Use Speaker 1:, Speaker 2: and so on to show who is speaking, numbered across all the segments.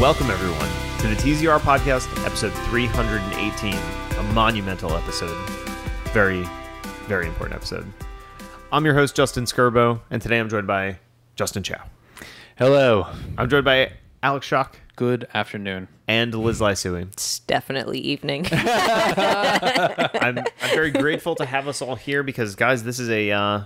Speaker 1: Welcome, everyone, to the TZR podcast, episode 318, a monumental episode. Very, very important episode. I'm your host, Justin Skirbo, and today I'm joined by Justin Chow.
Speaker 2: Hello.
Speaker 1: I'm joined by Alex Shock
Speaker 2: Good afternoon.
Speaker 1: and Liz Lysui.
Speaker 3: It's definitely evening.
Speaker 1: I'm, I'm very grateful to have us all here because, guys, this is a uh,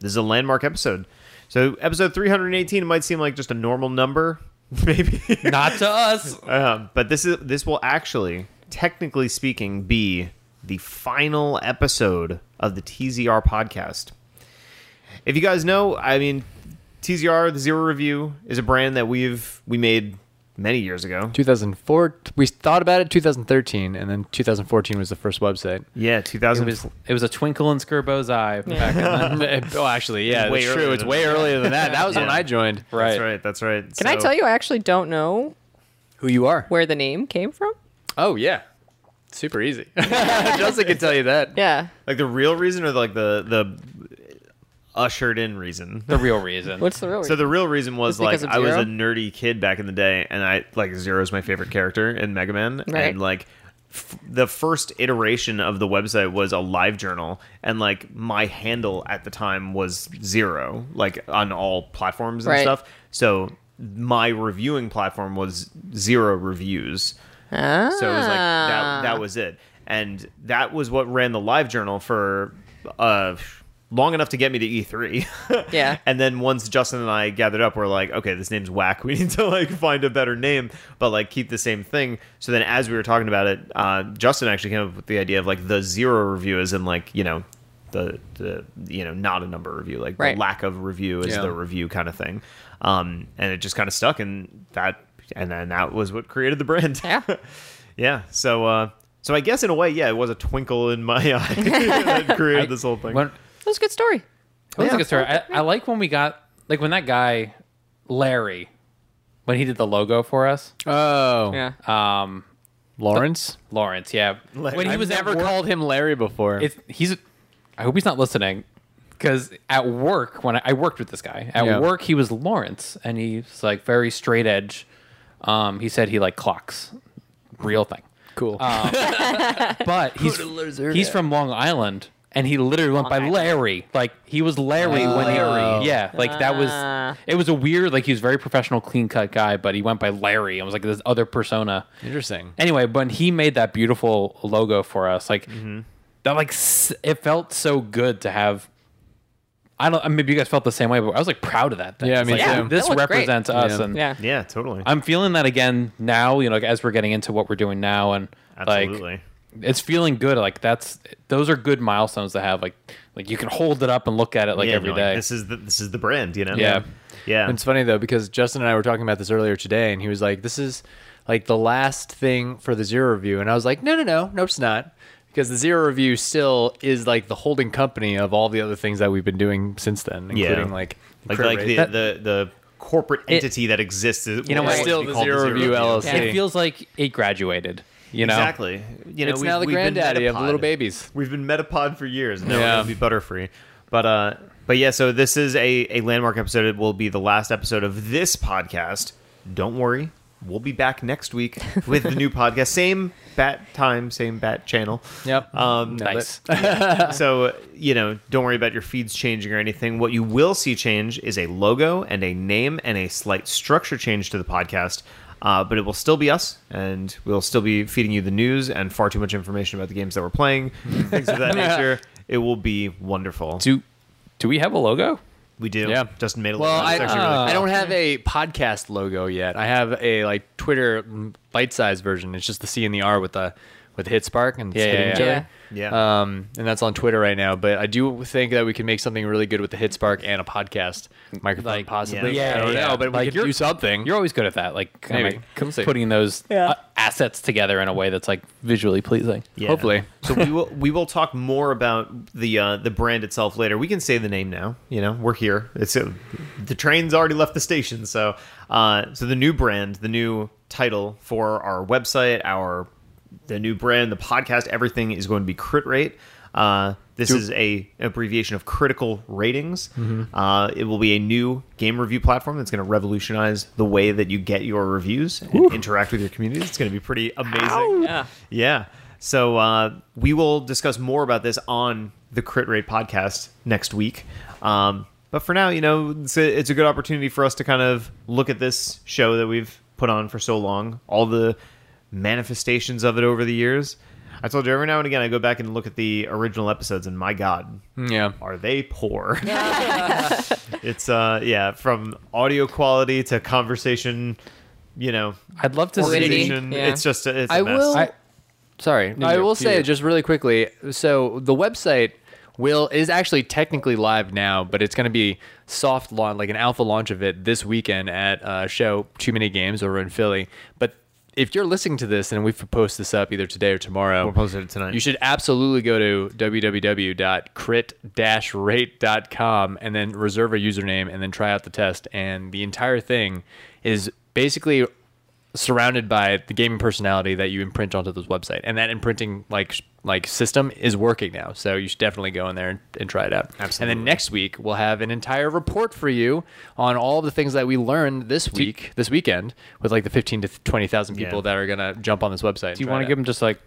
Speaker 1: this is a landmark episode. So, episode 318 might seem like just a normal number, maybe.
Speaker 2: Not to us.
Speaker 1: Um, but this is this will actually, technically speaking, be the final episode of the TZR podcast. If you guys know, I mean, TZR the Zero Review is a brand that we've we made many years ago.
Speaker 2: 2004. We thought about it 2013, and then 2014 was the first website.
Speaker 1: Yeah,
Speaker 4: It
Speaker 1: 2000.
Speaker 4: was it was a twinkle in Skirbo's eye. Back in the-
Speaker 2: oh, actually, yeah,
Speaker 1: It's way
Speaker 2: it's
Speaker 1: earlier
Speaker 2: true. It's
Speaker 1: than
Speaker 2: way earlier than that. That was when
Speaker 1: Yeah.
Speaker 2: I joined.
Speaker 1: That's right. That's right.
Speaker 3: Can I tell you, I actually don't know
Speaker 2: Who you are?
Speaker 3: where the name came from.
Speaker 2: Oh yeah, super easy. Justin can tell you that.
Speaker 3: Yeah.
Speaker 1: Like the real reason, or like the the ushered in reason.
Speaker 4: the real reason.
Speaker 3: What's the real
Speaker 1: So the real reason was
Speaker 3: Just because
Speaker 1: like
Speaker 3: of
Speaker 1: I was
Speaker 3: Zero?
Speaker 1: a nerdy kid back in the day, and I like Zero's my favorite character in Mega Man,
Speaker 3: Right.
Speaker 1: and like f- the first iteration of the website was a live journal, and like my handle at the time was Zero, like on all platforms and
Speaker 3: Right.
Speaker 1: stuff. So my reviewing platform was Zero Reviews. So it was like that,
Speaker 3: Ah.
Speaker 1: that was it. And that was what ran the live journal for uh, long enough to get me to E E3.
Speaker 3: Yeah.
Speaker 1: And then once Justin and I gathered up, we're like, okay, this name's whack. We need to like find a better name, but like keep the same thing. So then as we were talking about it, uh, Justin actually came up with the idea of like the zero review as in like, you know, the, the you know, not a number review, like
Speaker 3: Right.
Speaker 1: the lack of review is
Speaker 2: Yeah.
Speaker 1: the review kind of thing. Um, and it just kind of stuck and that, and then that was what created the brand.
Speaker 3: Yeah.
Speaker 1: Yeah. So, uh, so I guess in a way, yeah, it was a twinkle in my eye that created this whole thing.
Speaker 4: When,
Speaker 3: That was a good story.
Speaker 4: what was
Speaker 1: Yeah.
Speaker 4: the story? I, I like when we got like when that guy Larry when he did the logo for us.
Speaker 2: Oh,
Speaker 3: Yeah.
Speaker 4: Um,
Speaker 2: Lawrence.
Speaker 4: Lawrence, yeah. When he
Speaker 1: I've
Speaker 4: was at
Speaker 2: Never
Speaker 4: work-
Speaker 2: called him Larry before.
Speaker 4: it's he's i hope he's not listening because at work when I, I worked with this guy at
Speaker 2: Yeah.
Speaker 4: work he was lawrence and he's like very straight edge um he said he like clocks real thing
Speaker 2: cool.
Speaker 4: but he's
Speaker 2: loser.
Speaker 4: he's
Speaker 2: Yeah.
Speaker 4: from long island and he literally went by
Speaker 3: Island.
Speaker 4: larry like he was larry
Speaker 2: Oh.
Speaker 4: when
Speaker 2: Larry.
Speaker 4: he yeah like that
Speaker 3: Ah.
Speaker 4: was it was a weird like he was very professional clean cut guy but he went by larry and was like this other persona
Speaker 2: Interesting.
Speaker 4: anyway when he made that beautiful logo for us like
Speaker 2: Mm-hmm.
Speaker 4: that like s- it felt so good to have i don't I mean, maybe you guys felt the same way but i was like proud of that thing.
Speaker 2: Yeah,
Speaker 4: It's
Speaker 2: me
Speaker 4: like,
Speaker 2: too.
Speaker 4: dude, this
Speaker 3: That looked great.
Speaker 4: represents us
Speaker 2: Yeah.
Speaker 4: and
Speaker 3: Yeah.
Speaker 1: yeah, totally.
Speaker 4: i'm feeling that again now you know like, as we're getting into what we're doing now and
Speaker 1: Absolutely.
Speaker 4: like it's feeling good like that's those are good milestones to have like like you can hold it up and look at it like
Speaker 1: yeah,
Speaker 4: every
Speaker 1: no,
Speaker 4: day
Speaker 1: this is the, this is the brand, you know?
Speaker 4: Yeah.
Speaker 1: Yeah.
Speaker 2: It's funny though because Justin and I were talking about this earlier today, and he was like, "This is like the last thing for the zero review," and I was like, "No, no, no, nope, it's not." Because the zero review still is like the holding company of all the other things that we've been doing since then,
Speaker 1: Yeah.
Speaker 2: including like
Speaker 1: Like,
Speaker 2: crit
Speaker 1: like
Speaker 2: rate.
Speaker 1: the,
Speaker 2: That-
Speaker 1: the, the corporate
Speaker 4: It-
Speaker 1: entity that exists. You
Speaker 4: know what?
Speaker 2: Still the Zero Review LLC.
Speaker 4: it feels like it graduated you know
Speaker 1: Exactly. You know,
Speaker 2: it's
Speaker 1: we've-
Speaker 2: now the
Speaker 1: we've been
Speaker 2: granddaddy of the
Speaker 1: Metapod.
Speaker 2: little babies.
Speaker 1: We've been Metapod for years. Now
Speaker 2: Yeah.
Speaker 1: we're gonna be Butterfree. But uh, but yeah. So this is a a landmark episode. It will be the last episode of this podcast. Don't worry, we'll be back next week with the new podcast. Same bat time, same bat channel.
Speaker 2: Yep.
Speaker 1: Um,
Speaker 2: Nailed
Speaker 4: nice
Speaker 2: it.
Speaker 1: so you know, don't worry about your feeds changing or anything. What you will see change is a logo and a name and a slight structure change to the podcast. Uh, but it will still be us, and we'll still be feeding you the news and far too much information about the games that we're playing, things of that nature. It will be wonderful.
Speaker 4: do do we have a logo
Speaker 1: We do.
Speaker 2: Yeah.
Speaker 1: Justin made a
Speaker 2: Well,
Speaker 1: logo.
Speaker 2: I,
Speaker 1: It's actually really
Speaker 2: uh,
Speaker 1: cool.
Speaker 2: I don't have a podcast logo yet. I have a like Twitter mm, bite-sized version. It's just the C and the R with the with the hit spark and
Speaker 4: Yeah,
Speaker 2: spitting
Speaker 4: yeah,
Speaker 2: each
Speaker 4: yeah.
Speaker 2: other.
Speaker 3: Yeah.
Speaker 1: Yeah.
Speaker 2: Um, and that's on Twitter right now. But I do think that we can make something really good with the hit spark and a podcast microphone,
Speaker 4: Like,
Speaker 2: possibly.
Speaker 1: yeah.
Speaker 2: I don't
Speaker 4: Yeah, yeah.
Speaker 2: know, but
Speaker 4: Like,
Speaker 2: we could
Speaker 4: you're-
Speaker 2: do something.
Speaker 4: You're always good at that, like kinda
Speaker 2: Maybe.
Speaker 4: like
Speaker 2: We'll see.
Speaker 4: putting those
Speaker 3: Yeah.
Speaker 4: uh, assets together in a way that's like visually pleasing.
Speaker 1: Yeah.
Speaker 2: hopefully.
Speaker 1: so we will we will talk more about the uh, the brand itself later. We can say the name now. You know, we're here. It's uh, the train's already left the station. So uh, so the new brand, the new title for our website, our the new brand, the podcast, everything is going to be Crit Rate. Uh, this is a abbreviation of critical ratings. Uh, it will be a new game review platform that's going to revolutionize the way that you get your reviews and interact with your communities. It's going to be pretty amazing.
Speaker 3: Yeah.
Speaker 1: Yeah. So uh, we will discuss more about this on the Crit Rate podcast next week. Um, but for now, you know, it's a, it's a good opportunity for us to kind of look at this show that we've put on for so long, all the manifestations of it over the years. I told you every now and again I go back and look at the original episodes, and my God,
Speaker 2: Yeah.
Speaker 1: are they poor? it's uh, yeah, from audio quality to conversation, you know,
Speaker 4: I'd love to see.
Speaker 3: Fluidity.
Speaker 1: organization.
Speaker 3: yeah.
Speaker 1: It's just a, it's a
Speaker 2: I
Speaker 1: mess.
Speaker 2: will.
Speaker 4: I-
Speaker 2: sorry, I
Speaker 4: you-
Speaker 2: will
Speaker 4: you
Speaker 2: say
Speaker 4: go.
Speaker 2: just really quickly. So the website will is actually technically live now, but it's going to be soft launch, like an alpha launch of it this weekend at uh, show Too Many Games over in Philly. But if you're listening to this and we've post this up either today or tomorrow,
Speaker 1: We'll post it tonight.
Speaker 2: You should absolutely go to www.crit-rate.com and then reserve a username and then try out the test. And the entire thing is basically surrounded by the gaming personality that you imprint onto this website. And that imprinting like like system is working now. So you should definitely go in there and, and try it out.
Speaker 1: Absolutely.
Speaker 2: And then next week we'll have an entire report for you on all of the things that we learned this week, this weekend, with like the fifteen to twenty thousand people
Speaker 1: Yeah.
Speaker 2: that are gonna jump on this website.
Speaker 4: Do you want to give them just like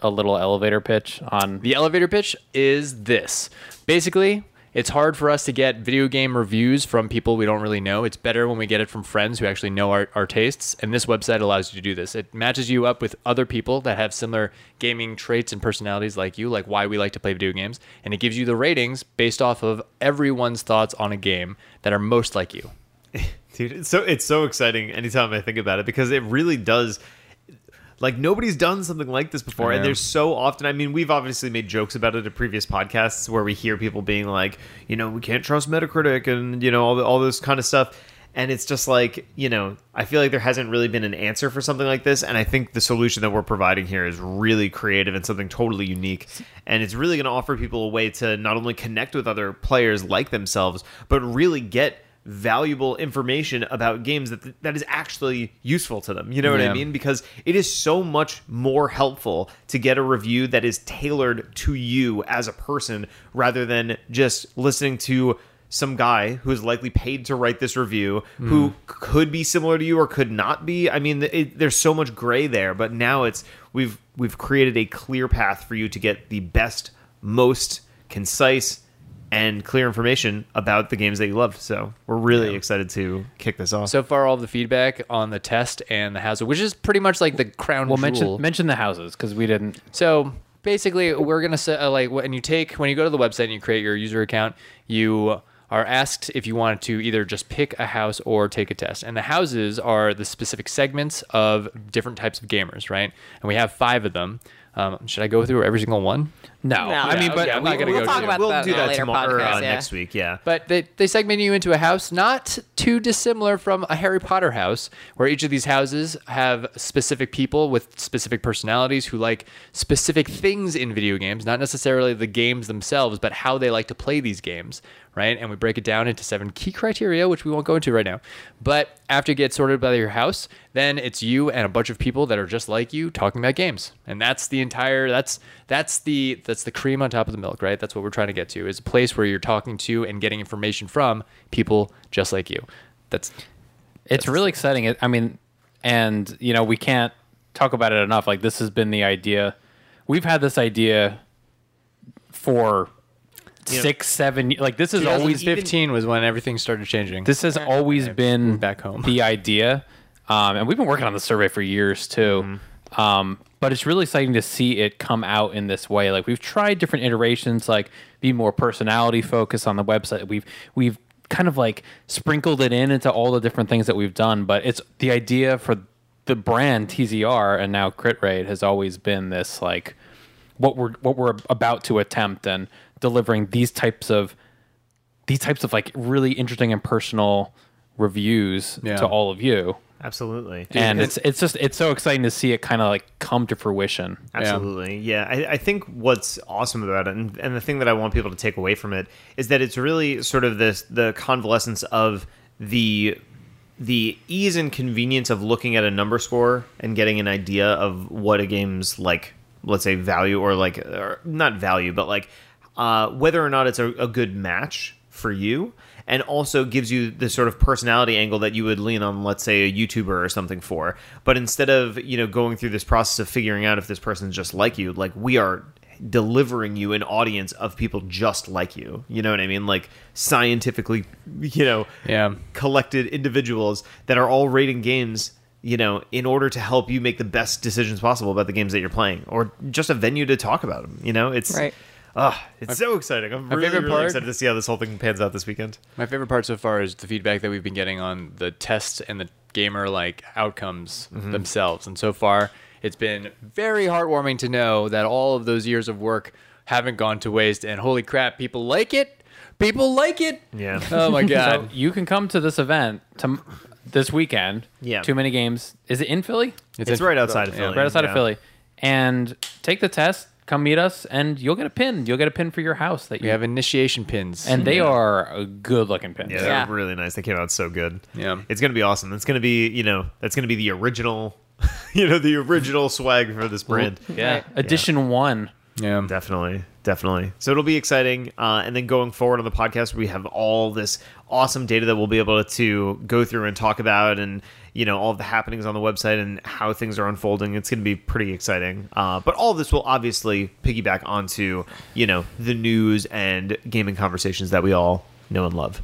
Speaker 4: a little elevator pitch on?
Speaker 2: The elevator pitch is this. Basically, it's hard for us to get video game reviews from people we don't really know. It's better when we get it from friends who actually know our, our tastes, and this website allows you to do this. It matches you up with other people that have similar gaming traits and personalities like you, like why we like to play video games, and it gives you the ratings based off of everyone's thoughts on a game that are most like you.
Speaker 1: Dude, it's so it's so exciting anytime I think about it because it really does like nobody's done something like this before and
Speaker 2: Yeah.
Speaker 1: there's so often I mean we've obviously made jokes about it in previous podcasts where we hear people being like, you know, we can't trust Metacritic and you know all the, all this kind of stuff and it's just like, you know, I feel like there hasn't really been an answer for something like this and I think the solution that we're providing here is really creative and something totally unique and it's really going to offer people a way to not only connect with other players like themselves but really get valuable information about games that that is actually useful to them. You know what I
Speaker 2: Yeah.
Speaker 1: mean? Because it is so much more helpful to get a review that is tailored to you as a person rather than just listening to some guy who is likely paid to write this review who could be similar to you or could not be. I mean, it, there's so much gray there, but now it's we've we've created a clear path for you to get the best, most concise and clear information about the games that you love. So we're really excited to kick this off.
Speaker 2: So far, all the feedback on the test and the hazard, which is pretty much like the crown
Speaker 4: Well,
Speaker 2: jewel.
Speaker 4: mention mention the houses because we didn't.
Speaker 2: So basically, we're gonna say uh, like when you take when you go to the website and you create your user account, you are asked if you wanted to either just pick a house or take a test. And the houses are the specific segments of different types of gamers, right? And we have five of them. Um, should I go through every single one?
Speaker 4: No,
Speaker 3: No.
Speaker 4: I mean, but
Speaker 2: Yeah, I'm not
Speaker 4: we-
Speaker 2: gonna
Speaker 4: we'll
Speaker 2: go
Speaker 4: talk
Speaker 2: to-
Speaker 4: about-
Speaker 3: about
Speaker 1: we'll
Speaker 3: that
Speaker 1: do
Speaker 3: on a
Speaker 1: that
Speaker 3: later
Speaker 1: tomorrow or,
Speaker 3: podcast,
Speaker 1: uh,
Speaker 3: yeah.
Speaker 1: next week. Yeah.
Speaker 2: But they, they segment you into a house not too dissimilar from a Harry Potter house, where each of these houses have specific people with specific personalities who like specific things in video games, not necessarily the games themselves, but how they like to play these games, right? And we break it down into seven key criteria, which we won't go into right now. But after you get sorted by your house, then it's you and a bunch of people that are just like you talking about games. And that's the entire that's that's the that's the cream on top of the milk, right? That's what we're trying to get to. Is a place where you're talking to and getting information from people just like you. That's
Speaker 4: it's really exciting. It, I mean, and you know, we can't talk about it enough. Like this has been the idea. We've had this idea for
Speaker 1: Yeah.
Speaker 4: six, seven. Like this is always
Speaker 2: 2015 was when everything started changing.
Speaker 4: This has always been
Speaker 2: back home.
Speaker 4: the idea, um, and we've been working on the survey for years too. Um, but it's really exciting to see it come out in this way. Like we've tried different iterations, like be more personality focused on the website. We've we've kind of like sprinkled it in into all the different things that we've done. But it's the idea for the brand TZR and now Crit Rate has always been this like what we're what we're about to attempt and delivering these types of these types of like really interesting and personal reviews
Speaker 2: Yeah.
Speaker 4: to all of you
Speaker 1: Absolutely.
Speaker 4: and it's it's just it's so exciting to see it kind of like come to fruition
Speaker 1: Absolutely. Yeah. I, I think what's awesome about it, and, and the thing that I want people to take away from it, is that it's really sort of this the convalescence of the the ease and convenience of looking at a number score and getting an idea of what a game's like let's say value or like or not value but like uh, whether or not it's a, a good match for you, and also gives you the sort of personality angle that you would lean on, let's say, a YouTuber or something for. But instead of you know going through this process of figuring out if this person's just like you, like we are delivering you an audience of people just like you. You know what I mean? Like scientifically, you know,
Speaker 2: Yeah.
Speaker 1: collected individuals that are all rating games, you know, in order to help you make the best decisions possible about the games that you're playing, or just a venue to talk about them. You know, it's
Speaker 3: Right.
Speaker 1: ah, it's so exciting. I'm really,
Speaker 2: favorite
Speaker 1: really
Speaker 2: part-
Speaker 1: excited to see how this whole thing pans out this weekend.
Speaker 2: My favorite part so far is the feedback that we've been getting on the tests and the gamer like outcomes themselves. And so far, it's been very heartwarming to know that all of those years of work haven't gone to waste. And holy crap, people like it! People like it!
Speaker 1: Yeah.
Speaker 2: Oh my
Speaker 4: So
Speaker 2: god,
Speaker 4: you can come to this event to, this weekend.
Speaker 1: Yeah.
Speaker 4: Too many games. Is it in Philly?
Speaker 1: It's
Speaker 2: in-
Speaker 1: right outside of
Speaker 2: yeah,
Speaker 1: Philly.
Speaker 4: right outside
Speaker 1: yeah.
Speaker 4: of Philly. And take the test. Come meet us, and you'll get a pin. You'll get a pin for your house that you
Speaker 2: We have initiation pins.
Speaker 4: and they are good looking pins.
Speaker 1: Yeah, they're
Speaker 3: Yeah.
Speaker 1: really nice. They came out so good.
Speaker 2: Yeah.
Speaker 1: It's gonna be awesome. It's gonna be, you know, that's gonna be the original you know, the original swag for this brand.
Speaker 4: Yeah. Edition one.
Speaker 2: yeah.
Speaker 1: Definitely, definitely. So it'll be exciting. Uh, and then going forward on the podcast, we have all this awesome data that we'll be able to go through and talk about, and you know all of the happenings on the website and how things are unfolding. It's going to be pretty exciting. Uh, but all of this will obviously piggyback onto you know the news and gaming conversations that we all know and love.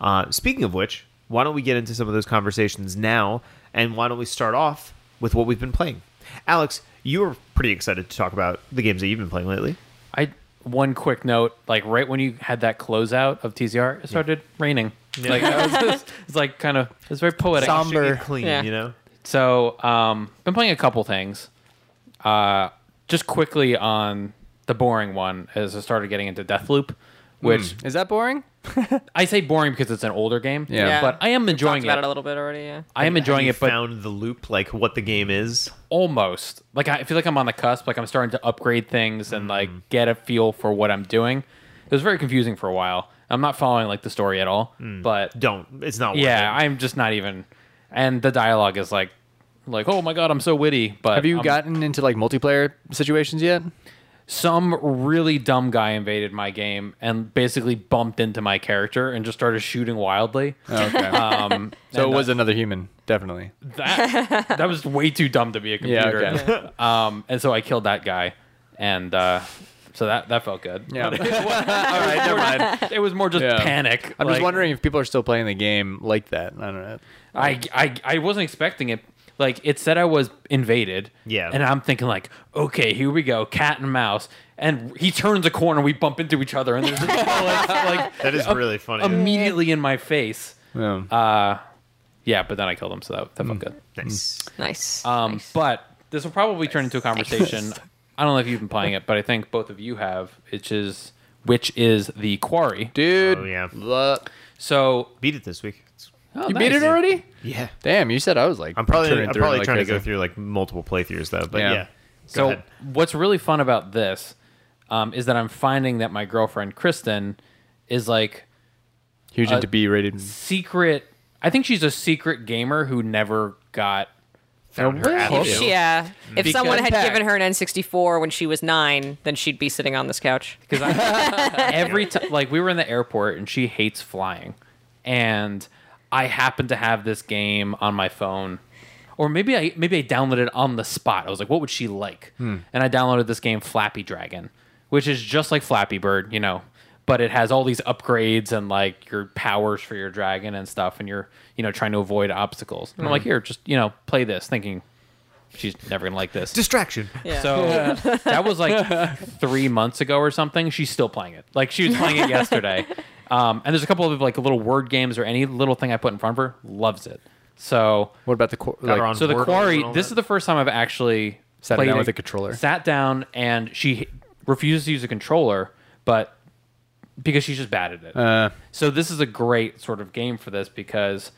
Speaker 1: Uh, speaking of which, why don't we get into some of those conversations now? And why don't we start off with what we've been playing? Alex, you were pretty excited to talk about the games that you've been playing lately.
Speaker 4: I one quick note, like right when you had that closeout of TZR, it started raining. Like I was just- it's like kind of it's very poetic.
Speaker 1: Washing it clean,
Speaker 3: Yeah.
Speaker 1: you know.
Speaker 4: So, um, been playing a couple things. Uh, just quickly on the boring one, as I started getting into Deathloop, which
Speaker 2: Is that boring?
Speaker 4: I say boring because it's an older game.
Speaker 2: Yeah. Yeah.
Speaker 4: But I am enjoying
Speaker 3: Talked about it
Speaker 4: it.
Speaker 3: a little bit already. Yeah.
Speaker 4: I am enjoying
Speaker 1: You
Speaker 4: it, but
Speaker 1: found the loop, like what the game is.
Speaker 4: almost like I feel like I'm on the cusp. Like I'm starting to upgrade things and like
Speaker 2: Mm-hmm.
Speaker 4: get a feel for what I'm doing. It was very confusing for a while. I'm not following like the story at all,
Speaker 2: Mm.
Speaker 4: but
Speaker 1: Don't. It's not. worth
Speaker 4: yeah,
Speaker 1: it.
Speaker 4: I'm just not even. And the dialogue is like, like oh my god, I'm so witty. But
Speaker 2: Have you
Speaker 4: I'm-
Speaker 2: gotten into like multiplayer situations yet?
Speaker 4: some really dumb guy invaded my game and basically bumped into my character and just started shooting wildly?
Speaker 2: Okay.
Speaker 4: Um,
Speaker 2: so it
Speaker 4: and, uh,
Speaker 2: was another human, definitely.
Speaker 4: that that was way too dumb to be a
Speaker 2: Yeah,
Speaker 4: computer. um, and so I killed that guy, and uh, so that that felt good.
Speaker 2: Yeah.
Speaker 4: All right, never mind. It was more just
Speaker 2: Yeah.
Speaker 4: panic.
Speaker 2: I'm
Speaker 4: like,
Speaker 2: just wondering if people are still playing the game like that. I don't know.
Speaker 4: I, I I wasn't expecting it. Like it said, I was invaded.
Speaker 1: Yeah.
Speaker 4: and I'm thinking like, okay, here we go, cat and mouse. And he turns a corner, we bump into each other, and there's just bullets, like
Speaker 1: That is really funny.
Speaker 4: immediately in my face.
Speaker 2: Yeah.
Speaker 4: Uh, yeah, but then I killed him, so that, that felt good.
Speaker 1: nice.
Speaker 3: Nice.
Speaker 4: Um, But this will probably turn into a conversation. I don't know if you've been playing it, but I think both of you have, which is which is the quarry.
Speaker 2: Dude.
Speaker 1: Oh, yeah.
Speaker 2: lo-
Speaker 4: So
Speaker 1: Beat it this week. It's-
Speaker 4: Oh,
Speaker 2: you beat it already?
Speaker 1: yeah.
Speaker 2: Damn, you said I was like.
Speaker 1: I'm probably.
Speaker 2: turning
Speaker 1: I'm
Speaker 2: through it
Speaker 1: probably
Speaker 2: like
Speaker 1: trying to
Speaker 2: crazy.
Speaker 1: go through like multiple playthroughs though. But
Speaker 2: Yeah.
Speaker 1: yeah.
Speaker 4: So
Speaker 1: Go ahead.
Speaker 4: what's really fun about this um, is that I'm finding that my girlfriend Kristen is like
Speaker 2: Huge
Speaker 4: Uh,
Speaker 2: into B rated.
Speaker 4: secret. I think she's a secret gamer who never got.
Speaker 1: Found her
Speaker 2: Well,
Speaker 1: app,
Speaker 2: if
Speaker 1: too.
Speaker 3: yeah. uh, If
Speaker 4: Because-
Speaker 3: someone had
Speaker 2: Unpack.
Speaker 3: given her an N64 when she was nine, then she'd be sitting on this couch.
Speaker 4: because I every time like we were in the airport and she hates flying, and I happened to have this game on my phone, or maybe I maybe I downloaded it on the spot. I was like, what would she like? And I downloaded this game Flappy Dragon, which is just like Flappy Bird, you know, but it has all these upgrades and like your powers for your dragon and stuff, and you're you know trying to avoid obstacles. And I'm like, here, just you know, play this, thinking. She's never gonna like this.
Speaker 1: Distraction.
Speaker 3: Yeah.
Speaker 4: So that was like three months ago or something. She's still playing it. Like she was playing it yesterday. Um, and there's a couple of like little word games or any little thing I put in front of her. Loves it. So
Speaker 2: What about the. Qu-
Speaker 1: her
Speaker 2: like,
Speaker 1: on-
Speaker 4: so the
Speaker 1: Wordle
Speaker 4: quarry.
Speaker 1: and all
Speaker 4: This
Speaker 1: that?
Speaker 4: is the first time I've actually
Speaker 2: Sat
Speaker 4: played
Speaker 2: down
Speaker 4: a-
Speaker 2: with a controller.
Speaker 4: Sat down and she refuses to use a controller, but because she's just bad at it.
Speaker 2: uh,
Speaker 4: So this is a great sort of game for this because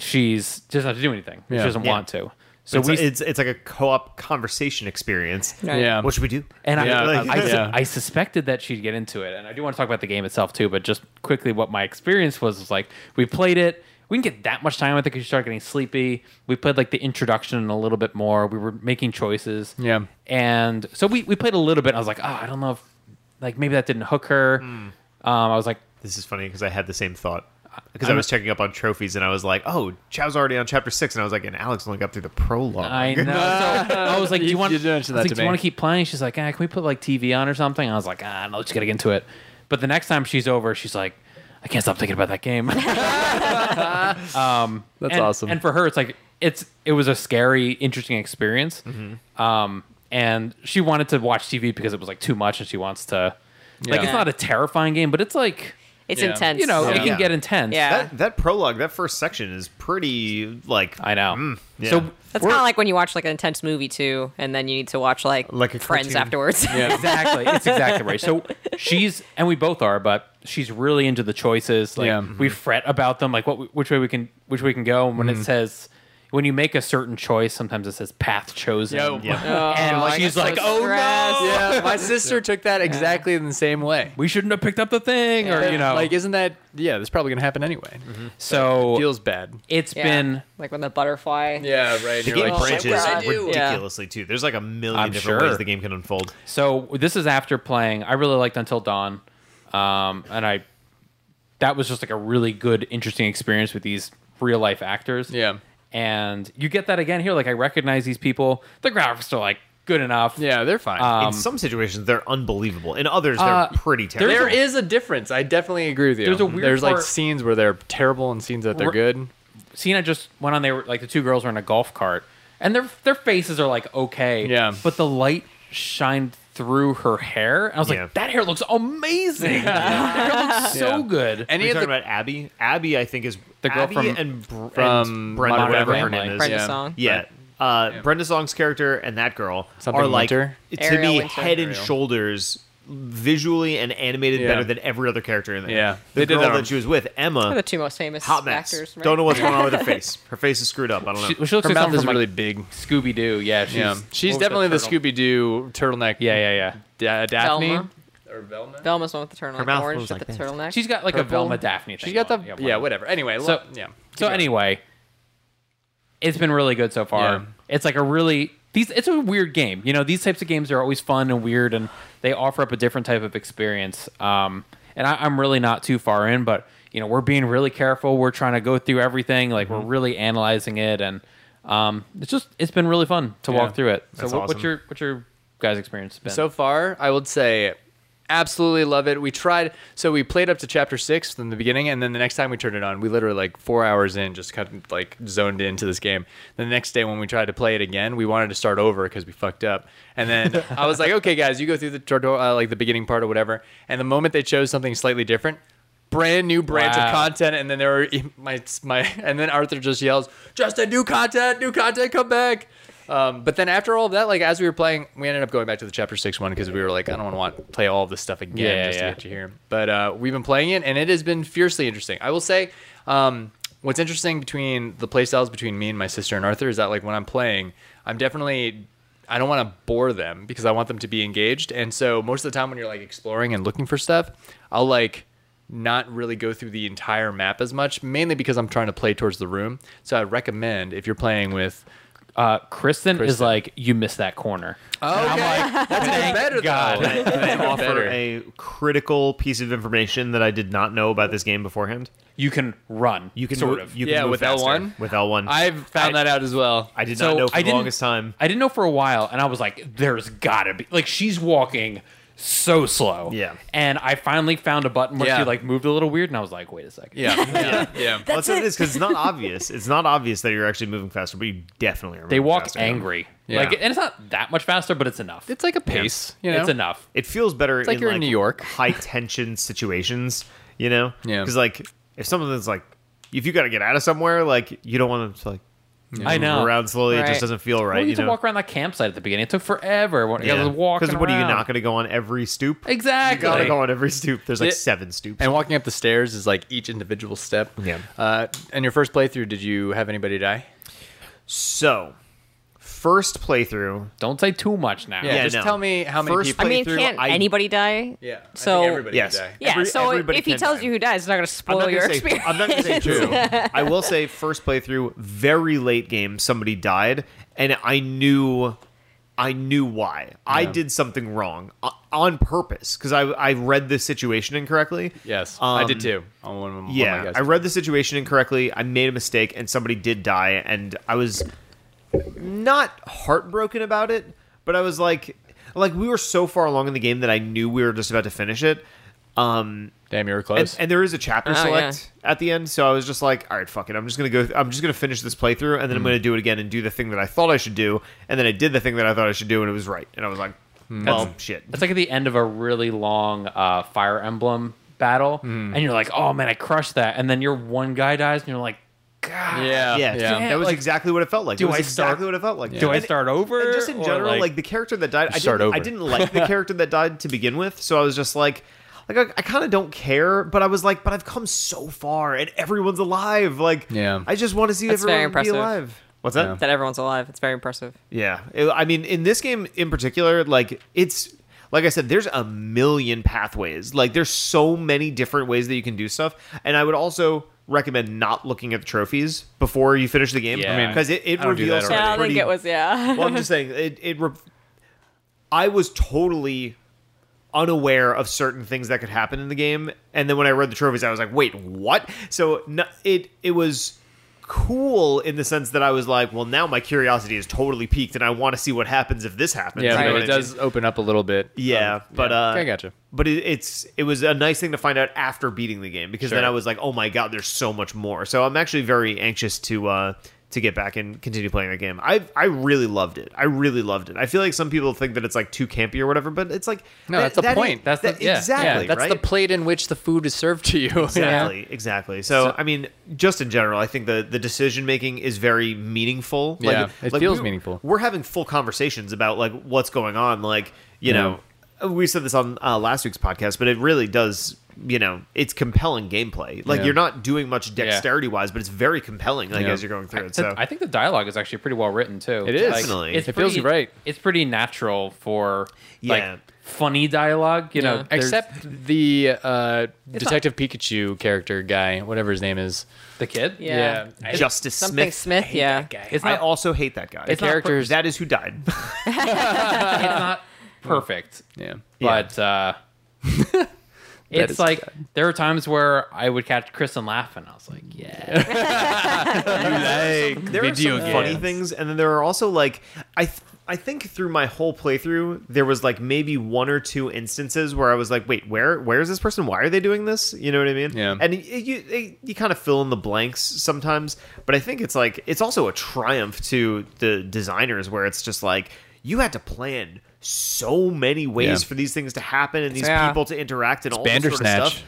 Speaker 4: she's she doesn't have to do anything.
Speaker 2: Yeah.
Speaker 4: She doesn't
Speaker 1: Yeah.
Speaker 4: want to. So
Speaker 1: So it's,
Speaker 4: we
Speaker 1: it's it's like a co-op conversation experience.
Speaker 3: Right.
Speaker 2: yeah.
Speaker 1: What should we do?
Speaker 4: And
Speaker 2: Yeah,
Speaker 4: I,
Speaker 1: like-
Speaker 4: I, I,
Speaker 2: yeah.
Speaker 4: I suspected that she'd get into it. And I do want to talk about the game itself too, but just quickly what my experience was was like we played it. We didn't get that much time with it because you start getting sleepy. We played like the introduction a little bit more. We were making choices.
Speaker 2: Yeah.
Speaker 4: And so we, we played a little bit. And I was like, oh, I don't know if like maybe that didn't hook her.
Speaker 2: Hmm.
Speaker 4: Um, I was like,
Speaker 1: This is funny because I had the same thought. Because I was checking up on trophies and I was like, oh, Chow's already on chapter six. And I was like, and Alex only got through the prologue.
Speaker 4: I know. So I was like, do
Speaker 2: You-
Speaker 4: you want?
Speaker 2: you did
Speaker 4: I
Speaker 2: mention
Speaker 4: was
Speaker 2: that
Speaker 4: like,
Speaker 2: to
Speaker 4: do
Speaker 2: me.
Speaker 4: you want to keep playing? She's like, ah, can we put like TV on or something? I was like, ah, no, let's get into it. But the next time she's over, she's like, I can't stop thinking about that game.
Speaker 2: That's
Speaker 4: and,
Speaker 2: awesome.
Speaker 4: And for her, it's like it's it was a scary, interesting experience.
Speaker 2: Mm-hmm.
Speaker 4: Um, and she wanted to watch TV because it was like too much, and she wants to. Like
Speaker 2: Yeah.
Speaker 4: it's not a terrifying game, but it's like
Speaker 3: It's
Speaker 2: Yeah.
Speaker 3: intense.
Speaker 4: you know it
Speaker 1: Yeah.
Speaker 4: can get intense.
Speaker 3: Yeah.
Speaker 1: that, that prologue, that first section is pretty, like,
Speaker 4: I know.
Speaker 2: Mm.
Speaker 1: yeah.
Speaker 4: So
Speaker 3: That's
Speaker 4: we're-
Speaker 3: kind of like when you watch like an intense movie too, and then you need to watch like,
Speaker 1: Like a
Speaker 3: Friends
Speaker 1: cartoon.
Speaker 3: afterwards.
Speaker 4: exactly. It's exactly right. So she's and we both are, but she's really into the choices. Like
Speaker 2: Yeah.
Speaker 4: we fret about them, like what we- which way we can which way we can go. And when
Speaker 2: Mm.
Speaker 4: it says when you make a certain choice, sometimes it says path chosen.
Speaker 2: Yo.
Speaker 1: Yeah.
Speaker 4: and
Speaker 2: Oh, I
Speaker 4: she's
Speaker 2: get
Speaker 4: like,
Speaker 2: so
Speaker 4: "Oh
Speaker 3: stressed."
Speaker 4: no,
Speaker 2: yeah, my sister took that exactly in the same way.
Speaker 4: we shouldn't have picked up the thing," or you know.
Speaker 2: like, isn't that yeah? That's probably gonna happen anyway.
Speaker 4: Mm-hmm. so
Speaker 2: Feels bad.
Speaker 4: it's
Speaker 3: Yeah.
Speaker 4: been
Speaker 3: like when the butterfly.
Speaker 2: Yeah, right.
Speaker 1: the game branches
Speaker 3: what did I do?
Speaker 1: ridiculously, too. There's like a 1000000
Speaker 4: I'm
Speaker 1: different
Speaker 4: sure.
Speaker 1: ways the game can unfold.
Speaker 4: So this is after playing. I really liked Until Dawn, um, and I that was just like a really good, interesting experience with these real life actors.
Speaker 2: Yeah.
Speaker 4: and you get that again here. Like I recognize these people. The graphics are like good enough.
Speaker 2: yeah, they're fine.
Speaker 1: In some situations, they're unbelievable. In others, they're
Speaker 4: Um, Uh,
Speaker 1: pretty terrible.
Speaker 2: there is a difference. I definitely agree with you.
Speaker 4: There's a weird
Speaker 2: There's like
Speaker 4: part-
Speaker 2: scenes where they're terrible and scenes that they're
Speaker 4: We're-
Speaker 2: good.
Speaker 4: Cena just went on. They were like the two girls were in a golf cart, and their their faces are like okay.
Speaker 2: Yeah.
Speaker 4: but the light shined through her hair. And I was
Speaker 1: Yeah.
Speaker 4: like, that hair looks amazing. that hair looks so
Speaker 2: Yeah.
Speaker 4: good.
Speaker 1: Are
Speaker 2: Any
Speaker 1: you
Speaker 2: of
Speaker 1: talking
Speaker 2: the
Speaker 1: about Abby? Abby, I think, is
Speaker 4: The girl
Speaker 1: Abby
Speaker 4: from-
Speaker 1: and, Br-
Speaker 2: from
Speaker 1: and Brenda,
Speaker 2: Modern
Speaker 1: whatever her
Speaker 4: Family.
Speaker 1: name is.
Speaker 3: Brenda
Speaker 2: Yeah.
Speaker 3: song.
Speaker 1: Yeah. Uh, Brenda Song's character and that girl
Speaker 2: Something
Speaker 1: are like
Speaker 2: Winter?
Speaker 1: to
Speaker 3: Ariel
Speaker 1: me
Speaker 3: Winter.
Speaker 1: head and
Speaker 2: Ariel.
Speaker 1: shoulders visually and animated
Speaker 2: Yeah.
Speaker 1: better than every other character in there.
Speaker 2: Yeah.
Speaker 1: The
Speaker 2: They did
Speaker 1: girl
Speaker 2: that
Speaker 1: that,
Speaker 2: on-
Speaker 1: she was with,
Speaker 3: They're the
Speaker 1: Emma,
Speaker 3: two most famous
Speaker 1: hot mess.
Speaker 3: actors. Right?
Speaker 1: Don't know what's going on with her face. Her face is screwed up. I don't know.
Speaker 4: She, she looks
Speaker 2: her
Speaker 4: like
Speaker 2: mouth
Speaker 4: something
Speaker 2: is
Speaker 4: from,
Speaker 2: really
Speaker 4: like,
Speaker 2: big.
Speaker 4: Scooby Doo. Yeah, she's,
Speaker 2: Yeah, she's
Speaker 4: what was that
Speaker 2: definitely the
Speaker 4: turtle?
Speaker 2: Scooby Doo turtleneck.
Speaker 4: Yeah, yeah, yeah.
Speaker 2: Da- Daphne
Speaker 3: Velma.
Speaker 2: or Velma.
Speaker 3: Velma's one with the turtleneck.
Speaker 1: Her mouth
Speaker 3: orange
Speaker 1: moves
Speaker 3: with
Speaker 1: like
Speaker 3: the
Speaker 1: this.
Speaker 3: turtleneck.
Speaker 4: She's got like a
Speaker 2: Purple?
Speaker 4: Velma Daphne.
Speaker 2: She's
Speaker 4: thing
Speaker 2: got the
Speaker 4: going.
Speaker 2: yeah,
Speaker 4: one of
Speaker 2: whatever. Anyway,
Speaker 4: So-
Speaker 2: so yeah.
Speaker 4: So anyway, it's been really good so far.
Speaker 2: Yeah.
Speaker 4: It's like a really these. It's a weird game. You know, these types of games are always fun and weird, and they offer up a different type of experience. Um, and I, I'm really not too far in, but you know, we're being really careful. We're trying to go through everything. Like we're really analyzing it, and um, it's just it's been really fun to
Speaker 2: Yeah.
Speaker 4: walk through it. So
Speaker 1: That's
Speaker 4: what, what's
Speaker 1: awesome.
Speaker 4: your what's your guys' experience been?
Speaker 2: So far, I would say absolutely love it. We tried so we played up to chapter 6 from the beginning and then the next time we turned it on, we literally like 4 hours in just kind of like zoned into this game. The next day when we tried to play it again, we wanted to start over cuz we fucked up. And then I was like, "Okay guys, you go through the tutorial uh, like the beginning part or whatever." And the moment they chose something slightly different, brand new branch of
Speaker 4: Wow.
Speaker 2: content and then there were e-, my my and then Arthur just yells, "Justin, new content, new content, come back." Um, but then after all of that, like as we were playing, we ended up going back to the chapter six one because we were like, I don't want to play all of this stuff again
Speaker 4: Yeah,
Speaker 2: just
Speaker 4: yeah.
Speaker 2: to get you here. But uh, we've been playing it, and it has been fiercely interesting. I will say, um, what's interesting between the playstyles between me and my sister and Arthur is that like when I'm playing, I'm definitely I don't want to bore them because I want them to be engaged. And so most of the time when you're like exploring and looking for stuff, I'll like not really go through the entire map as much, mainly because I'm trying to play towards the room. So I recommend if you're playing with
Speaker 4: uh, Kristen, is
Speaker 2: Kristen.
Speaker 4: like you missed that corner.
Speaker 2: that's even better
Speaker 4: God.
Speaker 2: though.
Speaker 1: Can I offer
Speaker 2: Better.
Speaker 1: a critical piece of information that I did not know about this game beforehand.
Speaker 4: You can run.
Speaker 1: You can
Speaker 4: sort
Speaker 1: mo-
Speaker 4: of.
Speaker 1: You can
Speaker 2: Yeah,
Speaker 1: move
Speaker 2: with
Speaker 1: faster.
Speaker 2: L1?
Speaker 1: With L1.
Speaker 2: I've found
Speaker 4: I-
Speaker 2: that out as well.
Speaker 1: I did
Speaker 4: So,
Speaker 1: not know for
Speaker 4: I
Speaker 1: the
Speaker 4: didn't-
Speaker 1: longest time.
Speaker 4: I didn't know for a while, and I was like, "There's gotta be like she's walking so slow."
Speaker 1: Yeah.
Speaker 4: And I finally found a button where
Speaker 2: Yeah.
Speaker 4: she like moved a little weird, and I was like, "Wait a second.
Speaker 2: yeah, yeah, yeah.
Speaker 1: Well, That's what it is because it's not obvious. It's not obvious that you're actually moving faster, but you definitely are.
Speaker 4: They
Speaker 1: moving
Speaker 4: walk
Speaker 1: faster.
Speaker 4: angry.
Speaker 2: Yeah.
Speaker 4: Like, and it's not that much faster, but it's enough.
Speaker 2: It's like a pace, you know.
Speaker 4: It's enough.
Speaker 1: It feels better.
Speaker 2: like
Speaker 1: in,
Speaker 2: you're in
Speaker 1: like,
Speaker 2: New York.
Speaker 1: high tension situations. You know,
Speaker 2: Yeah.
Speaker 1: Because like if something's like if you got to get out of somewhere, like you don't want to like
Speaker 4: I
Speaker 1: move
Speaker 4: know.
Speaker 1: around slowly. It
Speaker 3: Right.
Speaker 1: just doesn't feel right.
Speaker 4: Well, you,
Speaker 1: you
Speaker 4: had to
Speaker 1: know?
Speaker 4: walk around that campsite at the beginning. It took forever. When, yeah. Because
Speaker 1: what are you not going to go on every stoop? You
Speaker 4: Exactly.
Speaker 1: gotta go on every stoop. There's like
Speaker 2: Yeah.
Speaker 1: seven stoops.
Speaker 2: and walking up the stairs is like each individual step.
Speaker 1: Yeah.
Speaker 2: Uh, and your first playthrough, did you have anybody die?
Speaker 1: so, first playthrough.
Speaker 4: Don't say too much now.
Speaker 1: Yeah,
Speaker 2: just
Speaker 1: no.
Speaker 2: tell me how many
Speaker 1: First
Speaker 2: people.
Speaker 3: I mean,
Speaker 1: playthrough,
Speaker 3: can't
Speaker 1: I-
Speaker 3: anybody die?
Speaker 2: yeah. I think
Speaker 3: So-
Speaker 2: everybody
Speaker 1: Yes.
Speaker 2: died.
Speaker 3: Yeah.
Speaker 1: Every-
Speaker 3: so
Speaker 1: everybody
Speaker 3: if he
Speaker 1: can
Speaker 3: tells
Speaker 1: die.
Speaker 3: you who dies, it's not going to
Speaker 1: I'm
Speaker 3: spoil
Speaker 1: not,
Speaker 3: your
Speaker 1: gonna say,
Speaker 3: experience.
Speaker 1: I'm not gonna say true. I will say first playthrough, very late game, somebody died, and I knew I knew why. I did something wrong o- on purpose because I, I read the situation incorrectly.
Speaker 2: Yes,
Speaker 1: Um,
Speaker 2: I did too. On one of my- one of my
Speaker 1: Yeah,
Speaker 2: guys.
Speaker 1: I read the situation incorrectly. I made a mistake, and somebody did die, and I was not heartbroken about it, but I was like, like we were so far along in the game that I knew we were just about to finish it. Um,
Speaker 2: Damn, you were
Speaker 1: and,
Speaker 2: close.
Speaker 1: and there is a chapter
Speaker 3: Oh,
Speaker 1: select at the end, so I was just like, all right, fuck it. I'm just gonna go. I'm just gonna finish this playthrough, and then I'm
Speaker 4: Mm.
Speaker 1: gonna do it again and do the thing that I thought I should do, and then I did the thing that I thought I should do, and it was right, and I was like, well, shit.
Speaker 4: It's like at the end of Hmm. a really long uh, Fire Emblem battle,
Speaker 1: Mm-hmm.
Speaker 4: and you're like, "Oh man, I crushed that!" And then your one guy dies, and you're like, "God,
Speaker 2: yeah,
Speaker 1: Yeah,
Speaker 2: yeah.
Speaker 1: that was
Speaker 4: like,
Speaker 1: exactly what it felt like.
Speaker 4: do
Speaker 1: it was
Speaker 4: I start-
Speaker 1: exactly what it felt like.
Speaker 4: do I
Speaker 1: And-
Speaker 4: start over?"
Speaker 1: And just in
Speaker 4: Or,
Speaker 1: general, like, the character that died, I
Speaker 2: Start
Speaker 1: didn't, I
Speaker 2: over.
Speaker 1: didn't like the character that died to begin with, so I was just like, like I, I kind of don't care, but I was like, but I've come so far, and everyone's alive. Like,
Speaker 2: Yeah.
Speaker 1: I just want to see
Speaker 3: That's very
Speaker 1: everyone be
Speaker 3: impressive.
Speaker 1: alive. What's that?
Speaker 2: Yeah.
Speaker 3: that everyone's alive. It's very impressive.
Speaker 1: Yeah. It- I mean, in this game in particular, like it's like I said, there's a million pathways. Like there's so many different ways that you can do stuff. And I would also recommend not looking at the trophies before you finish the game.
Speaker 4: Yeah. I mean,
Speaker 1: because it, it
Speaker 2: I don't do that
Speaker 1: reveals some
Speaker 3: Yeah, I
Speaker 1: pretty-
Speaker 3: think it was yeah.
Speaker 1: well, I'm just saying it. it re- I was totally unaware of certain things that could happen in the game, and then when I read the trophies, I was like, "Wait, what?" So no, it it was cool in the sense that I was like, "Well, now my curiosity is totally peaked, and I want to see what happens if this happens."
Speaker 2: Yeah,
Speaker 1: You know
Speaker 2: but
Speaker 1: what
Speaker 2: it
Speaker 1: I mean?
Speaker 2: does open up a little bit.
Speaker 1: Yeah,
Speaker 2: Um,
Speaker 1: but
Speaker 2: yeah.
Speaker 1: uh,
Speaker 2: Okay, I gotcha.
Speaker 1: But it, it's it was a nice thing to find out after beating the game because then
Speaker 2: Sure.
Speaker 1: I was like, oh my god, there's so much more. So I'm actually very anxious to uh to get back and continue playing the game. I I really loved it. I really loved it. I feel like some people think that it's like too campy or whatever, but it's like
Speaker 2: No, that's the
Speaker 1: that-
Speaker 2: point.
Speaker 4: That's the-
Speaker 1: that-
Speaker 4: yeah, yeah,
Speaker 1: exactly
Speaker 2: that's
Speaker 1: right?
Speaker 2: the plate in which the food is served to you.
Speaker 1: Exactly, exactly. So,
Speaker 4: So-
Speaker 1: I mean, just in general, I think the the decision making is very meaningful.
Speaker 2: Yeah, it feels meaningful.
Speaker 1: We're having full conversations about like what's going on. Like you
Speaker 2: Yeah.
Speaker 1: know, we said this on uh, last week's podcast, but it really does. You know, it's compelling gameplay. Like
Speaker 2: Yeah.
Speaker 1: you're not doing much dexterity wise, but it's very compelling. Like
Speaker 2: Yeah.
Speaker 1: as you're going through
Speaker 4: I,
Speaker 1: it. So
Speaker 4: I think the dialogue is actually pretty well written too.
Speaker 2: It is.
Speaker 1: Definitely.
Speaker 2: It feels
Speaker 4: pretty-
Speaker 2: right.
Speaker 4: It's pretty natural for
Speaker 1: Yeah.
Speaker 4: like funny dialogue, you know.
Speaker 3: Yeah.
Speaker 4: there's-
Speaker 2: Except the uh, Detective Pikachu character guy, whatever his name is.
Speaker 4: the kid.
Speaker 3: Yeah.
Speaker 4: I-
Speaker 1: Justice
Speaker 3: Something
Speaker 1: Smith.
Speaker 3: Smith, yeah.
Speaker 4: It's
Speaker 1: I
Speaker 4: not
Speaker 1: also hate that guy.
Speaker 4: It's not
Speaker 2: characters-
Speaker 1: that is who died.
Speaker 4: it's not perfect,
Speaker 2: Yeah.
Speaker 4: but uh,
Speaker 2: is
Speaker 4: it's like there are times where I would catch Kristen laughing. I was like, yeah,
Speaker 2: Like
Speaker 1: there are some funny things, and then there are also like I th- I think through my whole playthrough there was like maybe one or two instances where I was like, wait, where where is this person? Why are they doing this? You know what I mean?
Speaker 2: Yeah.
Speaker 1: And y- y- you y- you kind of fill in the blanks sometimes, but I think it's like it's also a triumph to the designers where it's just like you had to plan so many ways
Speaker 2: Yeah.
Speaker 1: for these things to happen and these
Speaker 3: Yeah.
Speaker 1: people to interact and all this sort of
Speaker 2: Bandersnatch.
Speaker 1: stuff.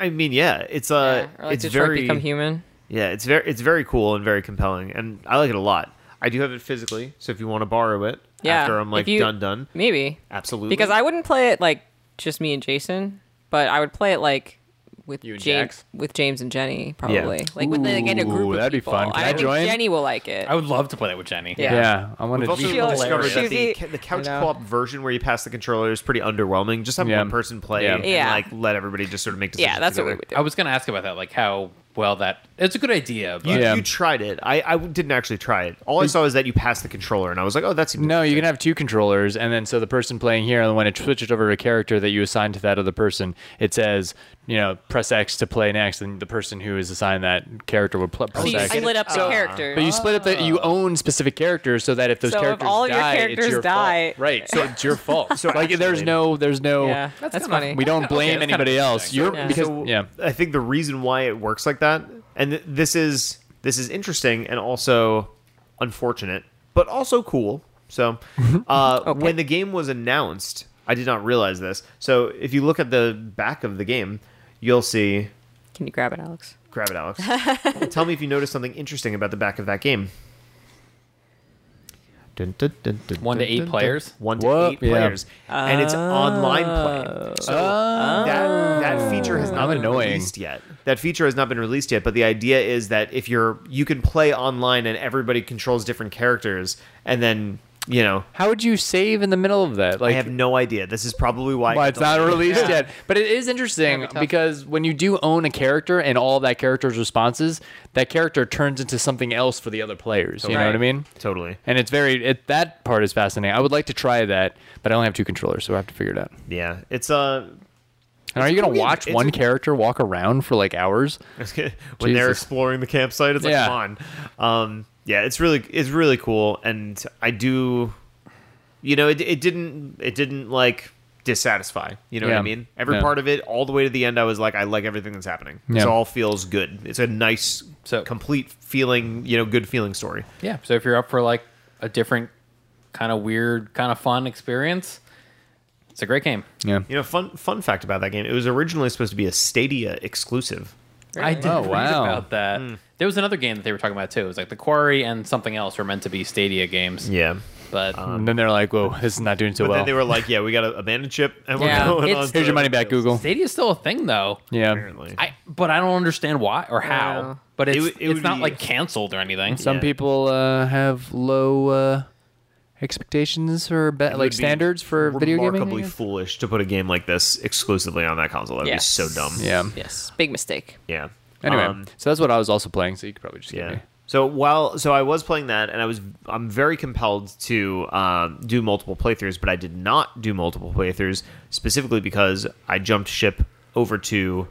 Speaker 1: I- I mean, yeah, it's uh,
Speaker 3: Or like
Speaker 1: it's
Speaker 3: Detroit
Speaker 1: very
Speaker 3: become human.
Speaker 1: yeah, it's very it's very cool and very compelling, and I like it a lot. I do have it physically, so if you want to borrow it
Speaker 3: Yeah.
Speaker 1: after I'm
Speaker 3: if
Speaker 1: like
Speaker 3: you-
Speaker 1: done done,
Speaker 3: Maybe.
Speaker 1: absolutely.
Speaker 3: Because I wouldn't play it like just me and Jason, but I would play it like with
Speaker 2: You and
Speaker 3: James
Speaker 2: Jax?
Speaker 3: with James and Jenny probably. Like with like, in a
Speaker 2: Ooh,
Speaker 3: group of
Speaker 2: that'd be
Speaker 3: people.
Speaker 2: fun. Can I
Speaker 3: think
Speaker 2: join?
Speaker 3: Jenny will like it.
Speaker 4: I would love to play that with Jenny.
Speaker 3: Yeah.
Speaker 2: Yeah, I wanted
Speaker 1: We've also
Speaker 3: She'll-
Speaker 1: discovered that
Speaker 3: she'll
Speaker 1: the,
Speaker 3: be-
Speaker 1: ca- the couch
Speaker 3: I know.
Speaker 1: co-op version where you pass the controller is pretty underwhelming. Just have
Speaker 2: Yeah.
Speaker 1: one person play
Speaker 2: Yeah.
Speaker 1: and
Speaker 3: Yeah.
Speaker 1: like let everybody just sort of make decisions.
Speaker 3: yeah, that's what we
Speaker 1: together.
Speaker 3: would do.
Speaker 4: I was gonna ask about that, like how well that. It's a good idea, but
Speaker 1: You,
Speaker 2: Yeah.
Speaker 1: you tried it. I, I didn't actually try it. All I saw is that you passed the controller, and I was like, oh, that's
Speaker 2: No, you can have two controllers, and then so the person playing here, and when it switches over to a character that you assign to that other person, it says, you know, press X to play next, and the person who is assigned that character would pl- press
Speaker 3: so you
Speaker 2: X.
Speaker 3: split up the
Speaker 1: Oh.
Speaker 3: characters.
Speaker 2: uh, but you split up that you own specific characters, so that if those
Speaker 3: Ah. So if
Speaker 2: characters
Speaker 3: all
Speaker 2: die,
Speaker 3: your
Speaker 2: it's
Speaker 3: characters
Speaker 2: your
Speaker 3: die-
Speaker 2: fault. right? So it's your fault. So like, there's no, there's no.
Speaker 3: yeah, that's, funny.
Speaker 2: We don't blame
Speaker 4: that's kind of
Speaker 2: anybody else.
Speaker 4: interesting.
Speaker 2: You're
Speaker 3: Yeah.
Speaker 2: because
Speaker 1: So,
Speaker 2: yeah,
Speaker 1: I think the reason why it works like that, and th- this is this is interesting and also unfortunate, but also cool. So, uh, when the game was announced, I did not realize this. So, if you look at the back of the game, you'll see.
Speaker 3: Can you grab it, Alex?
Speaker 1: Grab it, Alex. Tell me if you noticed something interesting about the back of that game. Dun, dun, dun, dun,
Speaker 4: One to
Speaker 1: dun,
Speaker 4: eight
Speaker 1: dun, dun.
Speaker 4: players?
Speaker 1: One to
Speaker 2: Whoa,
Speaker 1: eight
Speaker 2: yeah. Oh.
Speaker 1: players, and it's online play. So that that feature has not been
Speaker 2: Annoying.
Speaker 1: released yet. That feature has not been released yet. But the idea is that if you're you can play online and everybody controls different characters, and then you know,
Speaker 2: How would you save in the middle of that? Like
Speaker 1: I have no idea. This is probably why.
Speaker 2: Well, it's not released
Speaker 3: Yeah.
Speaker 2: yet. But it is interesting
Speaker 3: That'd be tough.
Speaker 2: because when you do own a character and all that character's responses, that character turns into something else for the other players. You know what I
Speaker 3: Right.
Speaker 2: mean?
Speaker 1: Totally.
Speaker 2: And it's very it, that part is fascinating. I would like to try that, but I only have two controllers, so I have to figure it out.
Speaker 1: Yeah. It's uh
Speaker 2: And are you gonna
Speaker 1: weird.
Speaker 2: watch
Speaker 1: It's
Speaker 2: one
Speaker 1: a-
Speaker 2: character walk around for like hours?
Speaker 1: when they're
Speaker 2: Jesus.
Speaker 1: exploring the campsite, it's like
Speaker 2: Yeah.
Speaker 1: come on. Um, yeah, it's really it's really cool, and I do, you know, it, it didn't it didn't like dissatisfy. You know what
Speaker 2: Yeah.
Speaker 1: I mean? Every
Speaker 2: Yeah.
Speaker 1: part of it, all the way to the end, I was like, I like everything that's happening.
Speaker 2: Yeah.
Speaker 1: It all feels good. It's a nice,
Speaker 4: So-
Speaker 1: complete feeling. You know, good feeling story.
Speaker 4: Yeah. So if you're up for like a different kind of weird, kind of fun experience, it's a great game.
Speaker 2: Yeah.
Speaker 1: You know, fun fun fact about that game: it was originally supposed to be a Stadia exclusive.
Speaker 4: I
Speaker 3: Really?
Speaker 4: did
Speaker 2: Oh,
Speaker 4: read
Speaker 2: wow.
Speaker 4: about that. Hmm. There was another game that they were talking about too. It was like the Quarry and something else were meant to be Stadia games.
Speaker 1: Yeah. Uh-huh.
Speaker 4: But
Speaker 2: and then they're like, "Whoa, this is not doing so
Speaker 1: But
Speaker 2: well."
Speaker 1: then they were like, "Yeah, we got to abandon ship, and we're
Speaker 3: Yeah,
Speaker 1: going
Speaker 3: it's-
Speaker 1: on." to-
Speaker 2: Here's your money back, Google.
Speaker 4: Stadia's still a thing though.
Speaker 2: Yeah.
Speaker 1: Apparently.
Speaker 4: I but I don't understand why or how.
Speaker 3: Yeah.
Speaker 4: But it's
Speaker 1: It would- it
Speaker 4: it's
Speaker 1: would
Speaker 4: not
Speaker 1: be-
Speaker 4: like canceled or anything.
Speaker 2: Some
Speaker 1: Yeah.
Speaker 2: people uh, have low uh, expectations or be-
Speaker 1: It
Speaker 2: like
Speaker 1: would be
Speaker 2: standards for video gaming. I
Speaker 1: Remarkably
Speaker 2: guess.
Speaker 1: foolish to put a game like this exclusively on that console. That'd
Speaker 3: Yes.
Speaker 1: be so dumb.
Speaker 2: Yeah.
Speaker 3: Yes. Big mistake.
Speaker 1: Yeah.
Speaker 2: Anyway,
Speaker 1: Um,
Speaker 2: so that's what I was also playing. So you could probably just get
Speaker 1: yeah.
Speaker 2: me.
Speaker 1: So while so I was playing that, and I was I'm very compelled to um, do multiple playthroughs, but I did not do multiple playthroughs specifically because I jumped ship over to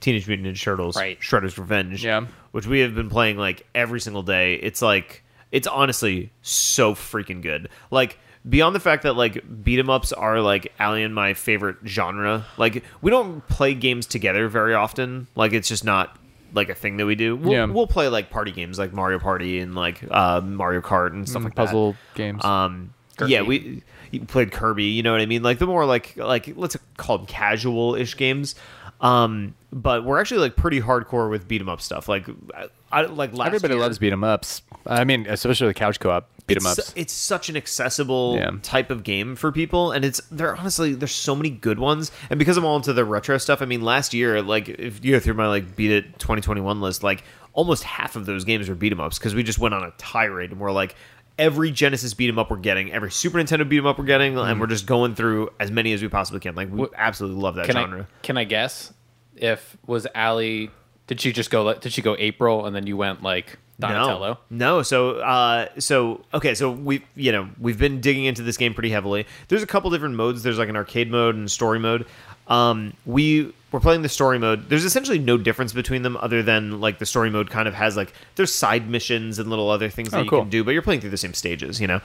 Speaker 1: Teenage Mutant Ninja Turtles:
Speaker 4: Right.
Speaker 1: Shredder's Revenge,
Speaker 2: Yeah.
Speaker 1: which we have been playing like every single day. It's like it's honestly so freaking good. Like beyond the fact that like beat 'em ups are like Ali and my favorite genre. Like we don't play games together very often. Like it's just not like a thing that we do. We'll,
Speaker 2: Yeah.
Speaker 1: we'll play like party games like Mario Party and like uh, Mario Kart and stuff like that.
Speaker 2: Mm, puzzle games.
Speaker 1: Um,
Speaker 4: Kirby.
Speaker 1: yeah, we you played Kirby. You know what I mean? Like the more like like let's call them casual ish games. Um, but we're actually like pretty hardcore with beat 'em up stuff. Like I, I like last
Speaker 2: Everybody
Speaker 1: year,
Speaker 2: loves beat 'em ups. I mean, especially the couch co-op beat 'em
Speaker 1: it's,
Speaker 2: ups.
Speaker 1: su- it's such an accessible
Speaker 2: Yeah.
Speaker 1: type of game for people, and it's there. Honestly, there's so many good ones, and because I'm all into the retro stuff, I mean, last year, like if you go through my like beat it 2021 list, like almost half of those games were beat 'em ups because we just went on a tirade and we're like. Every Genesis beat 'em up we're getting, every Super Nintendo beat 'em up we're getting,
Speaker 2: Hmm.
Speaker 1: and we're just going through as many as we possibly can. Like we absolutely love that
Speaker 4: can
Speaker 1: genre.
Speaker 4: I can I guess if was Allie did she just go like did she go April and then you went like Donatello?
Speaker 1: No, no. So, uh, so okay. So we, you know, we've been digging into this game pretty heavily. There's a couple different modes. There's like an arcade mode and story mode. Um, we we're playing the story mode. There's essentially no difference between them, other than like the story mode kind of has like there's side missions and little other things that
Speaker 2: Oh,
Speaker 1: you
Speaker 2: cool.
Speaker 1: can do, but you're playing through the same stages, you know.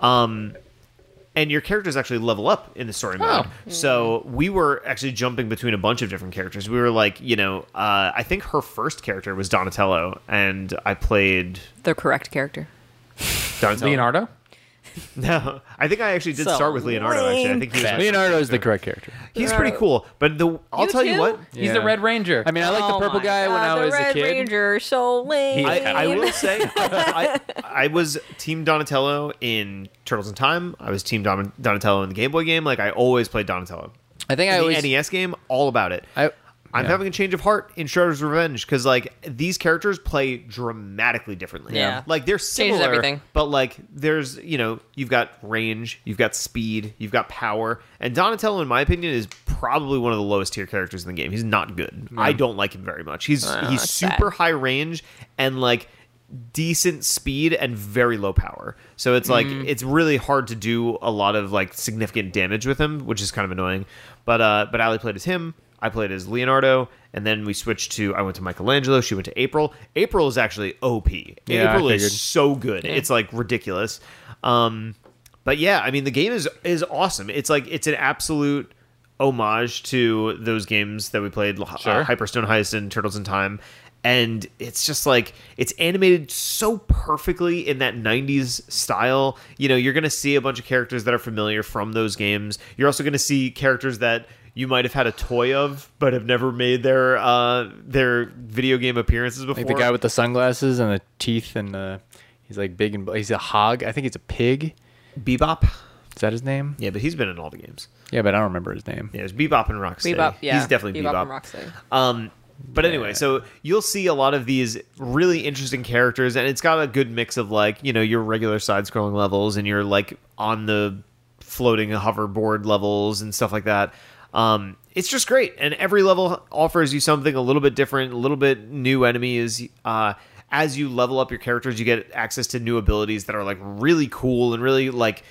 Speaker 1: Um, and your characters actually level up in the story
Speaker 2: Oh.
Speaker 1: mode. So we were actually jumping between a bunch of different characters. We were like, you know, uh, I think her first character was Donatello, and I played
Speaker 3: The correct character.
Speaker 1: Donatello.
Speaker 4: Leonardo?
Speaker 1: No, I think I actually did
Speaker 3: So
Speaker 1: start with Leonardo. Actually, I
Speaker 3: lame.
Speaker 1: think he was
Speaker 2: Leonardo is the correct character.
Speaker 1: he's pretty cool. But the I'll tell you
Speaker 3: too?
Speaker 1: what.
Speaker 4: He's
Speaker 2: Yeah.
Speaker 4: the Red Ranger.
Speaker 2: I mean, I like the
Speaker 3: Oh
Speaker 2: purple
Speaker 3: my
Speaker 2: guy when I
Speaker 3: God, the
Speaker 2: was
Speaker 3: Red
Speaker 2: a kid.
Speaker 3: Ranger, so lame.
Speaker 1: I,
Speaker 4: He's
Speaker 1: I will say I, I was Team Donatello in Turtles in Time. I was Team Don, Donatello in the Game Boy game. Like I always played Donatello.
Speaker 2: I think I
Speaker 1: the
Speaker 2: always.
Speaker 1: NES game, all about it.
Speaker 2: I-
Speaker 1: I'm
Speaker 2: yeah.
Speaker 1: having a change of heart in Shredder's Revenge because like these characters play dramatically differently.
Speaker 3: Yeah.
Speaker 1: like they're
Speaker 3: Changes
Speaker 1: similar,
Speaker 3: everything.
Speaker 1: but like there's you know you've got range, you've got speed, you've got power, and Donatello, in my opinion, is probably one of the lowest tier characters in the game. He's not good. I don't like him very much. He's he's
Speaker 3: Uh, Mm. that's sad.
Speaker 1: super high range and like decent speed and very low power. So it's like
Speaker 2: Mm.
Speaker 1: it's really hard to do a lot of like significant damage with him, which is kind of annoying. But uh but Ali played as him, I played as Leonardo, and then we switched to I went to Michelangelo, she went to April. April is actually OP.
Speaker 2: Yeah, I
Speaker 1: April
Speaker 2: figured.
Speaker 1: is so good. It's like ridiculous. Um but yeah, I mean the game is is awesome. It's like it's an absolute homage to those games that we played uh,
Speaker 4: Sure.
Speaker 1: Hyperstone Heist and Turtles in Time. And it's just like it's animated so perfectly in that 90s style. You know, you're going to see a bunch of characters that are familiar from those games. You're also going to see characters that you might have had a toy of but have never made their uh their video game appearances before.
Speaker 2: Like the guy with the sunglasses and the teeth and the. He's like big and. He's a hog. I think he's a pig.
Speaker 1: Bebop.
Speaker 2: Is that his name?
Speaker 1: Yeah, but he's been in all the games.
Speaker 2: Yeah, but I don't remember his name.
Speaker 1: Yeah, it was Bebop and Rocksteady.
Speaker 3: Bebop, yeah.
Speaker 1: He's definitely Bebop.
Speaker 3: and Rocksteady.
Speaker 1: Um, But anyway, so you'll see a lot of these really interesting characters, and it's got a good mix of like you know your regular side-scrolling levels and your like on the floating hoverboard levels and stuff like that. Um, it's just great, and every level offers you something a little bit different, a little bit new enemies. Uh, as you level up your characters, you get access to new abilities that are like really cool and really like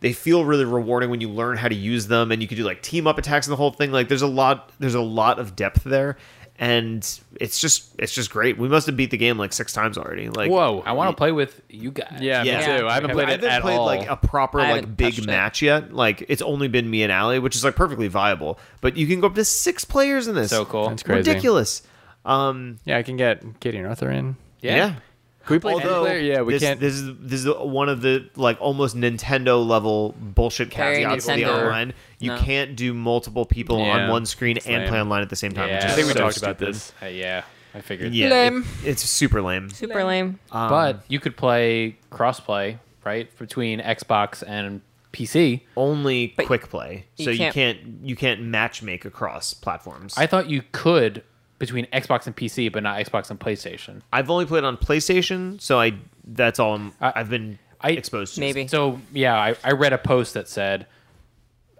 Speaker 1: they feel really rewarding when you learn how to use them and you can do like team up attacks and the whole thing like there's a lot there's a lot of depth there and it's just it's just great we must have beat the game like six times already like
Speaker 2: Whoa.
Speaker 4: I want to play with you guys.
Speaker 2: Yeah,
Speaker 1: Yeah.
Speaker 2: me too. I haven't
Speaker 1: I
Speaker 2: played it
Speaker 1: haven't
Speaker 2: at
Speaker 1: played
Speaker 2: all.
Speaker 1: like a proper
Speaker 3: I
Speaker 1: like
Speaker 3: haven't
Speaker 1: big
Speaker 3: touched it.
Speaker 1: match yet. Like it's only been me and Allie, which is like perfectly viable. But you can go up to six players in this.
Speaker 4: So cool.
Speaker 2: That's crazy.
Speaker 1: Ridiculous. Um,
Speaker 2: yeah, I can get Katie and Arthur in.
Speaker 1: yeah.
Speaker 2: Can we play
Speaker 1: Although
Speaker 2: multiplayer? Yeah, we
Speaker 1: this,
Speaker 2: can't.
Speaker 1: This is this is one of the like almost Nintendo level bullshit
Speaker 3: Very
Speaker 1: caveats of the
Speaker 3: Nintendo.
Speaker 1: online. You
Speaker 3: No.
Speaker 1: can't do multiple people on
Speaker 2: Yeah.
Speaker 1: one screen and
Speaker 2: lame.
Speaker 1: play online at the same time.
Speaker 4: Yeah,
Speaker 1: which
Speaker 2: I
Speaker 1: is
Speaker 2: think we
Speaker 1: so
Speaker 2: talked
Speaker 1: stupid.
Speaker 2: about this.
Speaker 4: Uh, yeah, I figured.
Speaker 1: Yeah,
Speaker 3: Lame.
Speaker 1: it- it's super lame.
Speaker 3: Super lame.
Speaker 1: Um,
Speaker 4: but you could play crossplay right between Xbox and PC.
Speaker 1: only quick play,
Speaker 3: you
Speaker 1: so you
Speaker 3: can't-
Speaker 1: can't you can't match make across platforms.
Speaker 4: I thought you could between Xbox and PC, but not Xbox and PlayStation.
Speaker 1: I've only played on PlayStation, so I that's all I'm,
Speaker 4: I-
Speaker 1: I've been
Speaker 4: I-
Speaker 1: exposed to.
Speaker 3: Maybe.
Speaker 4: So yeah, I, I read a post that said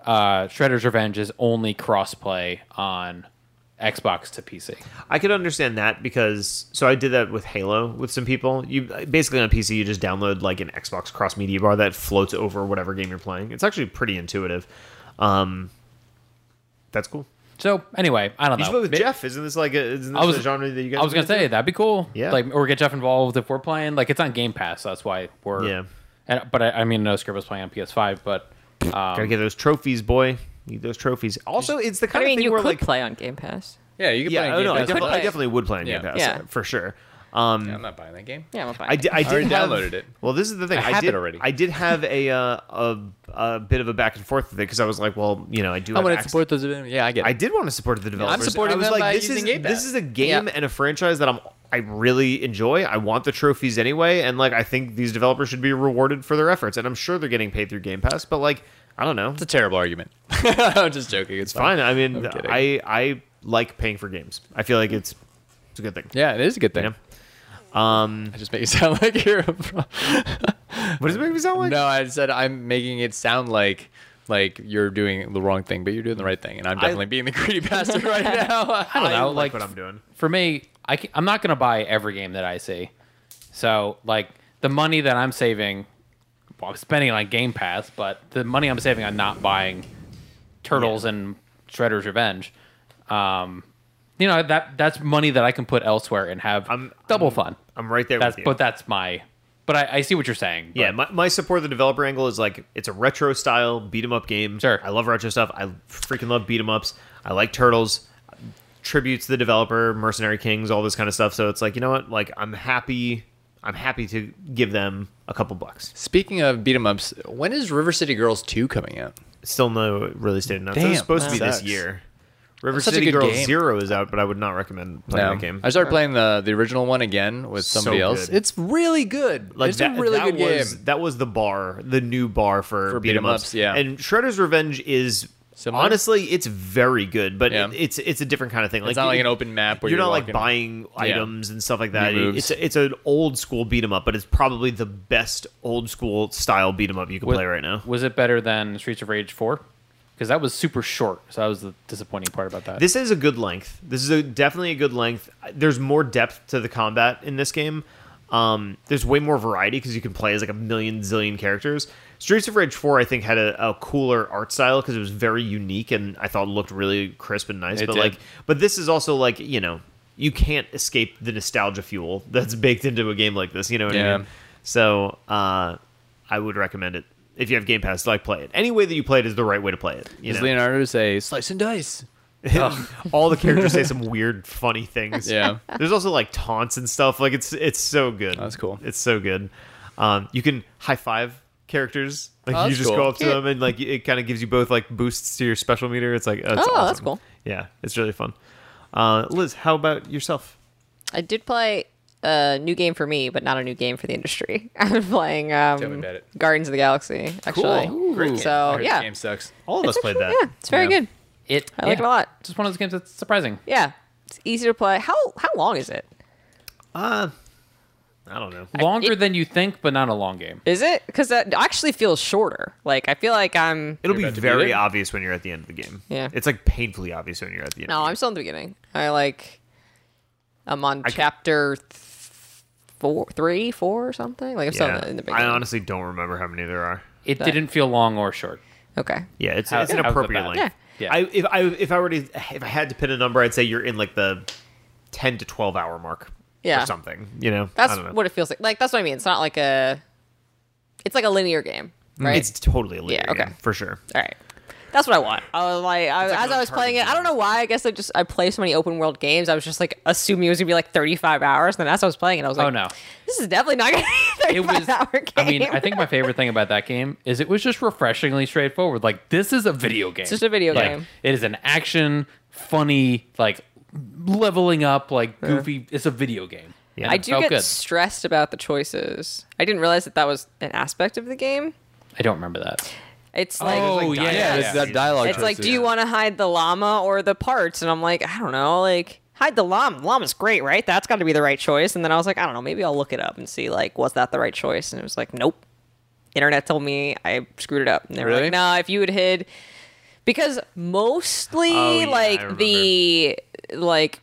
Speaker 4: uh, Shredder's Revenge is only crossplay on Xbox to PC.
Speaker 1: I could understand that because so I did that with Halo with some people. You basically on PC you just download like an Xbox cross media bar that floats over whatever game you're playing. It's actually pretty intuitive. Um, that's cool.
Speaker 4: So anyway, I don't
Speaker 1: You
Speaker 4: know.
Speaker 1: should play with
Speaker 4: Ma-
Speaker 1: Jeff. Isn't this like a, isn't this
Speaker 4: I was-
Speaker 1: a genre that you guys?
Speaker 4: I was
Speaker 1: are
Speaker 4: gonna say
Speaker 1: into?
Speaker 4: that'd be cool.
Speaker 1: Yeah.
Speaker 4: Like or get Jeff involved if we're playing. Like it's on Game Pass, so that's why we're.
Speaker 1: Yeah.
Speaker 4: And, but I, I mean, no, Scribble's playing on PS5, but
Speaker 1: gotta get those trophies, boy. Need those trophies. Also, it's the
Speaker 3: But
Speaker 1: kind
Speaker 3: I
Speaker 1: of
Speaker 3: mean,
Speaker 1: thing
Speaker 3: you
Speaker 1: where
Speaker 3: could
Speaker 1: like
Speaker 3: play on Game Pass.
Speaker 2: yeah, you can
Speaker 1: yeah,
Speaker 2: play.
Speaker 1: oh,
Speaker 2: on
Speaker 1: no, I
Speaker 2: Game Pass
Speaker 1: definitely, I
Speaker 2: Live.
Speaker 1: definitely would play on Game
Speaker 2: Yeah.
Speaker 1: Pass
Speaker 3: Yeah.
Speaker 1: uh, for sure. Um,
Speaker 2: I'm not buying that game.
Speaker 3: Yeah, I'm fine.
Speaker 1: I di- I
Speaker 2: already
Speaker 1: did have-
Speaker 2: downloaded it.
Speaker 1: Well, this is the thing.
Speaker 2: I
Speaker 1: I,
Speaker 2: have
Speaker 1: did
Speaker 2: it already.
Speaker 1: I did have a uh, a, a bit of a back and forth with it because I was like, well, you know, I do.
Speaker 2: I
Speaker 1: have
Speaker 2: want to
Speaker 1: access-
Speaker 2: support those. Yeah, I get. It.
Speaker 1: I did want to support the developers.
Speaker 2: supporting
Speaker 1: I was
Speaker 2: them
Speaker 1: like,
Speaker 2: by
Speaker 1: this is
Speaker 2: using Game Pass.
Speaker 1: this is a game
Speaker 3: Yeah.
Speaker 1: and a franchise that I'm I really enjoy. I want the trophies anyway, and like I think these developers should be rewarded for their efforts. And I'm sure they're getting paid through Game Pass, but like I don't know,
Speaker 2: It's a terrible argument. I'm just joking.
Speaker 1: it's
Speaker 2: It's,
Speaker 1: fine. I mean,
Speaker 2: I'm kidding.
Speaker 1: I I like paying for games. I feel like it's it's a good thing.
Speaker 2: Yeah, it is a good thing.
Speaker 1: You Um,
Speaker 2: I just make you sound like you're. A pro-
Speaker 1: what does it make me sound like?
Speaker 2: no, I said I'm making it sound like like you're doing the wrong thing, but you're doing the right thing, and I'm definitely being the greedy bastard right now.
Speaker 4: I don't know.
Speaker 1: like
Speaker 4: like
Speaker 1: what I'm doing.
Speaker 4: For me, I am not gonna buy every game that I see. So like the money that I'm saving, well, I'm spending on Game Pass, but the money I'm saving on not buying Turtles and Shredder's Revenge, um, you know that that's money that I can put elsewhere and have
Speaker 1: I'm-
Speaker 4: double
Speaker 1: I'm-
Speaker 4: fun.
Speaker 1: I'm right there
Speaker 4: That's
Speaker 1: with you.
Speaker 4: but that's my. But I, I see what you're saying. but-
Speaker 1: Yeah, my, my support the developer angle is like it's a retro style beat 'em up game.
Speaker 4: Sure.
Speaker 1: I love retro stuff. I freaking love beat 'em ups. I like turtles. Tributes to the developer, Mercenary Kings, all this kind of stuff. So it's like you know what? Like I'm happy. I'm happy to give them a couple bucks.
Speaker 2: Speaking of beat 'em ups, when is River City Girls two coming out?
Speaker 1: Still no release date announced. It was
Speaker 2: Damn,
Speaker 1: supposed to
Speaker 2: that
Speaker 1: be this
Speaker 2: sucks.
Speaker 1: year. River
Speaker 2: such a
Speaker 1: City
Speaker 2: good
Speaker 1: Girls
Speaker 2: game.
Speaker 1: Zero is out, but I would not recommend playing
Speaker 2: No.
Speaker 1: that game.
Speaker 2: I started playing the the original one again with
Speaker 1: So
Speaker 2: somebody else.
Speaker 1: good.
Speaker 2: It's really good. it's a really good
Speaker 1: was,
Speaker 2: game.
Speaker 1: That was the bar, the new bar for,
Speaker 2: For
Speaker 1: beat 'em ups.
Speaker 2: 'em ups, yeah.
Speaker 1: And Shredder's Revenge is
Speaker 2: Similar?
Speaker 1: honestly, it's very good, but
Speaker 2: Yeah.
Speaker 1: it- it's it's a different kind of thing. Like
Speaker 2: not like
Speaker 1: you-
Speaker 2: an open map where
Speaker 1: you're,
Speaker 2: you're
Speaker 1: not like
Speaker 2: walking-
Speaker 1: buying items and stuff like that.
Speaker 2: New
Speaker 1: It's
Speaker 2: moves.
Speaker 1: it's an old school beat 'em up, but it's probably the best old school style beat 'em up you can
Speaker 4: was,
Speaker 1: play right now.
Speaker 4: Was it better than Streets of Rage Four? Because that was super short. So that was the disappointing part about that.
Speaker 1: This is a good length. This is a, definitely a good length. There's more depth to the combat in this game. Um, there's way more variety because you can play as like a million zillion characters. Streets of Rage 4, I think, had a, a cooler art style because it was very unique and I thought looked really crisp and nice.
Speaker 4: It
Speaker 1: but
Speaker 4: did.
Speaker 1: like, but this is also like you know you can't escape the nostalgia fuel that's baked into a game like this. You know what I
Speaker 2: Yeah.
Speaker 1: mean? So uh, I would recommend it if you have Game Pass. Like play it. Any way that you play it is the right way to play it. You
Speaker 2: Does
Speaker 1: know?
Speaker 2: Leonardo say slice and dice?
Speaker 1: all the characters say some weird, funny things.
Speaker 2: Oh. Yeah.
Speaker 1: There's also like taunts and stuff. Like it's it's so good.
Speaker 2: That's cool.
Speaker 1: It's so good. Um, you can high five characters. Like
Speaker 2: Oh,
Speaker 1: you
Speaker 2: that's
Speaker 1: just
Speaker 2: cool.
Speaker 1: go up to them and like it kind of gives you both like boosts to your special meter. It's like oh, it's
Speaker 3: Oh, that's
Speaker 1: awesome.
Speaker 3: cool.
Speaker 1: Yeah, it's really fun. Uh, Liz, how about yourself?
Speaker 3: I did play a new game for me, but not a new game for the industry. I've been playing um,
Speaker 2: Tell me about it.
Speaker 3: Guardians of the Galaxy, actually. So,
Speaker 2: This
Speaker 3: yeah.
Speaker 2: game sucks.
Speaker 1: All of us played that.
Speaker 3: Yeah, it's very
Speaker 2: Yeah.
Speaker 3: good.
Speaker 4: It
Speaker 3: I like it a lot.
Speaker 4: Just one of those games that's surprising.
Speaker 3: Yeah. It's easy to play. How how long is it?
Speaker 1: Uh, I don't know.
Speaker 4: Longer
Speaker 3: it-
Speaker 4: than you think, but not a long game.
Speaker 3: Is it? Because that actually feels shorter. Like I feel like I'm.
Speaker 1: It'll be
Speaker 4: about to beat
Speaker 1: very
Speaker 4: it?
Speaker 1: obvious when you're at the end of the game.
Speaker 3: Yeah.
Speaker 1: It's like painfully obvious when you're at the end.
Speaker 3: No,
Speaker 1: of
Speaker 3: I'm still in the beginning. I like. I'm on
Speaker 1: I c-
Speaker 3: chapter th- four, three, four, or something. Like
Speaker 1: the
Speaker 3: I'm still
Speaker 1: game.
Speaker 3: in the, in the
Speaker 1: Yeah.
Speaker 3: beginning.
Speaker 1: I honestly don't remember how many there are.
Speaker 4: It
Speaker 3: That-
Speaker 4: didn't feel long or short.
Speaker 3: okay.
Speaker 1: Yeah, it's,
Speaker 4: How-
Speaker 1: it's an
Speaker 4: how's the
Speaker 1: appropriate
Speaker 4: bat?
Speaker 1: length.
Speaker 4: Yeah. Yeah.
Speaker 1: I if I if I were to if I had to pin a number, I'd say you're in like the ten to twelve hour mark.
Speaker 3: Yeah.
Speaker 1: Or something. You know. I
Speaker 3: That's
Speaker 1: don't know.
Speaker 3: what it feels like. Like that's what I mean. It's not like a. It's like a linear game, right?
Speaker 1: Mm. It's totally a linear
Speaker 3: Yeah, okay.
Speaker 1: game, for sure.
Speaker 3: All right. That's what I want. I was like, I,
Speaker 1: like
Speaker 3: as I was
Speaker 1: Uncharted
Speaker 3: playing it, I don't know why. I guess I just I play so many open world games. I was just like assuming it was gonna be like 35 hours. And then as I was playing it, I was like,
Speaker 4: Oh, no.
Speaker 3: this is definitely not gonna be a
Speaker 4: It
Speaker 3: 35
Speaker 4: was.
Speaker 3: hour game.
Speaker 4: I mean, I think my favorite thing about that game is it was just refreshingly straightforward. Like this is a video game. It's
Speaker 3: just a video
Speaker 4: Like,
Speaker 3: game.
Speaker 4: It is an action, funny, like leveling up, like goofy. It's a video game.
Speaker 1: Yeah.
Speaker 3: I do
Speaker 4: felt
Speaker 3: get
Speaker 4: good.
Speaker 3: stressed about the choices. I didn't realize that that was an aspect of the game.
Speaker 4: I don't remember that.
Speaker 3: It's like.
Speaker 4: Oh, yeah,
Speaker 2: Yeah,
Speaker 4: yeah,
Speaker 2: it's that dialogue.
Speaker 3: It's like,
Speaker 2: choices.
Speaker 3: do you want to hide the llama or the parts? And I'm like, I don't know. Like, hide the llama. Llama's great, right? That's got to be the right choice. And then I was like, I don't know. Maybe I'll look it up and see, like, was that the right choice? And it was like, nope. Internet told me I screwed it up. And they were
Speaker 2: Really?
Speaker 3: like, nah, if you had hid. Because mostly,
Speaker 1: Oh, yeah, I
Speaker 3: like, the, like,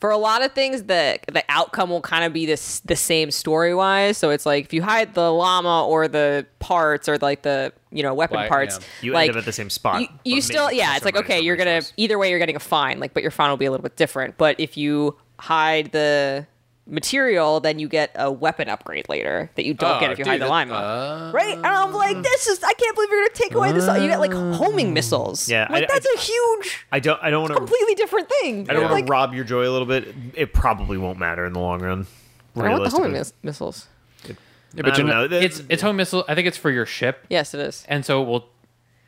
Speaker 3: for a lot of things the the outcome will kind of be this the same story wise so it's like if you hide the llama or the parts or like the you know weapon
Speaker 4: Why-
Speaker 3: parts
Speaker 4: yeah.
Speaker 1: You
Speaker 3: like,
Speaker 1: end up at the same spot.
Speaker 3: you,
Speaker 1: but
Speaker 3: you
Speaker 1: maybe
Speaker 3: still yeah
Speaker 1: plus
Speaker 3: it's
Speaker 1: or
Speaker 3: like
Speaker 1: minus
Speaker 3: okay
Speaker 1: a
Speaker 3: you're gonna
Speaker 1: resource.
Speaker 3: either way you're getting a fine like but your fine will be a little bit different but if you hide the material then you get a weapon upgrade later that you don't
Speaker 2: Oh,
Speaker 3: get if you
Speaker 2: dude,
Speaker 3: hide the
Speaker 2: that-
Speaker 3: lima
Speaker 2: uh,
Speaker 3: right and i'm like this is i can't believe you're gonna take away this you get like homing missiles
Speaker 1: Uh, Yeah,
Speaker 3: like
Speaker 1: I-
Speaker 3: that's
Speaker 1: I-
Speaker 3: a huge
Speaker 1: I don't. I don't want to.
Speaker 3: completely different thing
Speaker 1: I don't want
Speaker 3: like,
Speaker 1: to rob your joy a little bit. It probably won't matter in the long run.
Speaker 3: I want the homing
Speaker 1: Realistically.
Speaker 3: mis- missiles
Speaker 2: Yeah,
Speaker 1: I
Speaker 2: but
Speaker 1: don't
Speaker 2: you're not-
Speaker 1: know.
Speaker 4: It's it's home missile. I think it's for your ship.
Speaker 3: yes it is
Speaker 4: and so it will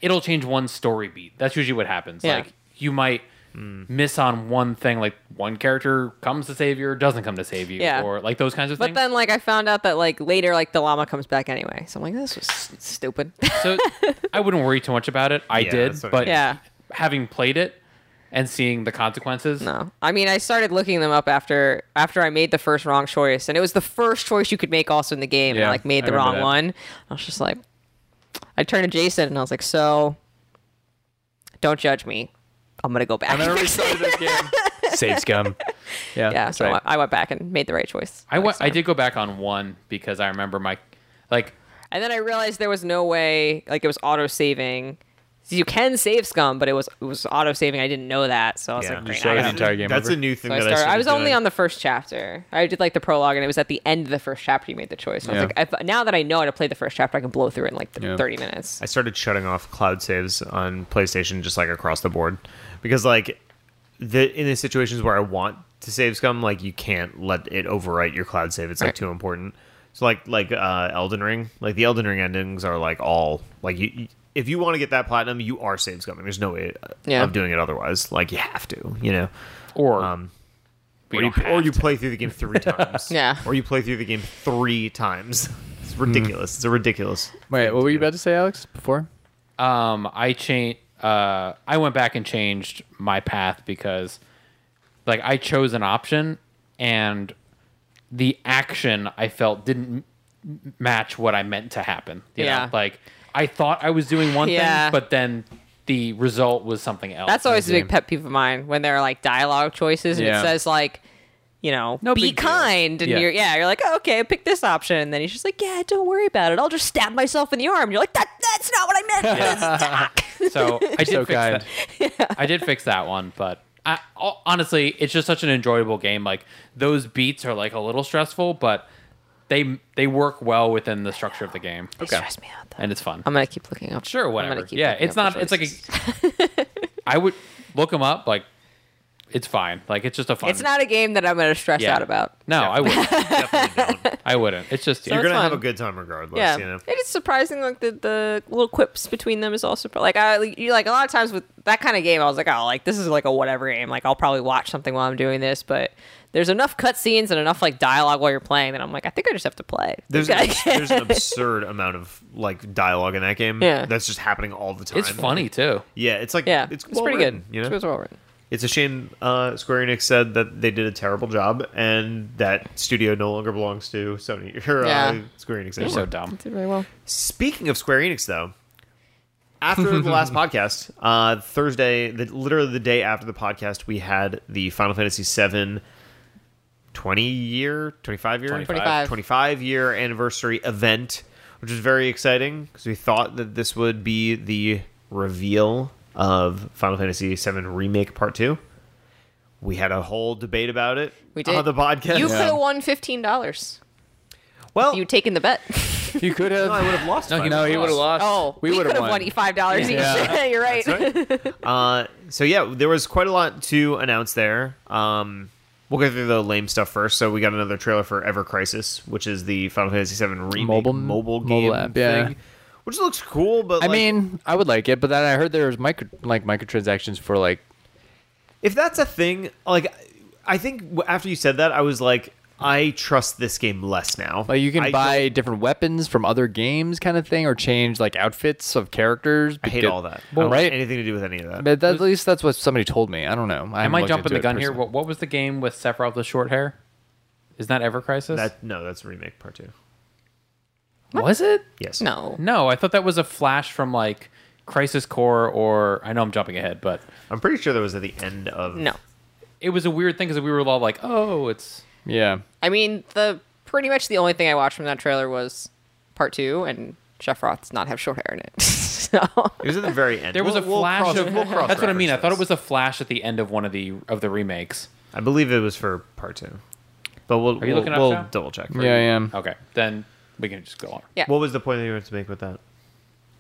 Speaker 4: it'll change one story beat that's usually what happens
Speaker 3: Yeah.
Speaker 4: like you might miss on one thing like one character comes to save you or doesn't come to save you
Speaker 3: Yeah.
Speaker 4: or like those kinds of
Speaker 3: but
Speaker 4: things
Speaker 3: then like i found out that like later like the llama comes back anyway so i'm like this was st- stupid
Speaker 4: so i wouldn't worry too much about it i
Speaker 1: Yeah,
Speaker 4: did
Speaker 1: that's what I
Speaker 4: but
Speaker 1: mean.
Speaker 3: Yeah.
Speaker 4: having played it and seeing the consequences
Speaker 3: No, I mean I started looking them up after after I made the first wrong choice, and it was the first choice you could make also in the game. and I
Speaker 4: Yeah,
Speaker 3: like made
Speaker 4: I
Speaker 3: the wrong
Speaker 4: remember that.
Speaker 3: one. I was just like, I turned to Jason and I was like, so don't judge me. I'm gonna go back.
Speaker 2: I'm gonna restart this game. Save scum. Yeah.
Speaker 3: yeah, so
Speaker 2: right.
Speaker 3: I, I went back and made the right choice.
Speaker 4: i went i did go back on one because i remember my like
Speaker 3: and then I realized there was no way like it was auto saving. You can save scum, but it was it was auto saving. I didn't know that, so I was
Speaker 1: Yeah.
Speaker 3: like,
Speaker 1: You
Speaker 3: great,
Speaker 2: started
Speaker 3: I
Speaker 2: the
Speaker 3: gotta
Speaker 2: entire game
Speaker 1: That's
Speaker 2: over.
Speaker 1: a new thing
Speaker 3: So I
Speaker 1: that
Speaker 3: started. I,
Speaker 1: I,
Speaker 3: was only on the first chapter. I did like the prologue, and it was at the end of the first chapter. You made the choice. So I was
Speaker 2: Yeah.
Speaker 3: like, if, now that I know how to play the first chapter, I can blow through it in like th-
Speaker 2: Yeah.
Speaker 3: thirty minutes.
Speaker 1: I started shutting off cloud saves on PlayStation just like across the board because like the in the situations where I want to save scum, like you can't let it overwrite your cloud save. It's like
Speaker 3: Right.
Speaker 1: too important. So like like uh, Elden Ring, like the Elden Ring endings are like all like you. you- if you want to get that platinum, you are save scumming. There's no way uh,
Speaker 3: Yeah.
Speaker 1: of doing it otherwise. Like you have to, you know.
Speaker 4: or
Speaker 1: Um,
Speaker 4: we
Speaker 1: or you,
Speaker 4: don't have
Speaker 1: or you play through the game three times.
Speaker 3: Yeah.
Speaker 1: Or you play through the game three times. It's
Speaker 4: Hmm.
Speaker 1: ridiculous. It's a ridiculous.
Speaker 2: Wait, what were you about to say, Alex? Before?
Speaker 4: um i changed uh i went back and changed my path because like i chose an option and the action i felt didn't m- m- match what i meant to happen you know?
Speaker 3: Yeah.
Speaker 4: like i thought i was doing one
Speaker 3: Yeah.
Speaker 4: thing but then the result was something else
Speaker 3: That's always a
Speaker 4: Yeah.
Speaker 3: big pet peeve of mine when there are like dialogue choices and
Speaker 2: Yeah.
Speaker 3: it says like, you know,
Speaker 4: No
Speaker 3: be
Speaker 4: big deal.
Speaker 3: kind, and
Speaker 4: Yeah.
Speaker 3: you're yeah, you're like, oh, okay, pick this option, and then he's just like, yeah, don't worry about it. I'll just stab myself in the arm. And you're like, that that's not what I meant. That's-
Speaker 4: so i did
Speaker 2: so
Speaker 4: fix
Speaker 2: kind.
Speaker 4: that i did fix that one but I, ho- honestly it's just such an enjoyable game like those beats are like a little stressful but they they work well within the structure of the game
Speaker 3: They stress me out though.
Speaker 4: and it's fun.
Speaker 3: I'm gonna keep looking up.
Speaker 4: sure,
Speaker 3: I'm
Speaker 4: whatever.
Speaker 3: gonna keep
Speaker 4: Yeah,
Speaker 3: looking
Speaker 4: it's
Speaker 3: up
Speaker 4: not.
Speaker 3: the
Speaker 4: It's like
Speaker 3: choices.
Speaker 4: a, I would look them up. Like it's fine. Like it's just a fun.
Speaker 3: it's not a game that I'm gonna stress
Speaker 4: Yeah.
Speaker 3: out about.
Speaker 4: No, I wouldn't.
Speaker 1: Definitely don't.
Speaker 4: I wouldn't. It's just
Speaker 1: You're
Speaker 3: it's
Speaker 1: gonna have a
Speaker 3: fun.
Speaker 1: good time regardless.
Speaker 3: yeah,
Speaker 1: You know?
Speaker 3: it is surprising. Like the, the little quips between them is also like I you like a lot of times with that kind of game. I was like, oh, like this is like a whatever game. Like I'll probably watch something while I'm doing this, but there's enough cutscenes and enough like dialogue while you're playing that I'm like, I think I just have to play.
Speaker 1: There's an,
Speaker 3: Okay.
Speaker 1: abs- there's an absurd amount of like dialogue in that game.
Speaker 3: Yeah.
Speaker 1: That's just happening all the time.
Speaker 4: it's funny too.
Speaker 1: Yeah, it's like
Speaker 3: yeah,
Speaker 1: it's,
Speaker 3: it's pretty good.
Speaker 1: well-written, You know,
Speaker 3: it's well written.
Speaker 1: It's a shame uh, Square Enix said that they did a terrible job and that studio no longer belongs to Sony or uh,
Speaker 3: Yeah.
Speaker 1: Square Enix
Speaker 4: They're
Speaker 1: anymore.
Speaker 4: so dumb.
Speaker 3: Did really well.
Speaker 1: Speaking of Square Enix, though, after the last podcast, uh, Thursday, the, literally the day after the podcast, we had the Final Fantasy VII 20 year, 25 year,
Speaker 4: 25.
Speaker 1: 25 year anniversary event, which was very exciting because we thought that this would be the reveal of Final Fantasy VII Remake Part 2. We had a whole debate about it
Speaker 3: We did
Speaker 1: on the podcast.
Speaker 3: You could have won fifteen dollars.
Speaker 1: well,
Speaker 3: You taken the bet.
Speaker 2: You could have.
Speaker 1: no, I would have lost.
Speaker 2: No,
Speaker 1: if I
Speaker 2: you know,
Speaker 1: would've
Speaker 2: he would have lost.
Speaker 3: Oh,
Speaker 2: we would have
Speaker 3: won, five dollars each.
Speaker 2: Yeah.
Speaker 3: You're right.
Speaker 1: Uh, so yeah, there was quite a lot to announce there. Um, we'll go through the lame stuff first. So we got another trailer for Ever Crisis, which is the Final Fantasy VII remake
Speaker 2: Mobile-
Speaker 1: mobile mobile game
Speaker 2: mobile app, yeah.
Speaker 1: thing, which looks cool. But
Speaker 2: I
Speaker 1: like,
Speaker 2: mean, I would like it, but then I heard there was micro like microtransactions for like
Speaker 1: if that's a thing, like I think w- after you said that, I was like, I trust this game less now.
Speaker 2: like you can
Speaker 1: I
Speaker 2: buy different weapons from other games, kind of thing, or change like outfits of characters.
Speaker 1: don't- I hate
Speaker 2: because-
Speaker 1: all that. I
Speaker 2: Well,
Speaker 1: don't want
Speaker 2: right?
Speaker 1: Anything to do with any of that?
Speaker 2: But that- at least that's what somebody told me. I don't know. I
Speaker 4: Am
Speaker 2: haven't
Speaker 4: I
Speaker 2: looked
Speaker 4: jumping
Speaker 2: into
Speaker 4: the
Speaker 2: it
Speaker 4: gun here?
Speaker 2: personally.
Speaker 4: What, what was the game with Sephiroth with short hair? Is that Ever Crisis?
Speaker 1: That no, that's remake part two.
Speaker 4: was it?
Speaker 1: Yes.
Speaker 3: No.
Speaker 4: No, I thought that was a flash from like Crisis Core, or I know I'm jumping ahead, but
Speaker 1: I'm pretty sure that was at the end of
Speaker 3: No.
Speaker 4: it was a weird thing because we were all like, "Oh, it's
Speaker 2: Yeah.
Speaker 3: I mean, the pretty much the only thing I watched from that trailer was part two, and Chef Roth does not have short hair in it. so
Speaker 1: It was at the very end.
Speaker 4: there was
Speaker 1: We'll-
Speaker 4: a
Speaker 1: we'll
Speaker 4: flash
Speaker 1: cross-
Speaker 4: of."
Speaker 1: we'll cross
Speaker 4: that's what I mean. I
Speaker 1: reference
Speaker 4: thought it
Speaker 1: this.
Speaker 4: was a flash at the end of one of the of the remakes.
Speaker 1: I believe it was for part two, but we'll
Speaker 4: you
Speaker 1: we'll,
Speaker 4: looking up
Speaker 1: we'll
Speaker 4: now?
Speaker 1: double check.
Speaker 2: Yeah,
Speaker 1: for
Speaker 2: I
Speaker 1: you.
Speaker 2: am.
Speaker 4: Okay, then we can just go on.
Speaker 3: yeah,
Speaker 1: What was the point that you wanted to make with that?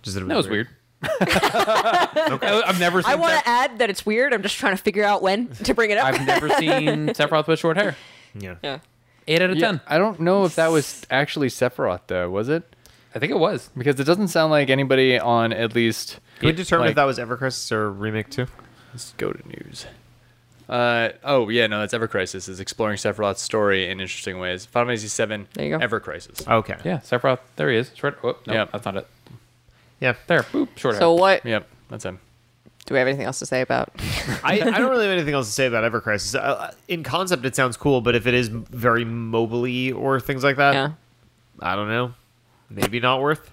Speaker 1: Just that, it
Speaker 4: That was weird. I, have never seen.
Speaker 3: I want
Speaker 4: Seph-
Speaker 3: to add that it's weird. I'm just trying to figure out when to bring it up.
Speaker 4: I've never seen Sephiroth with short hair.
Speaker 1: Yeah.
Speaker 3: yeah.
Speaker 4: Eight out of
Speaker 2: Yeah,
Speaker 4: ten.
Speaker 2: I don't know if that was actually Sephiroth though, was it?
Speaker 4: I think it was.
Speaker 2: Because it doesn't sound like anybody on at least.
Speaker 1: Can we determine
Speaker 2: like-
Speaker 1: if that was Evercrisis or remake two?
Speaker 2: Let's go to news. Uh, oh yeah, no, that's Ever Crisis is exploring Sephiroth's story in interesting ways. Final Fantasy VII.
Speaker 3: There you go.
Speaker 2: Ever Crisis.
Speaker 1: Okay.
Speaker 4: Yeah, Sephiroth. There he is. Short. Oh, no,
Speaker 2: Yeah.
Speaker 4: that's not it.
Speaker 1: Yeah.
Speaker 4: There. Boop. Short hair.
Speaker 3: So what
Speaker 2: Yep, that's him.
Speaker 3: do we have anything else to say about?
Speaker 1: I, I don't really have anything else to say about Evercrisis. Uh, in concept, it sounds cool, but if it is very mobily or things like that,
Speaker 3: yeah.
Speaker 1: I don't know. Maybe not worth.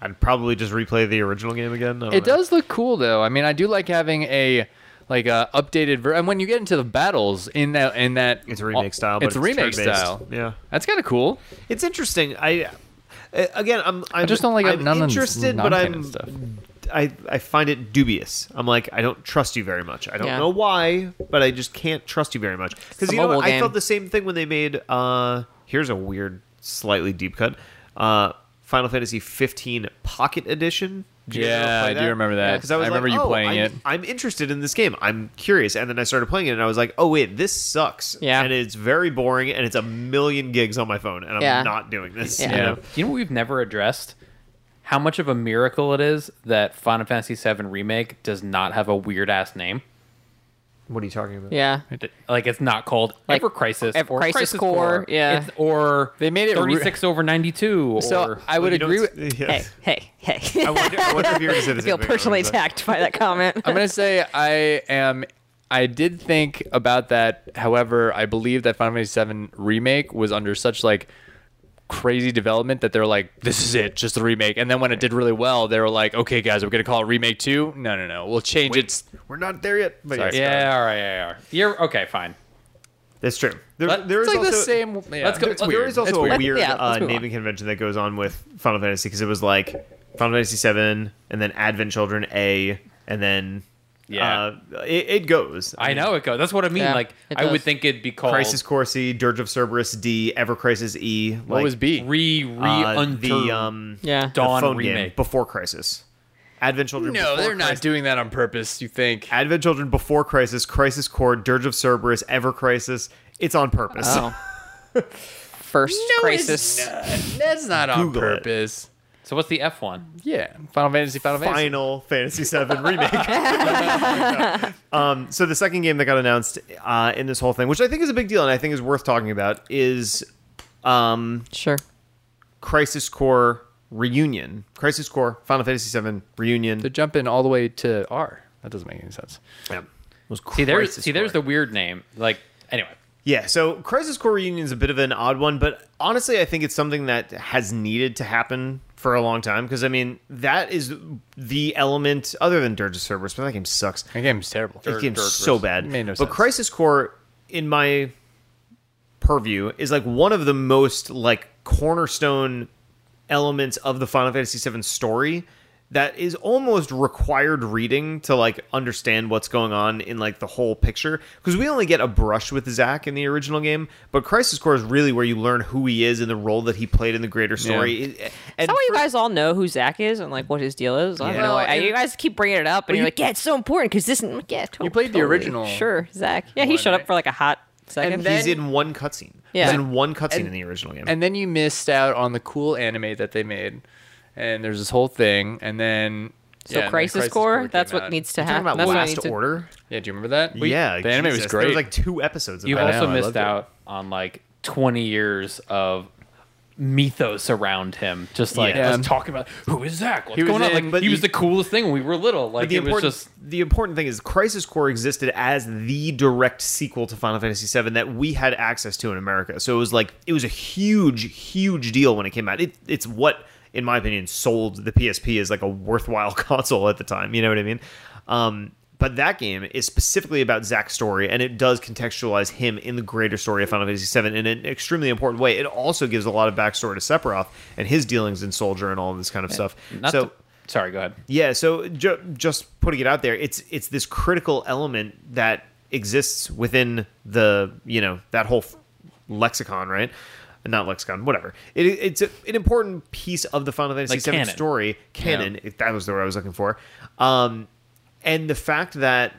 Speaker 1: I'd probably just replay the original game again. I don't
Speaker 2: It
Speaker 1: know.
Speaker 2: does look cool though. I mean, I do like having a like a updated ver- and when you get into the battles in that in that
Speaker 1: It's a remake style. But it's,
Speaker 2: It's, a remake
Speaker 1: turn-based.
Speaker 2: style.
Speaker 1: Yeah.
Speaker 2: That's kind of cool.
Speaker 1: It's interesting. I uh, again, I'm, I'm
Speaker 2: just don't like
Speaker 1: I'm
Speaker 2: none of this
Speaker 1: interested, but I'm
Speaker 2: non-canon stuff.
Speaker 1: I I find it dubious. I'm like, I don't trust you very much. I don't
Speaker 3: Yeah.
Speaker 1: know why, but I just can't trust you very much. Because
Speaker 3: It's a
Speaker 1: you know,
Speaker 3: mobile
Speaker 1: what? I
Speaker 3: game.
Speaker 1: felt the same thing when they made. uh Here's a weird, slightly deep cut. Uh Final Fantasy 15 Pocket Edition. Do you guys ever
Speaker 2: Yeah,
Speaker 1: play
Speaker 2: I do remember that.
Speaker 1: 'Cause
Speaker 2: I
Speaker 1: was
Speaker 2: remember
Speaker 1: like,
Speaker 2: you
Speaker 1: oh,
Speaker 2: playing
Speaker 1: I'm-
Speaker 2: it.
Speaker 1: I'm interested in this game. I'm curious, and then I started playing it, and I was like, "Oh wait, this sucks."
Speaker 3: Yeah.
Speaker 1: and it's very boring, and it's a million gigs on my phone, and I'm
Speaker 3: Yeah.
Speaker 1: not doing this.
Speaker 3: Yeah.
Speaker 1: you know?
Speaker 4: You know what we've never addressed? How much of a miracle it is that Final Fantasy VII Remake does not have a weird ass name.
Speaker 1: What are you talking about?
Speaker 3: Yeah.
Speaker 4: Like it's not called
Speaker 3: Like,
Speaker 4: Ever Crisis
Speaker 3: Ever
Speaker 4: or
Speaker 3: Crisis Core, yeah.
Speaker 4: It's- or
Speaker 2: They made it re-
Speaker 4: 36 over 92 or
Speaker 2: So I would
Speaker 1: You know,
Speaker 2: agree. With,
Speaker 1: it's- yeah.
Speaker 3: Hey, hey, hey.
Speaker 1: I wonder, I wonder if you're going to say
Speaker 3: I
Speaker 1: the same
Speaker 3: feel
Speaker 1: thing I was
Speaker 3: personally
Speaker 1: gonna say.
Speaker 3: attacked by that comment.
Speaker 2: I'm gonna say I am. I did think about that. However, I believe that Final Fantasy VII remake was under such like crazy development that they're like, this is it, just the remake. And then when it did really well, they were like, okay, guys, we're gonna call it remake two. No, no, no, we'll change it.
Speaker 1: We're not there yet. But
Speaker 2: Sorry.
Speaker 4: Yeah, all right, yeah, yeah. You're okay, fine.
Speaker 1: that's true. There,
Speaker 2: But
Speaker 1: there
Speaker 2: it's
Speaker 1: is
Speaker 2: like
Speaker 1: also,
Speaker 2: the same. yeah,
Speaker 4: Let's go-
Speaker 2: it's
Speaker 4: let's-
Speaker 2: weird.
Speaker 1: There is also
Speaker 2: It's
Speaker 1: a
Speaker 2: weird.
Speaker 1: weird,
Speaker 3: Yeah,
Speaker 1: uh,
Speaker 3: let's move on.
Speaker 1: naming convention that goes on with Final Fantasy because it was like Final Fantasy Seven and then Advent Children A and then
Speaker 4: Yeah.
Speaker 1: uh, it, it goes.
Speaker 4: I know it goes. That's what I mean.
Speaker 3: Yeah,
Speaker 4: like
Speaker 3: it
Speaker 4: I would
Speaker 3: does.
Speaker 4: think it'd be called
Speaker 1: Crisis Core C, Dirge of Cerberus D, Ever Crisis E.
Speaker 2: What was B?
Speaker 4: re re
Speaker 1: Uh,
Speaker 4: unter-
Speaker 1: the um
Speaker 3: Yeah.
Speaker 1: the
Speaker 4: Dawn
Speaker 1: phone game
Speaker 4: remake.
Speaker 1: before Crisis. Advent Children.
Speaker 2: No,
Speaker 1: before
Speaker 2: they're not
Speaker 1: Crisis.
Speaker 2: doing that on purpose. You think?
Speaker 1: Advent Children before Crisis, Crisis Core, Dirge of Cerberus, Ever Crisis. It's on purpose.
Speaker 3: Oh.
Speaker 4: Oh.
Speaker 3: First
Speaker 2: it's
Speaker 3: crisis.
Speaker 2: not. That's not on
Speaker 1: Google it.
Speaker 2: purpose.
Speaker 4: So what's the F one?
Speaker 2: Yeah, Final Fantasy, Final Fantasy.
Speaker 1: Final Fantasy VII remake. um, so the second game that got announced uh, in this whole thing, which I think is a big deal and I think is worth talking about, is um,
Speaker 3: Sure.
Speaker 1: Crisis Core Reunion. Crisis Core Final Fantasy VII Reunion.
Speaker 2: They're jumping all the way to R. That doesn't make any sense.
Speaker 1: Yeah. was
Speaker 4: See, there's
Speaker 1: Crisis
Speaker 4: see, there's the
Speaker 1: Core.
Speaker 4: weird name. Like anyway,
Speaker 1: yeah. So Crisis Core Reunion is a bit of an odd one, but honestly, I think it's something that has needed to happen for a long time because I mean that is the element other than Dirge of Cerberus, but that game sucks.
Speaker 2: That game's terrible.
Speaker 1: It game's
Speaker 4: Dirge
Speaker 1: so
Speaker 4: was-
Speaker 1: bad.
Speaker 2: made no
Speaker 1: but
Speaker 2: sense.
Speaker 1: Crisis Core, in my purview, is like one of the most like cornerstone elements of the Final Fantasy VII story that is almost required reading to like understand what's going on in like the whole picture because we only get a brush with Zack in the original game but Crisis Core is really where you learn who he is and the role that he played in the greater story It- and
Speaker 3: Is that why you
Speaker 1: for-
Speaker 3: guys all know who Zach is and like what his deal is? I don't
Speaker 1: Yeah.
Speaker 3: know.
Speaker 1: Well,
Speaker 3: I- you guys keep bringing it up, and you're
Speaker 2: you-
Speaker 3: like, "Yeah, it's so important because this." Is, like, yeah, to-
Speaker 2: You played the
Speaker 3: totally.
Speaker 2: original
Speaker 3: Sure, Zach. Yeah, he
Speaker 2: one,
Speaker 3: showed
Speaker 2: right?
Speaker 3: up for like a hot second.
Speaker 2: And
Speaker 1: he's
Speaker 2: then-
Speaker 1: in one cutscene
Speaker 3: Yeah.
Speaker 1: he's in one cutscene
Speaker 2: And-
Speaker 1: in the original game
Speaker 2: And then you missed out on the cool anime that they made. And there's this whole thing. And then.
Speaker 3: so
Speaker 2: yeah, and then
Speaker 3: Crisis, Core,
Speaker 2: came
Speaker 3: that's what
Speaker 2: out.
Speaker 3: needs to
Speaker 1: talking
Speaker 3: happen.
Speaker 1: about
Speaker 3: That's what I
Speaker 1: Last
Speaker 3: need to-
Speaker 1: Order
Speaker 2: Yeah, do you remember that? We-
Speaker 1: yeah,
Speaker 2: The anime was
Speaker 1: Jesus,
Speaker 2: great.
Speaker 1: There was like two episodes. Of
Speaker 4: you
Speaker 1: that.
Speaker 4: also
Speaker 2: know, I
Speaker 4: missed
Speaker 2: loved it.
Speaker 4: out on like 20 years of mythos around him. Just like
Speaker 1: Yeah.
Speaker 4: us talking about who is Zach? What's
Speaker 2: He was
Speaker 4: going on?
Speaker 2: in-
Speaker 4: Like
Speaker 1: but
Speaker 4: he was
Speaker 1: you-
Speaker 4: the coolest thing when we were little. Like
Speaker 1: the
Speaker 4: it was
Speaker 1: important
Speaker 4: just
Speaker 1: the important thing is Crisis Core existed as the direct sequel to Final Fantasy VII that we had access to in America. So it was like it was a huge, huge deal when it came out. It, it's what, in my opinion, sold the PSP as like a worthwhile console at the time. You know what I mean? Um, but that game is specifically about Zack's story, and it does contextualize him in the greater story of Final Fantasy VII in an extremely important way. It also gives a lot of backstory to Sephiroth and his dealings in Soldier and all this kind of stuff.
Speaker 4: not
Speaker 1: so
Speaker 4: to- sorry, go ahead.
Speaker 1: yeah, so ju- just putting it out there, it's it's this critical element that exists within the you know that whole f- lexicon, right? Not lexicon, whatever. It, it's a, an important piece of the Final Fantasy
Speaker 4: Like
Speaker 1: VII
Speaker 4: canon.
Speaker 1: story canon. If that was the word I was looking for. Um, and the fact that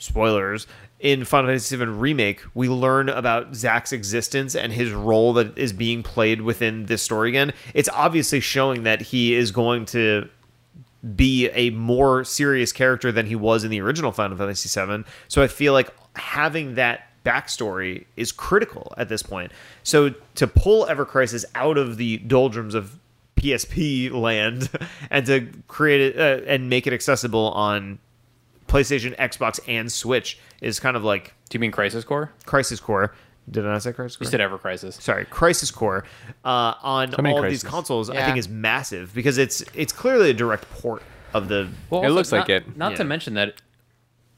Speaker 1: spoilers in Final Fantasy VII Remake, we learn about Zack's existence and his role that is being played within this story again. It's obviously showing that he is going to be a more serious character than he was in the original Final Fantasy VII. So I feel like having that backstory is critical at this point. So to pull Ever Crisis out of the doldrums of PSP land and to create it uh, and make it accessible on PlayStation, Xbox, and Switch is kind of like
Speaker 4: Do you mean Crisis Core?
Speaker 1: Crisis Core. Did I not say Crisis Core?
Speaker 4: You said Ever Crisis.
Speaker 1: sorry, Crisis Core uh, on
Speaker 2: many
Speaker 1: all of these
Speaker 2: Crisis.
Speaker 1: consoles, I
Speaker 3: Yeah.
Speaker 1: think is massive because it's it's clearly a direct port of the.
Speaker 4: Well,
Speaker 2: It
Speaker 4: also,
Speaker 2: looks like
Speaker 4: not-
Speaker 2: it.
Speaker 4: Not
Speaker 1: Yeah.
Speaker 4: to mention that,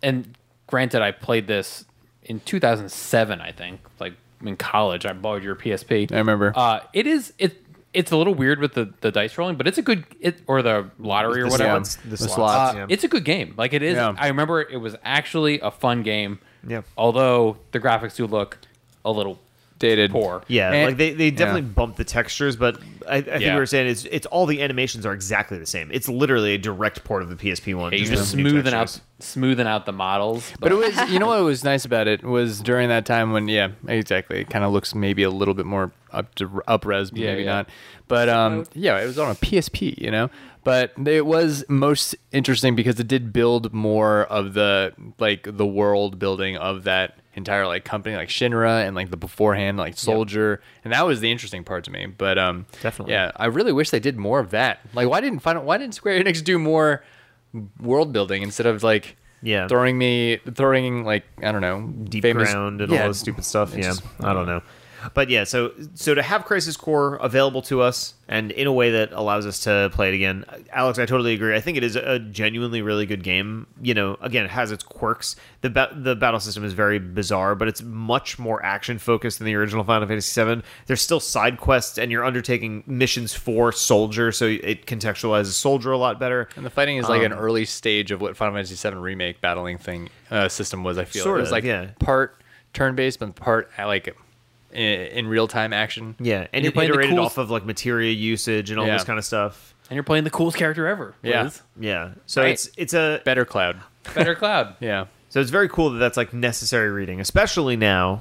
Speaker 4: and granted, I played this in 2007, I think, like in college. I borrowed your PSP.
Speaker 2: I remember.
Speaker 4: Uh, it is it. It's a little weird with the, the dice rolling, but it's a good it or the lottery or
Speaker 1: The
Speaker 4: whatever.
Speaker 1: slots, the
Speaker 2: The
Speaker 1: slots,
Speaker 2: slots,
Speaker 1: yeah.
Speaker 4: Uh, It's a good game. Like it is.
Speaker 2: Yeah.
Speaker 4: I remember it was actually a fun game.
Speaker 1: Yeah.
Speaker 4: Although the graphics do look a little
Speaker 2: Dated.
Speaker 4: poor.
Speaker 1: Yeah,
Speaker 2: And-
Speaker 1: like they, they
Speaker 2: yeah.
Speaker 1: definitely bumped the textures, but I, I think
Speaker 4: Yeah.
Speaker 1: we were saying it's it's all the animations are exactly the same. It's literally a direct port of the PSP one.
Speaker 4: You're
Speaker 1: with
Speaker 4: just
Speaker 1: new
Speaker 4: smoothing out
Speaker 1: textures.
Speaker 4: smoothing out the models.
Speaker 2: But it was, you know what was nice about it was during that time when, yeah, exactly. It kind of looks maybe a little bit more up to up res, but
Speaker 4: Yeah,
Speaker 2: maybe
Speaker 4: yeah.
Speaker 2: not. But um, yeah, it was on a PSP, you know. But it was most interesting because it did build more of the like the world building of that entire like company, like Shinra and like the beforehand, like Soldier, and that was the interesting part to me. But um,
Speaker 1: Definitely.
Speaker 2: yeah, I really wish they did more of that. Like, why didn't Final, why didn't Square Enix do more world building instead of like
Speaker 1: Yeah.
Speaker 2: throwing me throwing like I don't know
Speaker 1: deep
Speaker 2: famous-
Speaker 1: ground and
Speaker 2: yeah,
Speaker 1: all this stupid stuff. Yeah,
Speaker 2: just-
Speaker 1: I don't know. But yeah, so so to have Crisis Core available to us and in a way that allows us to play it again, Alex, I totally agree. I think it is a genuinely really good game. You know, again, it has its quirks. the ba- The battle system is very bizarre, but it's much more action focused than the original Final Fantasy VII. There's still side quests, and you're undertaking missions for Soldier, so it contextualizes Soldier a lot better.
Speaker 2: And the fighting is like an
Speaker 1: Um,
Speaker 2: early stage of what Final Fantasy VII remake battling thing uh, system was. I feel
Speaker 1: Sort
Speaker 2: it was
Speaker 1: of,
Speaker 2: like
Speaker 1: yeah.
Speaker 2: part turn based but part uh, like in, in real time action.
Speaker 1: Yeah, and,
Speaker 4: you're
Speaker 1: it
Speaker 4: playing the
Speaker 1: iterated
Speaker 4: cool-
Speaker 1: off of like materia usage and all
Speaker 2: Yeah.
Speaker 1: this kind of stuff.
Speaker 4: and you're playing the coolest character ever.
Speaker 2: Yeah.
Speaker 4: Liz.
Speaker 1: Yeah, so
Speaker 4: Right.
Speaker 1: it's it's a
Speaker 2: Better Cloud.
Speaker 4: Better Cloud.
Speaker 2: Yeah,
Speaker 1: So it's very cool that that's like necessary reading, especially now.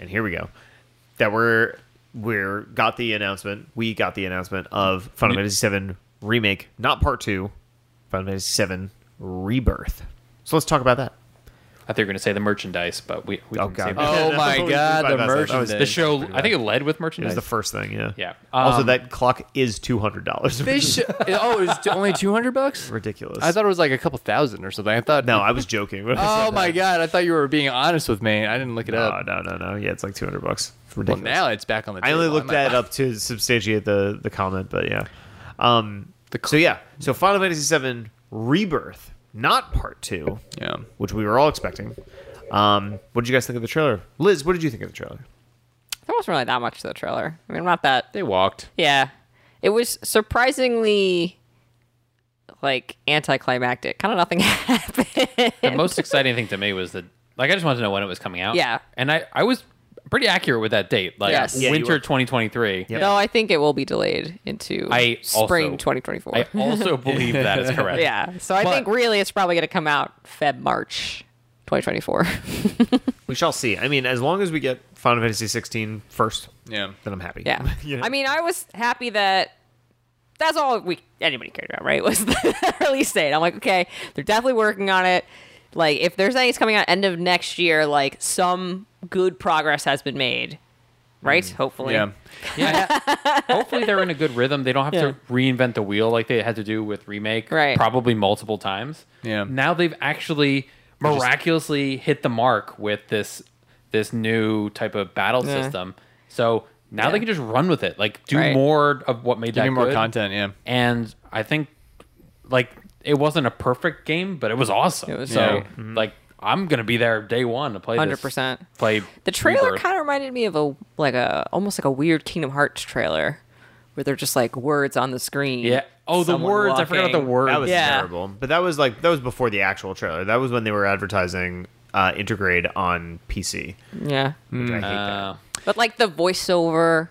Speaker 1: And here we go. That we're we're got the announcement. We got the announcement of Final Fantasy VII remake, not part two, Final Fantasy VII Rebirth. So let's talk about that.
Speaker 4: I thought you were going to say the merchandise, but we, we
Speaker 1: Oh,
Speaker 4: didn't say
Speaker 1: God.
Speaker 4: that.
Speaker 1: Yeah,
Speaker 2: Oh
Speaker 1: that's
Speaker 2: my
Speaker 1: what we-
Speaker 2: god,
Speaker 1: we
Speaker 2: the
Speaker 1: bypassed that. That was-
Speaker 2: merchandise.
Speaker 4: the show. I think it led with
Speaker 1: It
Speaker 4: merchandise.
Speaker 1: was the first thing, yeah.
Speaker 4: Yeah.
Speaker 1: also,
Speaker 4: Um,
Speaker 1: that clock is two hundred dollars.
Speaker 2: They should- oh, it was t- only two hundred bucks.
Speaker 1: ridiculous.
Speaker 2: I thought it was like a couple thousand or something. I thought
Speaker 1: no, I was joking. when I
Speaker 2: Oh
Speaker 1: said
Speaker 2: my
Speaker 1: that.
Speaker 2: god, I thought you were being honest with me. I didn't look it up.
Speaker 1: No, no, no, no. Yeah, it's like two hundred bucks. It's
Speaker 2: Well,
Speaker 1: ridiculous.
Speaker 2: now it's back on the.
Speaker 1: I only
Speaker 2: table.
Speaker 1: looked
Speaker 2: might-
Speaker 1: that up to substantiate the the comment, but yeah. Um, so yeah, so Final Fantasy VII Rebirth, not Part Two,
Speaker 2: Yeah.
Speaker 1: which we were all expecting. Um, what did you guys think of the trailer, Liz? What did you think of the trailer?
Speaker 3: There wasn't really that much to the trailer. I mean, I'm not that
Speaker 2: They walked.
Speaker 3: Yeah. It was surprisingly like anticlimactic. Kind of nothing
Speaker 4: the
Speaker 3: happened.
Speaker 4: most exciting thing to me was that, like, I just wanted to know when it was coming out.
Speaker 3: Yeah.
Speaker 4: And I, I was pretty accurate with that date, like
Speaker 3: Yes. Yeah,
Speaker 1: you were.
Speaker 4: winter 2023.
Speaker 1: Yep.
Speaker 3: No, I think it will be delayed into
Speaker 4: I also-
Speaker 3: spring 2024.
Speaker 4: I also believe that is correct.
Speaker 3: yeah. So I
Speaker 4: But-
Speaker 3: think really it's probably going to come out Feb March 2024.
Speaker 1: We shall see. I mean, as long as we get Final Fantasy 16 first,
Speaker 2: Yeah.
Speaker 1: then I'm happy.
Speaker 3: yeah.
Speaker 1: You know?
Speaker 3: I mean, I was happy that that's all we anybody cared about, right? Was the release date. I'm like, okay, they're definitely working on it. Like if there's anything that's coming out end of next year, like some good progress has been made. Right?
Speaker 4: Mm.
Speaker 3: Hopefully.
Speaker 2: Yeah.
Speaker 4: Yeah. Hopefully they're in a good rhythm. They don't have to reinvent the wheel like they had to do with remake
Speaker 3: Right.
Speaker 4: probably multiple times.
Speaker 2: Yeah.
Speaker 4: Now they've actually miraculously hit the mark with this this new type of battle
Speaker 3: Yeah.
Speaker 4: system. So now
Speaker 3: Yeah.
Speaker 4: they can just run with it. Like do
Speaker 3: Right.
Speaker 4: more of what made
Speaker 2: Give
Speaker 4: that
Speaker 2: me more
Speaker 4: good.
Speaker 2: content. Yeah.
Speaker 4: And I think like it wasn't a perfect game, but it was awesome.
Speaker 3: It was
Speaker 4: so
Speaker 2: Yeah.
Speaker 1: Mm-hmm.
Speaker 4: like I'm gonna be there day one to play. Hundred
Speaker 3: 100%.
Speaker 4: Play
Speaker 3: The trailer
Speaker 4: Rebirth.
Speaker 3: kind of reminded me of a like a almost like a weird Kingdom Hearts trailer where they're just like words on the screen.
Speaker 4: Yeah. Oh, the
Speaker 3: someone
Speaker 4: words. I forgot about
Speaker 3: walking.
Speaker 4: the words.
Speaker 1: that was
Speaker 3: Yeah.
Speaker 1: terrible. But that was like that was before the actual trailer. That was when they were advertising uh, Intergrade on PC.
Speaker 3: Yeah.
Speaker 1: Which I hate that.
Speaker 4: Uh,
Speaker 3: But like the voiceover,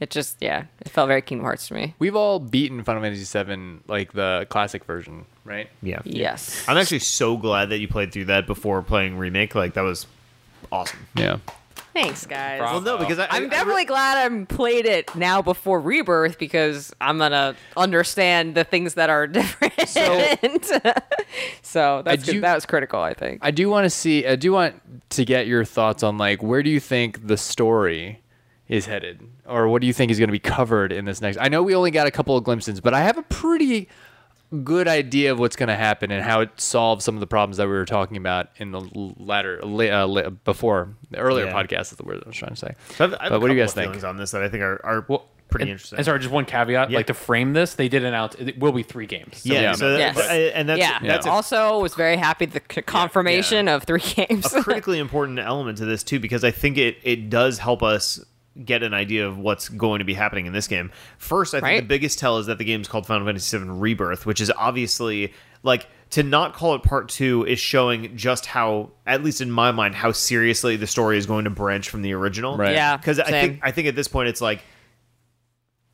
Speaker 3: it just yeah, it felt very Kingdom Hearts to me.
Speaker 2: We've all beaten Final Fantasy VII, like the classic version, right?
Speaker 1: Yeah.
Speaker 3: Yes.
Speaker 1: I'm actually so glad that you played through that before playing remake. Like that was awesome.
Speaker 2: Yeah.
Speaker 3: Thanks, guys.
Speaker 4: Well, no, because
Speaker 1: I,
Speaker 3: I'm definitely glad I played it now before Rebirth because I'm gonna understand the things that are different. So, that's
Speaker 2: do-
Speaker 3: good. that was critical, I think.
Speaker 2: I do want to see. I do want to get your thoughts on like where do you think the story is headed, or what do you think is going to be covered in this next? I know we only got a couple of glimpses, but I have a pretty good idea of what's going to happen and how it solves some of the problems that we were talking about in the l- latter, li- uh, li- before the earlier
Speaker 1: Yeah.
Speaker 2: podcast is the word I was trying to say.
Speaker 1: So I've, I have
Speaker 2: but
Speaker 1: a
Speaker 2: what do
Speaker 1: couple
Speaker 2: you guys
Speaker 1: of
Speaker 2: think?
Speaker 1: feelings on this that I think are, are pretty
Speaker 4: and-
Speaker 1: interesting.
Speaker 4: And sorry, just one caveat:
Speaker 1: Yeah.
Speaker 4: like to frame this, they did announce it will be three games. So
Speaker 1: yeah,
Speaker 2: Yeah.
Speaker 1: so that,
Speaker 3: yes.
Speaker 1: I- and that's
Speaker 3: yeah.
Speaker 1: that's a-
Speaker 3: also, was very happy the c- confirmation of three games.
Speaker 1: a critically important element to this too because I think it it does help us get an idea of what's going to be happening in this game. First, I think
Speaker 3: Right.
Speaker 1: the biggest tell is that the game's called Final Fantasy VII Rebirth, which is obviously like to not call it part 2 is showing just how at least in my mind how seriously the story is going to branch from the original.
Speaker 2: Right.
Speaker 3: Yeah,
Speaker 1: Cuz I
Speaker 3: same.
Speaker 1: think I think at this point it's like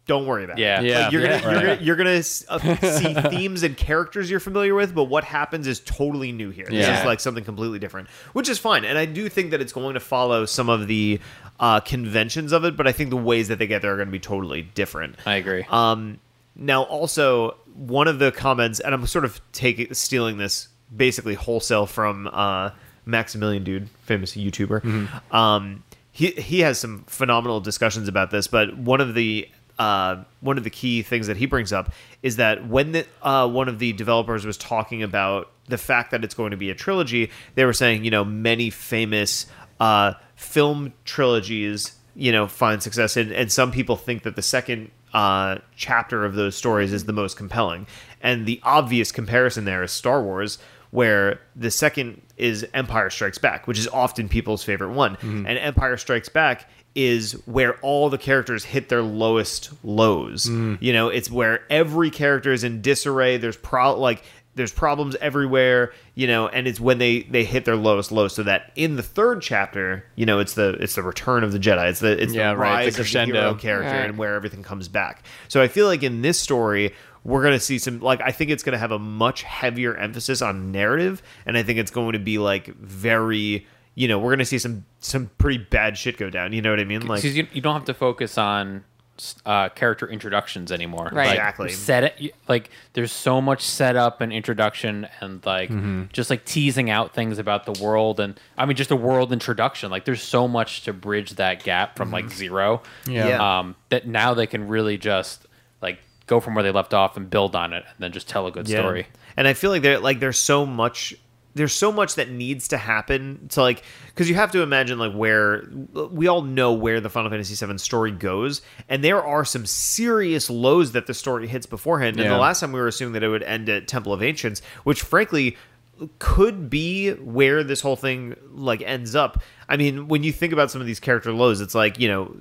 Speaker 1: don't worry about
Speaker 4: Yeah.
Speaker 1: it.
Speaker 2: Yeah.
Speaker 1: Like, you're
Speaker 2: Yeah.
Speaker 1: gonna you're gonna, you're gonna s- uh, see themes and characters you're familiar with, but what happens is totally new here. This
Speaker 2: Yeah.
Speaker 1: is like something completely different, which is fine. And I do think that it's going to follow some of the uh, conventions of it, but I think the ways that they get there are going to be totally different.
Speaker 4: I agree.
Speaker 1: Um, now, also one of the comments, and I'm sort of taking stealing this basically wholesale from uh, Maximilian Dude, famous YouTuber. Um, he he has some phenomenal discussions about this, but one of the uh, one of the key things that he brings up is that when the, uh, one of the developers was talking about the fact that it's going to be a trilogy, they were saying, you know, many famous uh, film trilogies you know find success in and some people think that the second uh, chapter of those stories is the most compelling and the obvious comparison there is star wars where the second is empire strikes back which is often people's favorite one
Speaker 2: Mm-hmm.
Speaker 1: and empire strikes back is where all the characters hit their lowest lows
Speaker 2: Mm.
Speaker 1: you know it's where every character is in disarray there's pro like there's problems everywhere you know and it's when they they hit their lowest low so that in the third chapter you know it's the it's the return of the jedi it's the it's
Speaker 2: Yeah,
Speaker 1: the
Speaker 2: right,
Speaker 1: rise
Speaker 2: the
Speaker 1: of
Speaker 2: crescendo.
Speaker 1: the hero character
Speaker 3: Right.
Speaker 1: and where everything comes back so i feel like in this story we're going to see some like i think it's going to have a much heavier emphasis on narrative and i think it's going to be like very you know we're going to see some some pretty bad shit go down you know what i mean like
Speaker 4: 'Cause you, you don't have to focus on uh, character introductions anymore.
Speaker 3: Right.
Speaker 4: Like,
Speaker 1: Exactly.
Speaker 4: Set it like there's so much setup and introduction and like just like teasing out things about the world and I mean just the world introduction. Like there's so much to bridge that gap from like zero.
Speaker 2: Yeah.
Speaker 1: Yeah.
Speaker 4: Um, that now they can really just like go from where they left off and build on it and then just tell a good story.
Speaker 1: And I feel like there like there's so much there's so much that needs to happen to like because you have to imagine like where we all know where the Final Fantasy VII story goes, and there are some serious lows that the story hits beforehand. And the
Speaker 2: Yeah.
Speaker 1: last time we were assuming that it would end at Temple of Ancients, which frankly could be where this whole thing like ends up. I mean, when you think about some of these character lows, it's like you know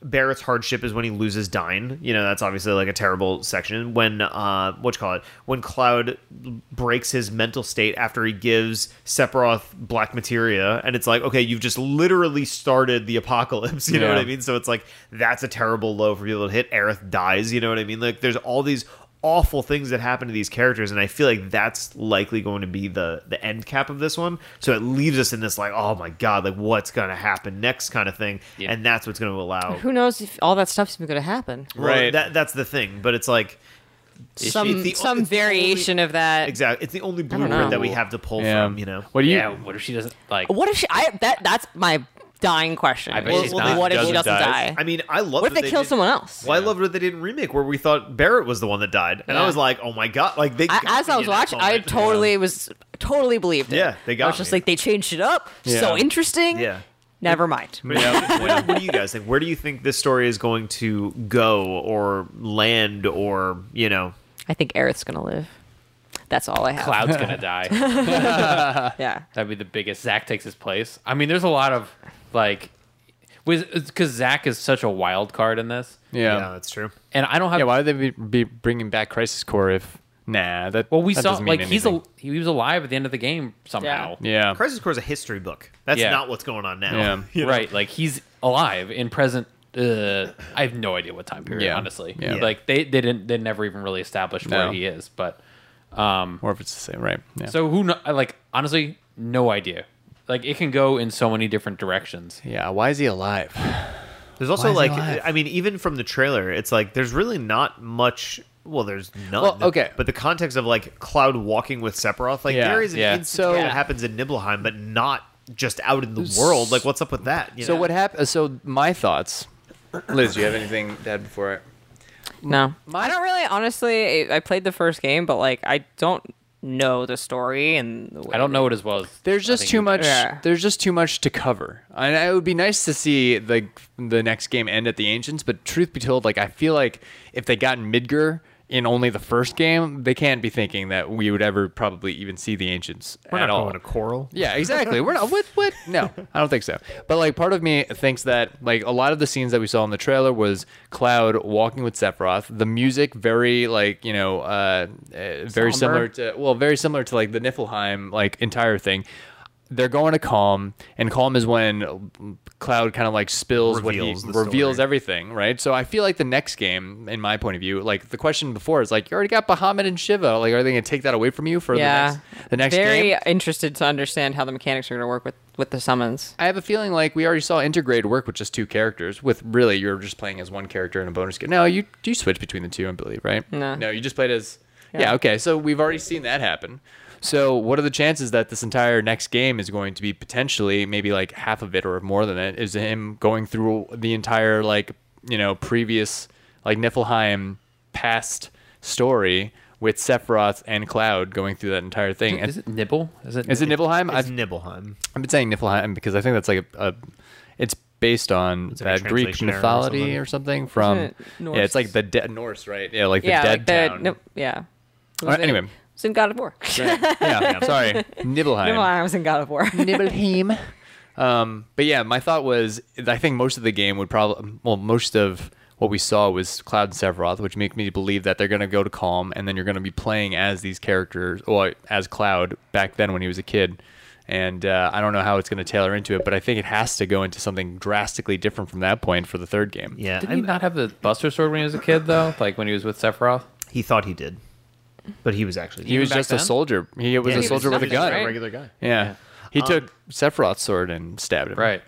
Speaker 1: Barrett's hardship is when he loses Dine. You know, that's obviously like a terrible section. When uh what you call it? When Cloud breaks his mental state after he gives Sephiroth black materia, and it's like, okay, you've just literally started the apocalypse, you know
Speaker 4: Yeah.
Speaker 1: what I mean? So it's like that's a terrible low for people to hit. Aerith dies, you know what I mean? Like there's all these awful things that happen to these characters and I feel like that's likely going to be the the end cap of this one. So it leaves us in this like, oh my god, like what's gonna happen next kind of thing.
Speaker 4: Yeah.
Speaker 1: And that's what's gonna allow
Speaker 3: Who knows if all that stuff's going to happen?
Speaker 1: well,
Speaker 2: Right.
Speaker 1: That, that's the thing, but it's like
Speaker 3: Some
Speaker 1: it's the-
Speaker 3: some
Speaker 1: it's the only-
Speaker 3: variation of that.
Speaker 1: exactly. It's the only
Speaker 3: know.
Speaker 1: blueprint that we have to pull
Speaker 2: Yeah.
Speaker 1: from. You know.
Speaker 2: What do you?
Speaker 4: Yeah. What if she doesn't like?
Speaker 3: What if she? I that that's my dying question.
Speaker 4: I bet
Speaker 3: Is
Speaker 4: she's
Speaker 3: what
Speaker 4: not.
Speaker 3: if she
Speaker 4: Doesn't
Speaker 3: doesn't
Speaker 4: die.
Speaker 3: die?
Speaker 1: I mean, I love.
Speaker 3: What if
Speaker 1: that
Speaker 3: they kill
Speaker 1: did-
Speaker 3: someone else?
Speaker 1: Well, I loved what they didn't remake, where we thought Barrett was the one that died, and I
Speaker 3: Yeah.
Speaker 1: was like, "Oh my god!" Like they.
Speaker 3: I,
Speaker 1: got
Speaker 3: as I
Speaker 1: me
Speaker 3: was
Speaker 1: in that
Speaker 3: watching, I
Speaker 1: moment.
Speaker 3: totally was totally believed it.
Speaker 1: Yeah, they got
Speaker 3: I was just
Speaker 1: me.
Speaker 3: like they changed it up. So
Speaker 2: Yeah.
Speaker 3: interesting.
Speaker 1: Yeah.
Speaker 3: Never mind.
Speaker 1: But yeah, what, what do you guys think? Where do you think this story is going to go, or land, or you know?
Speaker 3: I think Aerith's gonna live. That's all I have.
Speaker 4: Cloud's gonna die.
Speaker 3: Yeah.
Speaker 4: That'd be the biggest. Zach takes his place. I mean, there's a lot of like, because Zach is such a wild card in this,
Speaker 2: yeah.
Speaker 1: yeah that's true.
Speaker 4: and I don't have.
Speaker 2: Yeah, why would they be, be bringing back Crisis Core if nah? That
Speaker 4: well, we
Speaker 2: that
Speaker 4: saw
Speaker 2: doesn't
Speaker 4: like
Speaker 2: mean
Speaker 4: he's a
Speaker 2: anything.
Speaker 4: he was alive at the end of the game somehow.
Speaker 2: yeah
Speaker 1: Crisis Core is a history book. That's
Speaker 4: Yeah.
Speaker 1: not what's going on now.
Speaker 2: Yeah.
Speaker 1: You know?
Speaker 4: Right, like he's alive in present. Uh, I have no idea what time period,
Speaker 2: Yeah.
Speaker 4: honestly.
Speaker 2: Yeah.
Speaker 1: Yeah.
Speaker 4: Like they, they didn't they never even really established where
Speaker 2: No.
Speaker 4: he is. But
Speaker 2: or if it's the same right yeah
Speaker 4: so who kno- like honestly no idea. Like it can go in so many different directions.
Speaker 2: yeah why is he alive
Speaker 1: There's also
Speaker 2: is he
Speaker 1: like,
Speaker 2: alive?
Speaker 1: I mean, even from the trailer, it's like there's really not much. Well, there's none.
Speaker 2: Well, okay.
Speaker 1: but the context of like Cloud walking with Sephiroth, like
Speaker 2: Yeah,
Speaker 1: there is an
Speaker 4: yeah.
Speaker 1: instance
Speaker 2: So-
Speaker 1: where that happens in Nibelheim, but not just out in the world. Like, what's up with that? you
Speaker 2: so
Speaker 1: know?
Speaker 2: what happened so my thoughts Liz you have anything to add before it
Speaker 3: No. I don't really honestly I I played the first game, but like I don't know the story and the way
Speaker 4: I don't know it as well as
Speaker 2: there's
Speaker 4: I
Speaker 2: just
Speaker 4: think
Speaker 2: too
Speaker 4: you do.
Speaker 2: much
Speaker 3: Yeah.
Speaker 2: there's just too much to cover and it would be nice to see the the next game end at the ancients but truth be told like i feel like if they got midgar in only the first game they can't be thinking that we would ever probably even see the ancients
Speaker 1: We're
Speaker 2: at
Speaker 1: not
Speaker 2: all
Speaker 1: going to Coral.
Speaker 2: Yeah, exactly. We're not what what no, I don't think so. But like part of me thinks that like a lot of the scenes that we saw in the trailer was Cloud walking with Sephiroth. The music very like, you know, uh, uh very similar to well, very similar to like the Niflheim like entire thing. They're going to calm, and calm is when Cloud kind of like spills
Speaker 1: Reveals the
Speaker 2: what he reveals
Speaker 1: story.
Speaker 2: everything, right? So I feel like the next game, in my point of view, like the question before is like you already got Bahamut and Shiva. Like, are they going to take that away from you for
Speaker 3: Yeah.
Speaker 2: the next the next
Speaker 3: Very
Speaker 2: game?
Speaker 3: interested to understand how the mechanics are gonna work with with the summons.
Speaker 2: I have a feeling like we already saw integrate work with just two characters. With really, you're just playing as one character in a bonus game. No, you you switch between the two, I believe, right?
Speaker 3: No.
Speaker 2: No, you just played as. Yeah.
Speaker 3: Yeah.
Speaker 2: Okay. So we've already seen that happen. So what are the chances that this entire next game is going to be potentially maybe like half of it or more than it is him going through the entire like you know previous like Niflheim past story with Sephiroth and Cloud going through that entire thing.
Speaker 4: Is it Nibble? Is it
Speaker 2: Is it Niflheim?
Speaker 1: It's
Speaker 2: I've-
Speaker 1: Nibelheim.
Speaker 2: I've been saying Niflheim because I think that's like a, a it's based on
Speaker 1: like a
Speaker 2: that Greek
Speaker 1: translation error or
Speaker 2: mythology
Speaker 1: something.
Speaker 2: or something, from
Speaker 3: Isn't it
Speaker 2: yeah, it's like
Speaker 3: Norse?
Speaker 2: the dead Norse, right? Yeah, like the
Speaker 3: yeah,
Speaker 2: dead
Speaker 3: like
Speaker 2: town.
Speaker 3: the no, yeah. It
Speaker 2: Alright,
Speaker 3: was in-
Speaker 2: anyway.
Speaker 3: it was in God of War.
Speaker 2: yeah, sorry, Nibelheim.
Speaker 3: Never mind, I was in God of War.
Speaker 2: Nibelheim. Um, but yeah, my thought was I think most of the game would probably well most of what we saw was Cloud and Sephiroth, which make me believe that they're going to go to Calm, and then you're going to be playing as these characters, or as Cloud back then when he was a kid. And uh, I don't know how it's going to tailor into it, but I think it has to go into something drastically different from that point for the third game.
Speaker 1: Yeah,
Speaker 4: Did
Speaker 1: I'm-
Speaker 4: he not have the Buster Sword when he was a kid though? Like when he was with Sephiroth?
Speaker 1: he thought he did, but he was actually
Speaker 2: he was
Speaker 4: back
Speaker 2: just
Speaker 4: then?
Speaker 2: a soldier. He was
Speaker 1: Yeah,
Speaker 2: a
Speaker 1: he
Speaker 2: soldier
Speaker 1: was
Speaker 2: with a
Speaker 1: just
Speaker 2: gun.
Speaker 4: right?
Speaker 1: regular guy.
Speaker 2: Yeah. he took Sephiroth's sword and stabbed him.
Speaker 4: Um, Right.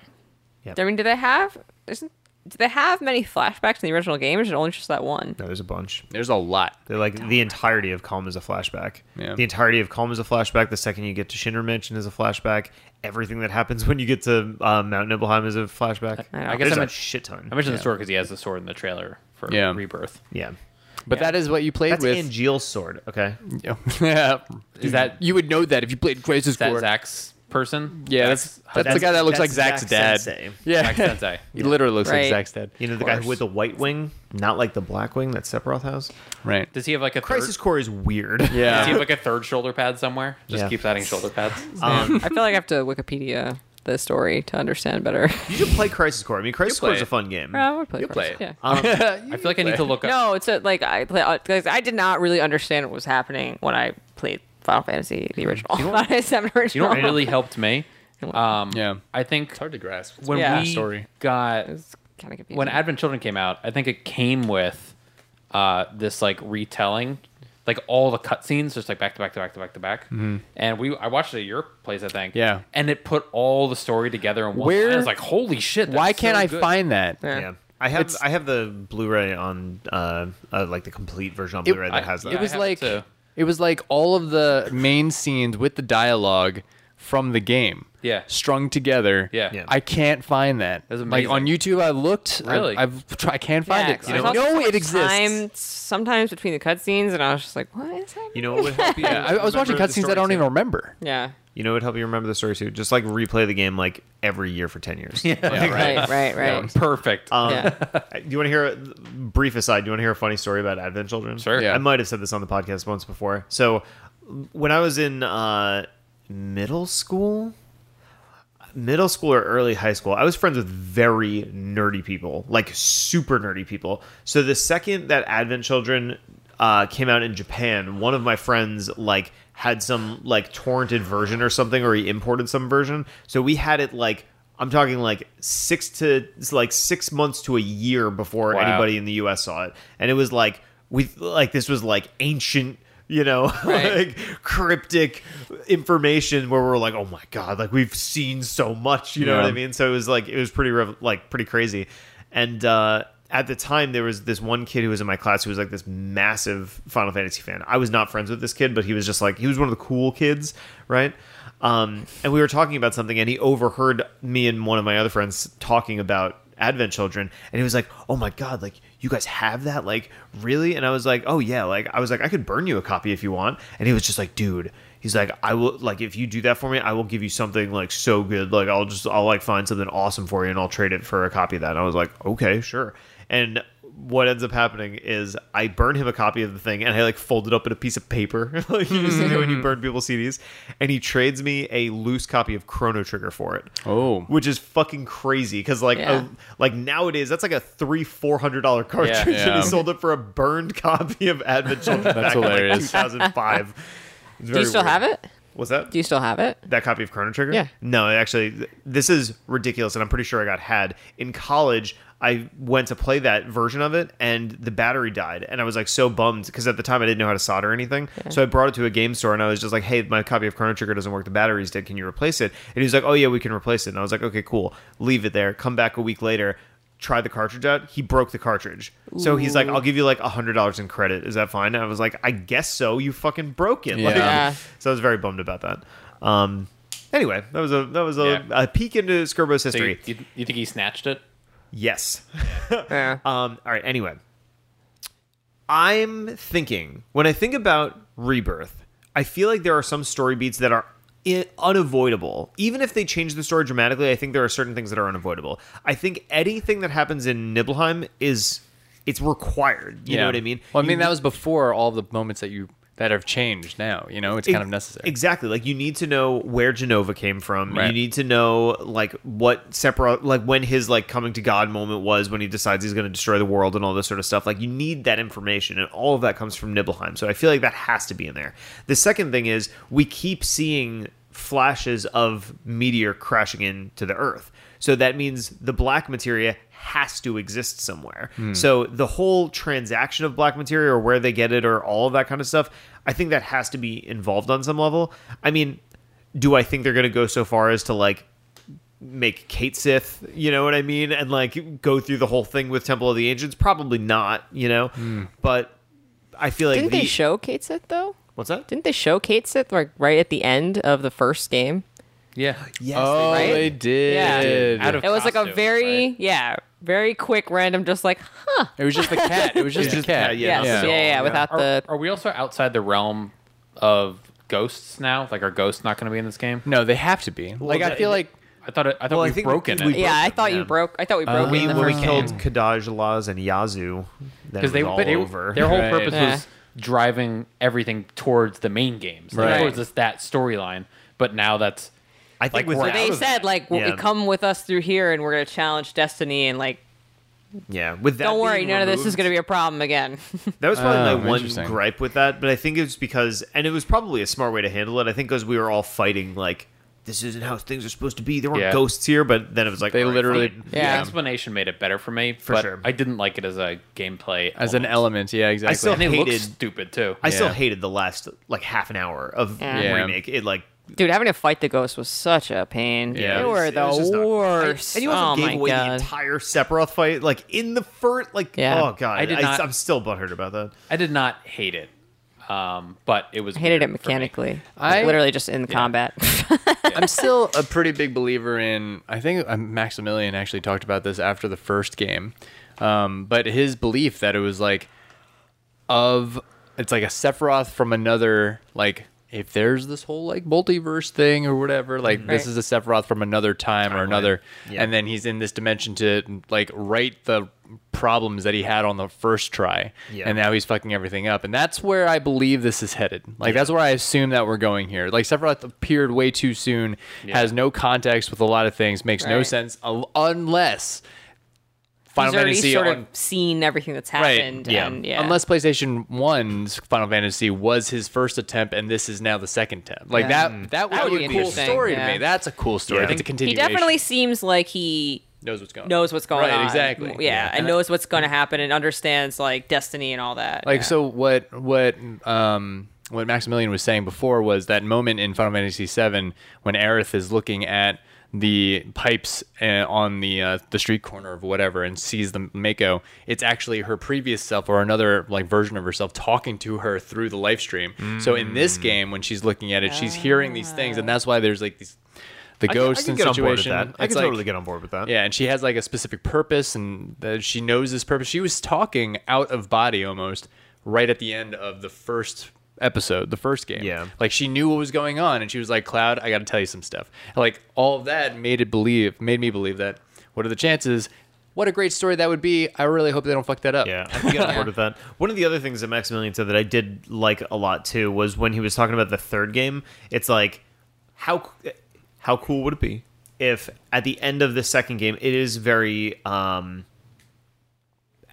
Speaker 3: I mean, do they have? Isn't do they have many flashbacks in the original game, or is it only just that one?
Speaker 1: No, there's a bunch.
Speaker 2: There's a lot.
Speaker 1: They're like the entirety of Calm is a flashback.
Speaker 2: Yeah.
Speaker 1: The entirety of Calm is a flashback. The second you get to Shinra Mansion is a flashback. Everything that happens when you get to uh, Mount Nibelheim is a flashback.
Speaker 3: I know.
Speaker 4: I guess
Speaker 1: There's
Speaker 4: I
Speaker 1: a
Speaker 4: meant-
Speaker 1: shit ton.
Speaker 4: I mentioned the sword because he has the sword in the trailer for
Speaker 2: Yeah.
Speaker 4: Rebirth.
Speaker 1: yeah.
Speaker 2: But that is what you played
Speaker 1: That's
Speaker 2: with.
Speaker 1: Angeal's sword. Okay.
Speaker 2: yeah.
Speaker 4: Is that-
Speaker 2: you would know that if you played Crisis
Speaker 4: Is that
Speaker 2: Core?
Speaker 4: Zach's person?
Speaker 2: Yeah, that's,
Speaker 4: Zach's-
Speaker 2: that's, the guy that looks like
Speaker 1: that's Zack
Speaker 2: Zach's dad.
Speaker 1: Sensei.
Speaker 2: Yeah,
Speaker 4: Zach Sensei.
Speaker 2: he literally looks
Speaker 3: Right.
Speaker 2: like Zach's dad.
Speaker 1: You know the
Speaker 2: Of
Speaker 1: guy
Speaker 2: course.
Speaker 1: with the white wing, not like the black wing that Sephiroth has.
Speaker 2: right?
Speaker 4: Does he have like a
Speaker 1: Crisis
Speaker 4: Third,
Speaker 1: Core is weird.
Speaker 2: Yeah.
Speaker 4: Does he have like a third shoulder pad somewhere? Just
Speaker 1: Yeah.
Speaker 4: keeps adding shoulder pads.
Speaker 1: Um,
Speaker 3: I feel like I have to Wikipedia the story to understand better.
Speaker 1: you should play Crisis Core. I mean, Crisis
Speaker 4: play
Speaker 1: Core is
Speaker 4: it.
Speaker 1: a fun game.
Speaker 3: I would play
Speaker 2: You play
Speaker 3: Crisis,
Speaker 2: it.
Speaker 3: Yeah.
Speaker 4: I feel like I need to look up.
Speaker 3: No, it's a, like I play. uh, 'cause I did not really understand what was happening when I played Final Fantasy the original. Final Seven
Speaker 4: You know
Speaker 3: original.
Speaker 4: what really helped me? Um,
Speaker 2: Yeah.
Speaker 4: I think
Speaker 2: hard to grasp.
Speaker 4: when
Speaker 3: Yeah.
Speaker 4: we
Speaker 2: Story.
Speaker 4: got
Speaker 3: It's kind of confusing.
Speaker 4: when Advent Children came out, I think it came with uh, this like retelling, like all the cutscenes, just like back to back to back to back to back. And we, I watched it at your place, I think.
Speaker 2: Mm-hmm. Yeah.
Speaker 4: And it put all the story together in one.
Speaker 2: Where-
Speaker 4: Where? I was like, holy shit! that's
Speaker 2: Why can't
Speaker 4: so
Speaker 2: I
Speaker 4: good.
Speaker 2: find that?
Speaker 3: Yeah.
Speaker 1: Yeah. I have
Speaker 2: It's-
Speaker 1: I have the Blu-ray on uh, uh like the complete version on
Speaker 2: It-
Speaker 1: Blu-ray that
Speaker 2: I-
Speaker 1: has that.
Speaker 2: It was
Speaker 4: have it
Speaker 2: like
Speaker 4: too.
Speaker 2: it was like all of the main scenes with the dialogue from the game.
Speaker 4: Yeah.
Speaker 2: strung together.
Speaker 4: Yeah. Yeah.
Speaker 2: I can't find that.
Speaker 4: That's
Speaker 2: Like on YouTube, I looked. I-
Speaker 4: Really?
Speaker 2: I've, tr- I can't find
Speaker 3: Yeah,
Speaker 2: it.
Speaker 3: 'cause
Speaker 2: I
Speaker 3: there's
Speaker 2: know
Speaker 3: also so
Speaker 2: it
Speaker 3: much
Speaker 2: exists.
Speaker 3: Time sometimes between the cutscenes, and I was just like, "What is happening?"
Speaker 1: You know what would help you?
Speaker 2: Yeah, I, I was watching
Speaker 1: remember the
Speaker 2: cutscenes I
Speaker 1: story
Speaker 2: don't
Speaker 1: too?
Speaker 2: even remember.
Speaker 3: Yeah.
Speaker 1: You know what would help you remember the story too? Just like replay the game like every year for ten years.
Speaker 3: Right. Right. Right.
Speaker 4: Perfect.
Speaker 1: Um,
Speaker 3: Yeah.
Speaker 1: Do you want to hear a brief aside? Do you want to hear a funny story about Advent Children?
Speaker 4: Sure.
Speaker 2: Yeah.
Speaker 1: I might have said this on the podcast once before. So when I was in uh, middle school, middle school or early high school, I was friends with very nerdy people, like super nerdy people. So the second that Advent Children uh, came out in Japan, one of my friends like had some like torrented version or something, or he imported some version. So we had it like I'm talking like six to like six months to a year before
Speaker 4: Wow.
Speaker 1: anybody in the U.S. saw it, and it was like we like this was like ancient. You know,
Speaker 4: Right.
Speaker 1: like cryptic information where we're like, oh my god, like we've seen so much, you know what
Speaker 2: Yeah.
Speaker 1: I mean? So it was like it was pretty rev- like pretty crazy, and uh, at the time there was this one kid who was in my class who was like this massive Final Fantasy fan. I was not friends with this kid, but he was just like he was one of the cool kids, right? Um, and we were talking about something, and he overheard me and one of my other friends talking about Advent Children, and he was like, "Oh my god, like you guys have that, like really?" And I was like, "Oh yeah, like I was like I could burn you a copy if you want," and he was just like, "Dude." He's like, I will like if you do that for me, I will give you something like so good. Like I'll just I'll like find something awesome for you and I'll trade it for a copy of that. And I was like, okay, sure. And what ends up happening is I burn him a copy of the thing and I like fold it up in a piece of paper, like you used to do when you burn people's CDs. And he trades me a loose copy of Chrono Trigger for it.
Speaker 2: Oh.
Speaker 1: Which is fucking crazy. Cause like
Speaker 3: Yeah.
Speaker 1: a, like nowadays that's like a three, four hundred dollar cartridge and
Speaker 2: Yeah.
Speaker 1: he sold it for a burned copy of Advent Children back in like
Speaker 2: hilarious.
Speaker 1: two thousand five. Do
Speaker 3: Do you still have it?
Speaker 1: What's that?
Speaker 3: Do you still have it?
Speaker 1: that copy of Chrono Trigger?
Speaker 3: Yeah.
Speaker 1: No, actually, th- this is ridiculous, and I'm pretty sure I got had in college. I went to play that version of it, and the battery died, and I was like so bummed because at the time I didn't know how to solder anything. So I brought it to a game store, and I was just like, "Hey, my copy of Chrono Trigger doesn't work. The batteries did. Can you replace it?" And he was like, "Oh yeah, we can replace it." And I was like, "Okay, cool. Leave it there. Come back a week later." Try the cartridge out. He broke the cartridge, so he's like, "I'll give you like a hundred dollars in credit. Is that fine?" And I was like, "I guess so. You fucking broke it." Like,
Speaker 3: Yeah.
Speaker 1: so I was very bummed about that. Um, anyway, that was a that was a,
Speaker 4: Yeah.
Speaker 1: a peek into Skurbo's
Speaker 4: So you,
Speaker 1: history.
Speaker 4: you, you think he snatched it?
Speaker 1: yes.
Speaker 3: Yeah.
Speaker 1: Um, all right. Anyway, I'm thinking when I think about Rebirth, I feel like there are some story beats that are i unavoidable. Even if they change the story dramatically, I think there are certain things that are unavoidable. I think anything that happens in Nibelheim is it's required. You know what I mean?
Speaker 2: Well, I
Speaker 1: You
Speaker 2: mean that was before all the moments that you that have changed. Now you know it's kind of
Speaker 1: Ex-
Speaker 2: necessary.
Speaker 1: Exactly. Like you need to know where Genova came from.
Speaker 2: Right.
Speaker 1: You need to know like what Sephiroth, like when his like coming to God moment was when he decides he's going to destroy the world and all this sort of stuff. Like you need that information, and all of that comes from Nibelheim. So I feel like that has to be in there. The second thing is we keep seeing flashes of meteor crashing into the Earth. So that means the black materia has to exist somewhere. So the whole transaction of black materia or where they get it or all of that kind of stuff, I think that has to be involved on some level. I mean, do I think they're going to go so far as to like make Kate Sith, you know what I mean, and like go through the whole thing with Temple of the Ancients. Probably not, you know. But I feel like
Speaker 3: Didn't
Speaker 1: the,
Speaker 3: they show Kate Sith though?
Speaker 1: what's that?
Speaker 3: Didn't they show Kate Sith like right at the end of the first game?
Speaker 4: Yeah.
Speaker 1: Yes,
Speaker 2: oh,
Speaker 3: right?
Speaker 2: they did.
Speaker 4: Out of
Speaker 3: It was like a
Speaker 4: costume,
Speaker 3: very
Speaker 4: right?
Speaker 3: yeah, very quick random, just like huh.
Speaker 2: it was just the cat. It was just the cat.
Speaker 1: Yeah,
Speaker 3: yes.
Speaker 1: not
Speaker 3: yeah,
Speaker 1: at
Speaker 3: yeah,
Speaker 1: all, yeah.
Speaker 3: without
Speaker 4: Are,
Speaker 3: the
Speaker 4: are we also outside the realm of ghosts now? Like, are ghosts not going to be in this game?
Speaker 2: No, they have to be. like I
Speaker 1: the-
Speaker 2: feel like
Speaker 4: I thought it, I thought
Speaker 1: Well, I
Speaker 4: we've
Speaker 1: think
Speaker 4: broken
Speaker 1: we- we-
Speaker 4: it
Speaker 3: yeah. I
Speaker 1: broken,
Speaker 3: thought you
Speaker 1: yeah.
Speaker 3: broke. I thought we broke.
Speaker 1: Uh, we,
Speaker 3: it in the
Speaker 1: when we
Speaker 3: first
Speaker 1: killed
Speaker 3: game.
Speaker 1: Kadaj Laz and Yazoo, then
Speaker 4: because
Speaker 1: it
Speaker 4: they
Speaker 1: was all
Speaker 4: but they-
Speaker 1: over.
Speaker 4: Their whole
Speaker 2: Right.
Speaker 4: purpose
Speaker 3: Yeah.
Speaker 4: was driving everything towards the main games, like,
Speaker 2: Right.
Speaker 4: towards this, that storyline. But now that's
Speaker 1: I think
Speaker 4: like,
Speaker 1: with
Speaker 4: we're
Speaker 1: that-
Speaker 4: out
Speaker 3: They
Speaker 4: of
Speaker 3: said like w-
Speaker 1: Yeah.
Speaker 3: come with us through here, and we're gonna challenge destiny, and like
Speaker 1: yeah, with that.
Speaker 3: don't worry,
Speaker 1: being
Speaker 3: none of this is
Speaker 1: removed-
Speaker 3: gonna be a problem again.
Speaker 1: That was probably
Speaker 2: Oh,
Speaker 1: my one
Speaker 2: interesting.
Speaker 1: gripe with that, but I think it's because, and it was probably a smart way to handle it. I think because we were all fighting, like this isn't how things are supposed to be. There weren't
Speaker 4: Yeah.
Speaker 1: ghosts here, but then it was like
Speaker 2: They
Speaker 1: all right,
Speaker 2: literally-
Speaker 1: fine.
Speaker 4: the
Speaker 3: yeah,
Speaker 4: explanation made it better for me.
Speaker 1: For
Speaker 4: but
Speaker 1: sure.
Speaker 4: I didn't like it as a gameplay.
Speaker 2: as an element.
Speaker 4: element.
Speaker 2: Yeah, exactly.
Speaker 1: still
Speaker 4: and it looks
Speaker 1: hated-
Speaker 4: stupid too.
Speaker 1: I still
Speaker 2: Yeah.
Speaker 1: hated the last like half an hour of
Speaker 3: Yeah.
Speaker 1: remake. It like
Speaker 3: dude, having to fight the ghost was such a pain.
Speaker 2: Yeah,
Speaker 3: they
Speaker 2: it was-
Speaker 3: were
Speaker 1: it was just
Speaker 3: the
Speaker 1: not-
Speaker 3: worst.
Speaker 1: and you
Speaker 3: oh
Speaker 1: also
Speaker 3: my
Speaker 1: gave away
Speaker 3: god.
Speaker 1: the entire Sephiroth fight, like in the first, like
Speaker 3: Yeah.
Speaker 1: oh god,
Speaker 4: I did not-
Speaker 1: am still butthurt about that.
Speaker 4: I did not hate it, um, but it was
Speaker 3: I hated it
Speaker 4: weird for me.
Speaker 3: mechanically.
Speaker 2: I-
Speaker 3: literally just in combat.
Speaker 2: I'm still a pretty big believer in. I think uh, Maximilian actually talked about this after the first game, um, but his belief that it was like of it's like a Sephiroth from another like if there's this whole like multiverse thing or whatever like this is
Speaker 3: Right.
Speaker 2: a Sephiroth from another time or another
Speaker 1: Yeah.
Speaker 2: and then he's in this dimension to like right the problems that he had on the first try
Speaker 1: Yeah.
Speaker 2: and now he's fucking everything up and that's where I believe this is headed like that's where I assume that we're going here like Sephiroth appeared way too soon has no context with a lot of things makes no
Speaker 3: Right.
Speaker 2: sense al- unless Final
Speaker 3: He's already
Speaker 2: Fantasy
Speaker 3: sort
Speaker 2: on-
Speaker 3: of seen everything that's
Speaker 2: Right,
Speaker 3: happened.
Speaker 1: yeah.
Speaker 3: And, yeah.
Speaker 2: Unless PlayStation 1's Final Fantasy was his first attempt and this is now the second attempt. Like
Speaker 3: Yeah. Mm.
Speaker 2: that that,
Speaker 3: That
Speaker 2: would
Speaker 3: would
Speaker 2: be a
Speaker 3: be
Speaker 2: cool
Speaker 3: interesting,
Speaker 2: story to
Speaker 3: yeah.
Speaker 2: me. That's a cool story.
Speaker 1: Yeah.
Speaker 2: That's a
Speaker 3: he
Speaker 2: continuation.
Speaker 3: definitely seems like he
Speaker 2: knows what's going on.
Speaker 3: knows what's going
Speaker 2: right,
Speaker 3: on.
Speaker 2: Exactly.
Speaker 3: Yeah, and knows what's going to happen and understands like destiny and all that.
Speaker 2: Like
Speaker 3: Yeah.
Speaker 2: so what what um what Maximilian was saying before was that moment in Final Fantasy VII when Aerith is looking at the pipes uh, on the uh, the street corner of whatever and sees the Mako. It's actually her previous self or another like version of herself talking to her through the live stream. So in this
Speaker 1: Mm.
Speaker 2: game, when she's looking at it, she's hearing these things,
Speaker 3: Ah.
Speaker 2: and that's why there's like these the
Speaker 1: I can-
Speaker 2: ghosts
Speaker 1: I can
Speaker 2: and
Speaker 1: get on board with
Speaker 2: situation.
Speaker 1: that. I
Speaker 2: It's
Speaker 1: can
Speaker 2: like-
Speaker 1: totally get on board with that.
Speaker 2: yeah, and she has like a specific purpose, and that she knows this purpose. She was talking out of body almost right at the end of the first episode, the first game.
Speaker 1: Yeah.
Speaker 2: like she knew what was going on, and she was like, "Cloud, I got to tell you some stuff." Like all of that made it believe, made me believe that. What are the chances? What a great story that would be. I really hope they don't fuck that up.
Speaker 1: Yeah, I can get on board with that. One of the other things that Maximilian said that I did like a lot too was when he was talking about the third game. It's like how how cool would it be if at the end of the second game it is very um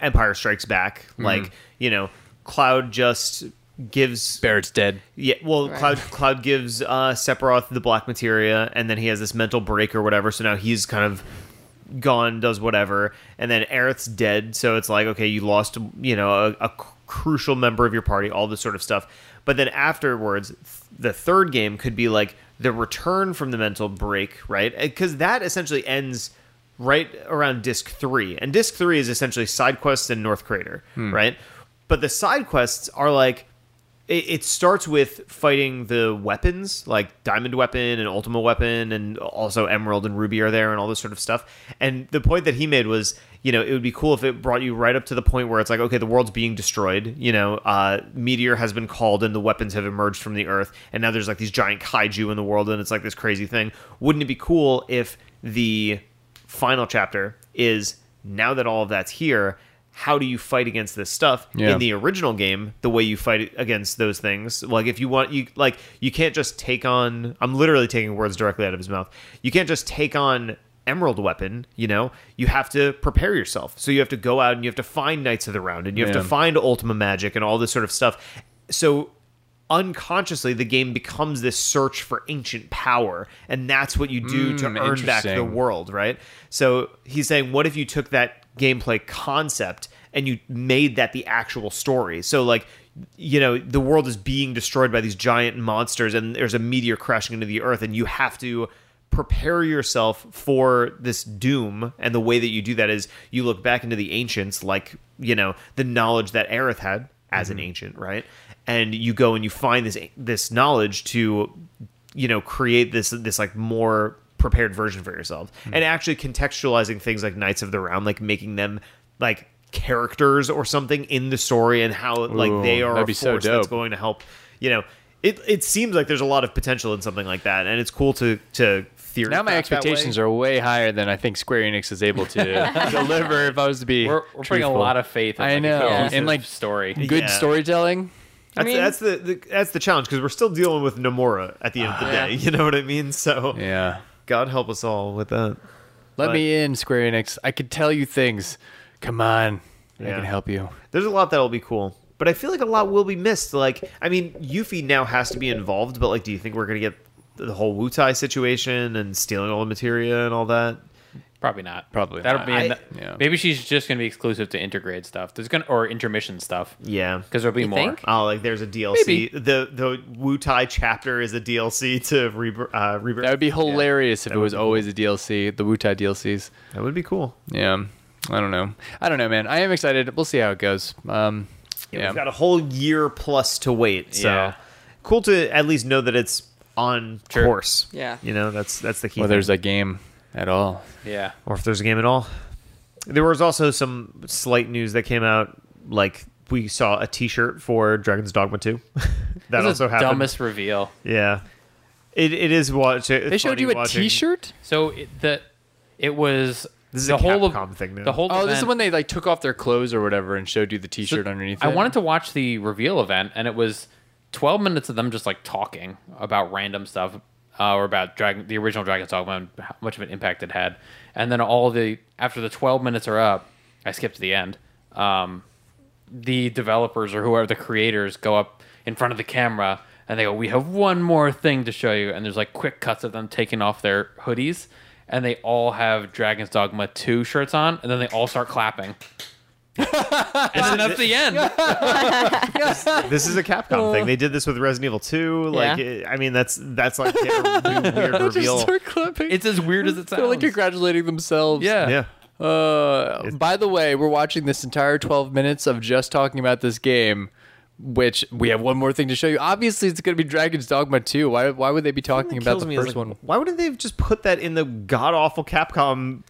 Speaker 1: Empire Strikes Back, like you know, Cloud just gives
Speaker 2: Barrett's dead.
Speaker 1: yeah, well,
Speaker 3: Right.
Speaker 1: Cloud Cloud gives uh, Sephiroth the black materia, and then he has this mental break or whatever. So now he's kind of gone, does whatever, and then Aerith's dead. So it's like, okay, you lost, you know, a, a cr- crucial member of your party, all this sort of stuff. But then afterwards, th- the third game could be like the return from the mental break, right? Because that essentially ends right around disc three, and disc three is essentially side quests in North Crater, right? But the side quests are like it, it starts with fighting the weapons like diamond weapon and ultima weapon and also emerald and ruby are there and all this sort of stuff and the point that he made was you know it would be cool if it brought you right up to the point where it's like okay the world's being destroyed you know uh, meteor has been called and the weapons have emerged from the earth and now there's like these giant kaiju in the world and it's like this crazy thing wouldn't it be cool if the final chapter is now that all of that's here how do you fight against this stuff
Speaker 2: Yeah.
Speaker 1: in the original game the way you fight against those things like if you want you like you can't just take on i'm literally taking words directly out of his mouth you can't just take on emerald weapon you know you have to prepare yourself so you have to go out and you have to find knights of the round and you have
Speaker 2: Yeah.
Speaker 1: to find ultima magic and all this sort of stuff so unconsciously the game becomes this search for ancient power and that's what you do to
Speaker 2: Mm,
Speaker 1: earn back the
Speaker 2: interesting.
Speaker 1: world, right? So he's saying, what if you took that gameplay concept and you made that the actual story? So, like, you know, the world is being destroyed by these giant monsters, and there's a meteor crashing into the earth, and you have to prepare yourself for this doom and the way that you do that is you look back into the ancients like you know the knowledge that Aerith had as an ancient right and you go and you find this this knowledge to you know create this this like more prepared version for yourself
Speaker 2: Hmm.
Speaker 1: and actually contextualizing things like knights of the round like making them like characters or something in the story and how like
Speaker 2: Ooh,
Speaker 1: they are a
Speaker 2: that'd be
Speaker 1: force
Speaker 2: so
Speaker 1: that's
Speaker 2: dope.
Speaker 1: going to help you know it it seems like there's a lot of potential in something like that and it's cool to to theory
Speaker 2: Now my expectations are way higher than I think Square Enix is able to deliver. If I was to be,
Speaker 4: We're, we're putting a
Speaker 2: truthful.
Speaker 4: lot of faith. In,
Speaker 2: I
Speaker 4: like, a
Speaker 2: know,
Speaker 4: cohesive
Speaker 2: and like
Speaker 4: story.
Speaker 2: good
Speaker 1: Yeah.
Speaker 2: storytelling.
Speaker 1: that's,
Speaker 3: mean-
Speaker 1: that's the, the that's the challenge because we're still dealing with Nomura at the end of the day you know what I mean so
Speaker 2: Yeah,
Speaker 1: God help us all with that
Speaker 2: let
Speaker 1: But-
Speaker 2: me in, Square Enix. I could tell you things. Come on, I
Speaker 1: Yeah.
Speaker 2: can help you.
Speaker 1: there's a lot that'll be cool but i feel like a lot will be missed like i mean yuffie now has to be involved but like do you think we're gonna get the whole wutai situation and stealing all the materia and all that
Speaker 4: Probably not.
Speaker 2: Probably
Speaker 4: That'll
Speaker 2: not.
Speaker 4: be. In
Speaker 1: I-
Speaker 4: the,
Speaker 2: Yeah.
Speaker 4: Maybe she's just gonna be exclusive to intergrade stuff. There's gonna or intermission stuff
Speaker 1: yeah
Speaker 4: because there'll be
Speaker 3: You
Speaker 4: more.
Speaker 3: think?
Speaker 1: oh like there's a dlc
Speaker 4: Maybe.
Speaker 1: the the wutai chapter is a dlc to rebirth uh, Rebirth.
Speaker 2: That would be hilarious if it was always a DLC, the Wutai DLCs.
Speaker 1: that would be cool
Speaker 2: Yeah, I don't know. I don't know, man. I am excited. We'll see how it goes. Um,
Speaker 1: Yeah,
Speaker 2: yeah,
Speaker 1: We've got a whole year plus to wait. So
Speaker 4: Yeah.
Speaker 1: cool to at least know that it's on
Speaker 4: Sure.
Speaker 1: course.
Speaker 3: Yeah.
Speaker 1: You know, that's that's the key.
Speaker 2: whether there's
Speaker 1: thing.
Speaker 2: a game at all.
Speaker 4: Yeah.
Speaker 1: or if there's a game at all. There was also some slight news that came out like we saw a t-shirt for Dragon's Dogma 2. that
Speaker 4: This is
Speaker 1: also
Speaker 4: the
Speaker 1: happened.
Speaker 4: dumbest reveal.
Speaker 1: Yeah. It, it is watch
Speaker 2: They showed you a shirt
Speaker 4: So it, the it was
Speaker 1: This is
Speaker 4: the
Speaker 1: a
Speaker 4: whole
Speaker 1: Capcom
Speaker 4: of,
Speaker 1: thing now.
Speaker 4: The whole
Speaker 2: Oh, this is
Speaker 4: event-
Speaker 2: when they like took off their clothes or whatever and showed you the T-shirt underneath.
Speaker 4: I
Speaker 2: it.
Speaker 4: wanted to watch the reveal event, and it was 12 minutes of them just like talking about random stuff uh, or about Dragon, the original Dragon's Dogma and how much of an impact it had. And then all the after the 12 minutes are up, I skipped to the end. Um, the developers or whoever the creators go up in front of the camera and they go, "We have one more thing to show you." And there's like quick cuts of them taking off their hoodies. And they all have Dragon's Dogma 2 shirts on, and then they all start clapping. and then that's the end.
Speaker 1: This is a Capcom thing. They did this with Resident Evil 2. Like
Speaker 3: Yeah.
Speaker 1: it- I mean that's that's like their new weird
Speaker 2: They just
Speaker 1: reveal.
Speaker 2: start clapping.
Speaker 4: It's as weird as it sounds.
Speaker 2: They're like congratulating themselves.
Speaker 4: yeah.
Speaker 1: Yeah.
Speaker 2: Uh, by the way, we're watching this entire 12 minutes of just talking about this game, which we have one more thing to show you. Obviously, it's going to be Dragon's Dogma 2. Why, why would they be talking
Speaker 1: thing
Speaker 2: about
Speaker 1: that kills
Speaker 2: the
Speaker 1: me is,
Speaker 2: first
Speaker 1: like,
Speaker 2: one?
Speaker 1: Why wouldn't they have just put that in the god awful Capcom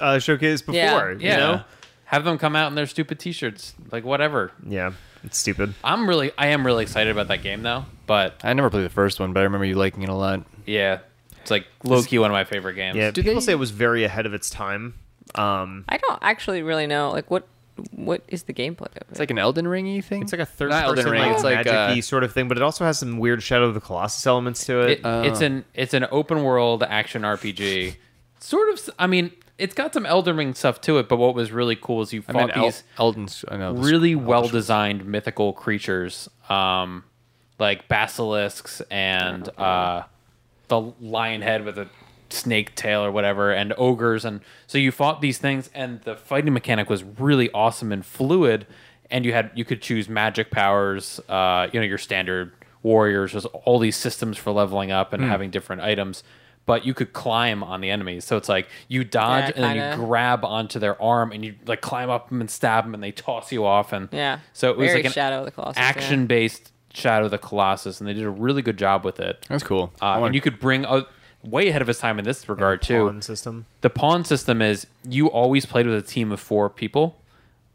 Speaker 1: uh, showcase before?
Speaker 3: Yeah.
Speaker 1: You
Speaker 4: Yeah.
Speaker 1: know?
Speaker 4: Have them come out in their stupid t-shirts. Like whatever.
Speaker 1: Yeah. It's stupid.
Speaker 4: I'm really I am really excited about that game though, but
Speaker 2: I never played the first one, but I remember you liking it a lot.
Speaker 4: yeah. It's like low key one of my favorite games.
Speaker 1: Yeah.
Speaker 2: Do
Speaker 1: people
Speaker 2: they-
Speaker 1: say it was very ahead of its time. Um,
Speaker 3: I don't actually really know like what what is the gameplay of it.
Speaker 2: It's like an Elden Ringy thing?
Speaker 1: it's like a third
Speaker 2: Not
Speaker 1: person
Speaker 2: Elden Ring.
Speaker 1: like,
Speaker 2: it's like
Speaker 1: magic-y
Speaker 2: uh,
Speaker 1: sort of thing, but it also has some weird Shadow of the Colossus elements to it.
Speaker 4: It,
Speaker 2: uh,
Speaker 4: it's an it's an open world action RPG. Sort of s- I mean, it's got some Elden Ring stuff to it, but what was really cool is you
Speaker 2: I
Speaker 4: fought
Speaker 2: mean, El-
Speaker 4: these
Speaker 2: Elden's. I know, this-
Speaker 4: really well designed mythical creatures, um, like basilisks and uh, the lion head with a snake tail or whatever, and ogres. And so you fought these things, and the fighting mechanic was really awesome and fluid. And you had you could choose magic powers, uh, you know, your standard warriors, just all these systems for leveling up
Speaker 3: Hmm.
Speaker 4: and having different items. But you could climb on the enemies, so it's like you dodge
Speaker 3: Yeah,
Speaker 4: and then you
Speaker 3: kinda.
Speaker 4: grab grab onto their arm and you like climb up them and stab them and they toss you off and
Speaker 3: Yeah.
Speaker 4: so it was
Speaker 3: Very
Speaker 4: like an
Speaker 3: Shadow of the Colossus, yeah.
Speaker 4: action based Shadow of the Colossus and they did a really good job with it.
Speaker 2: That's cool.
Speaker 4: Uh,
Speaker 2: I wanna-
Speaker 4: and you could bring uh, way ahead of his time in this regard too.
Speaker 1: pawn system.
Speaker 4: The pawn system is you always played with a team of four people.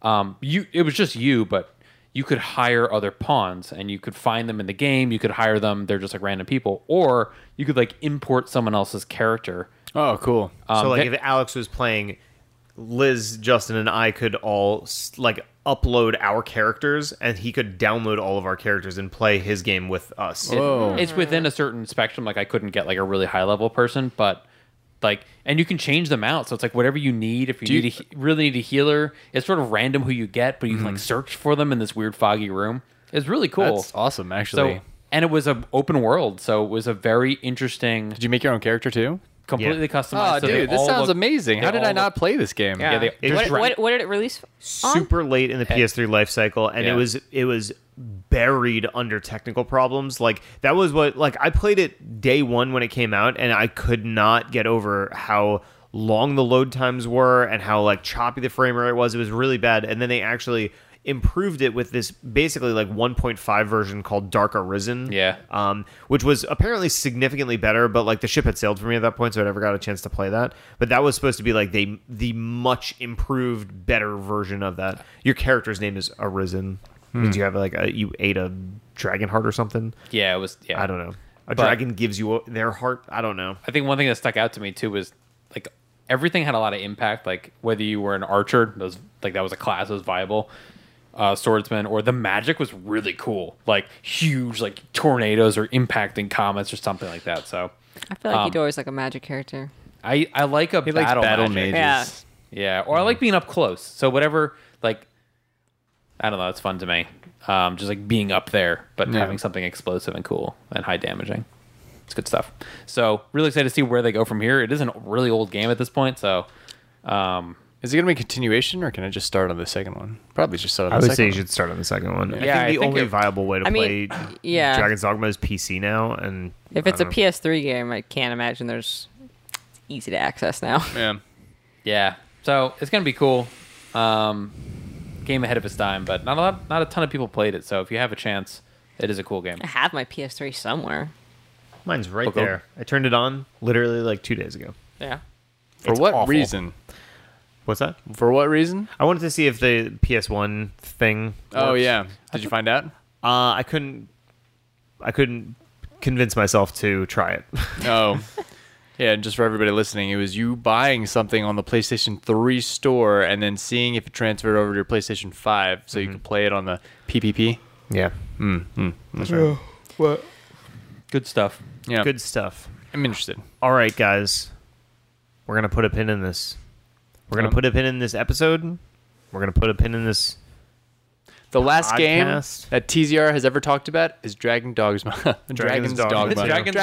Speaker 4: Um, you it was just you, but you could hire other pawns and you could find them in the game. You could hire them; they're just like random people, or you could like import someone else's character.
Speaker 2: oh, cool.
Speaker 1: so like
Speaker 4: that-
Speaker 1: if Alex was playing, Liz, Justin, and I could all s- like upload our characters, and he could download all of our characters and play his game with us.
Speaker 4: It-
Speaker 2: Whoa.
Speaker 4: It's within a certain spectrum. Like I couldn't get like a really high level person, but like, and you can change them out. So it's like whatever you need. If you,
Speaker 2: you-
Speaker 4: need a, he- really need a healer, it's sort of random who you get, but you can like search for them in this weird foggy room. It's really cool.
Speaker 2: Mm-hmm. That's awesome, actually.
Speaker 4: So and it was a open world, so it was a very interesting.
Speaker 2: Did you make your own character too?
Speaker 4: completely customized.
Speaker 2: Oh,
Speaker 4: so they
Speaker 2: dude, this
Speaker 4: all
Speaker 2: sounds
Speaker 4: look-
Speaker 2: amazing.
Speaker 4: they
Speaker 2: How did
Speaker 4: all
Speaker 2: I
Speaker 4: look-
Speaker 2: not play this game?
Speaker 4: Yeah, they-
Speaker 1: There's
Speaker 3: what,
Speaker 1: ra-
Speaker 3: what, what did it release? on?
Speaker 1: super late in the PS3 life cycle, and
Speaker 4: Yeah.
Speaker 1: it was it was buried under technical problems. Like that was what like I played it day one when it came out, and I could not get over how long the load times were and how like choppy the frame rate was. It was really bad, and then they actually improved it with this basically like 1.5 version called Dark Arisen.
Speaker 4: Yeah.
Speaker 1: Um, which was apparently significantly better, but like the ship had sailed for me at that point, so I never got a chance to play that. But that was supposed to be like they the much improved, better version of that. Your character's name is Arisen. Did you have like a you ate a dragon heart or something?
Speaker 4: Yeah, it was. Yeah,
Speaker 1: I don't know. A
Speaker 4: But-
Speaker 1: dragon gives you a, their heart. I don't know.
Speaker 4: I think one thing that stuck out to me too was like everything had a lot of impact. Like whether you were an archer, those like that was a class that was viable, uh, swordsman, or the magic was really cool. Like huge like tornadoes or impacting comets or something like that. So
Speaker 3: I feel like
Speaker 4: Um,
Speaker 3: you'd always like a magic character.
Speaker 4: I I like a
Speaker 2: He likes
Speaker 4: battle,
Speaker 2: battle
Speaker 4: magic.
Speaker 2: mages.
Speaker 3: Yeah.
Speaker 4: Yeah, or I like being up close. So whatever, like, I don't know, it's fun to me. Um, just like being up there, but
Speaker 2: Yeah.
Speaker 4: having something explosive and cool and high damaging. It's good stuff. So really excited to see where they go from here. It is a really old game at this point, so um,
Speaker 2: Is it gonna be a continuation, or can I just start on the second one? Probably just start on
Speaker 1: I
Speaker 2: the
Speaker 1: would
Speaker 2: second
Speaker 1: say you
Speaker 2: one.
Speaker 1: should start on the second one. I think
Speaker 4: Yeah, I
Speaker 1: the
Speaker 4: think
Speaker 1: only
Speaker 4: it-
Speaker 1: viable way to
Speaker 3: I
Speaker 1: play
Speaker 3: mean, yeah.
Speaker 1: Dragon's Dogma is PC now, and
Speaker 3: If
Speaker 1: I
Speaker 3: it's a
Speaker 1: don't know.
Speaker 3: PS3 game, I can't imagine there's it's easy to access now.
Speaker 2: Yeah.
Speaker 4: yeah. So it's gonna be cool. Um, game ahead of its time, but not a lot, not a ton of people played it. So if you have a chance, it is a cool game.
Speaker 3: I have my PS3 somewhere.
Speaker 1: mine's right
Speaker 4: Okay.
Speaker 1: there. I turned it on literally like two days ago.
Speaker 3: Yeah.
Speaker 2: For
Speaker 1: It's
Speaker 2: what
Speaker 1: awful.
Speaker 2: reason?
Speaker 1: What's that?
Speaker 2: For what reason?
Speaker 1: I wanted to see if the PS1 thing.
Speaker 2: Oh
Speaker 1: works.
Speaker 2: yeah. Did you find out?
Speaker 1: Uh, I couldn't. I couldn't convince myself to try it.
Speaker 2: Oh. Yeah, and just for everybody listening, it was you buying something on the PlayStation 3 store and then seeing if it transferred over to your PlayStation 5 so you could play it on the PPP.
Speaker 1: yeah.
Speaker 4: Good stuff.
Speaker 2: Yeah.
Speaker 1: Good stuff.
Speaker 2: I'm interested.
Speaker 1: All right, guys. We're gonna put a pin in this. We're gonna
Speaker 2: Um,
Speaker 1: put a pin in this episode. We're gonna put a pin in this.
Speaker 2: The last
Speaker 1: Podcast.
Speaker 2: game that TZR has ever talked about is Dragon Dogma.
Speaker 1: Dragon's Dogma.
Speaker 4: Dragon's-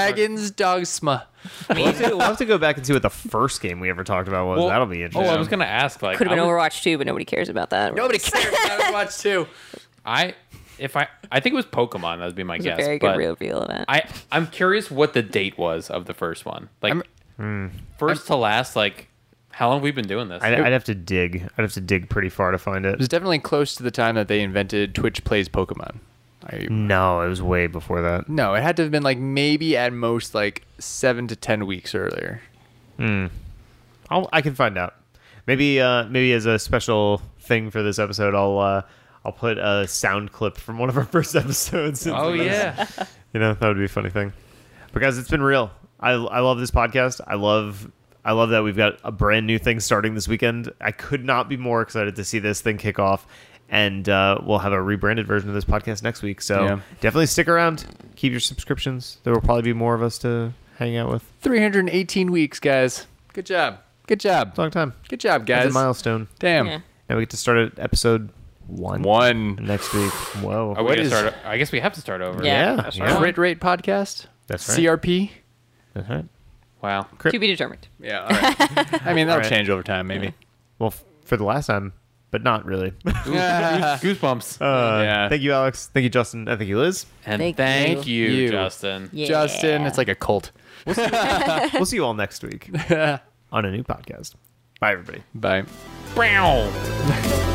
Speaker 2: Dragon's Dogma.
Speaker 1: We'll have, to, we'll have to go back and see what the first game we ever talked about was.
Speaker 4: Well-
Speaker 1: That'll be interesting.
Speaker 4: Oh, I was gonna ask. Like,
Speaker 3: Could have
Speaker 4: I
Speaker 3: been
Speaker 4: was-
Speaker 3: Overwatch 2, but nobody cares about that.
Speaker 2: Nobody cares about Overwatch 2.
Speaker 4: I if I I think it was Pokemon. That would be my
Speaker 3: It's
Speaker 4: guess.
Speaker 3: a very
Speaker 4: but
Speaker 3: good reveal of that.
Speaker 4: I I'm curious what the date was of the first one. Like
Speaker 2: I'm-
Speaker 4: 1st to last. Like how long have we been doing this?
Speaker 1: I'd, I'd have to dig. I'd have to dig pretty far to find
Speaker 2: It was
Speaker 1: it.
Speaker 2: definitely close to the time that they invented Twitch Plays Pokemon. I,
Speaker 1: No, it was way before that.
Speaker 2: No, it had to have been like maybe at most like seven to ten weeks earlier.
Speaker 1: I'll, I can find out. Maybe uh, maybe as a special thing for this episode, I'll uh, I'll put a sound clip from one of our first episodes.
Speaker 4: oh yeah.
Speaker 1: you know that would be a funny thing. But guys, it's been real. I I love this podcast. I love I love that we've got a brand new thing starting this weekend. I could not be more excited to see this thing kick off. And uh, we'll have a rebranded version of this podcast next week. So
Speaker 2: Yeah.
Speaker 1: definitely stick around. Keep your subscriptions. There will probably be more of us to hang out with.
Speaker 2: Three hundred and eighteen weeks, guys. Good job. Good job.
Speaker 1: It's a long time.
Speaker 2: Good job,
Speaker 1: That's
Speaker 2: guys.
Speaker 1: a milestone.
Speaker 2: Damn.
Speaker 3: Yeah.
Speaker 1: Now we get to start at episode one.
Speaker 2: One
Speaker 1: next week. Whoa.
Speaker 4: Are Oh, we
Speaker 2: What
Speaker 4: gonna
Speaker 2: is-
Speaker 4: start? I guess we have to start over.
Speaker 3: Yeah.
Speaker 1: yeah.
Speaker 3: that's
Speaker 1: yeah.
Speaker 2: crit rate podcast.
Speaker 1: That's right.
Speaker 2: CRP.
Speaker 1: That's right.
Speaker 4: Wow.
Speaker 3: to be determined.
Speaker 2: Yeah. All right. I mean, that'll
Speaker 1: All right.
Speaker 2: change over time, maybe.
Speaker 1: Well, f- for the last time, but not really. uh,
Speaker 2: Yeah.
Speaker 4: Goosebumps.
Speaker 2: Yeah.
Speaker 1: Thank you, Alex. Thank you, Justin. I thank you, Liz.
Speaker 4: and
Speaker 3: Thank
Speaker 4: thank,
Speaker 2: you.
Speaker 4: you,
Speaker 2: You.
Speaker 4: Justin.
Speaker 3: Yeah.
Speaker 2: Justin, it's like a cult.
Speaker 1: we'll see you all next week on a new podcast. Bye, everybody.
Speaker 2: Bye.
Speaker 4: Bow.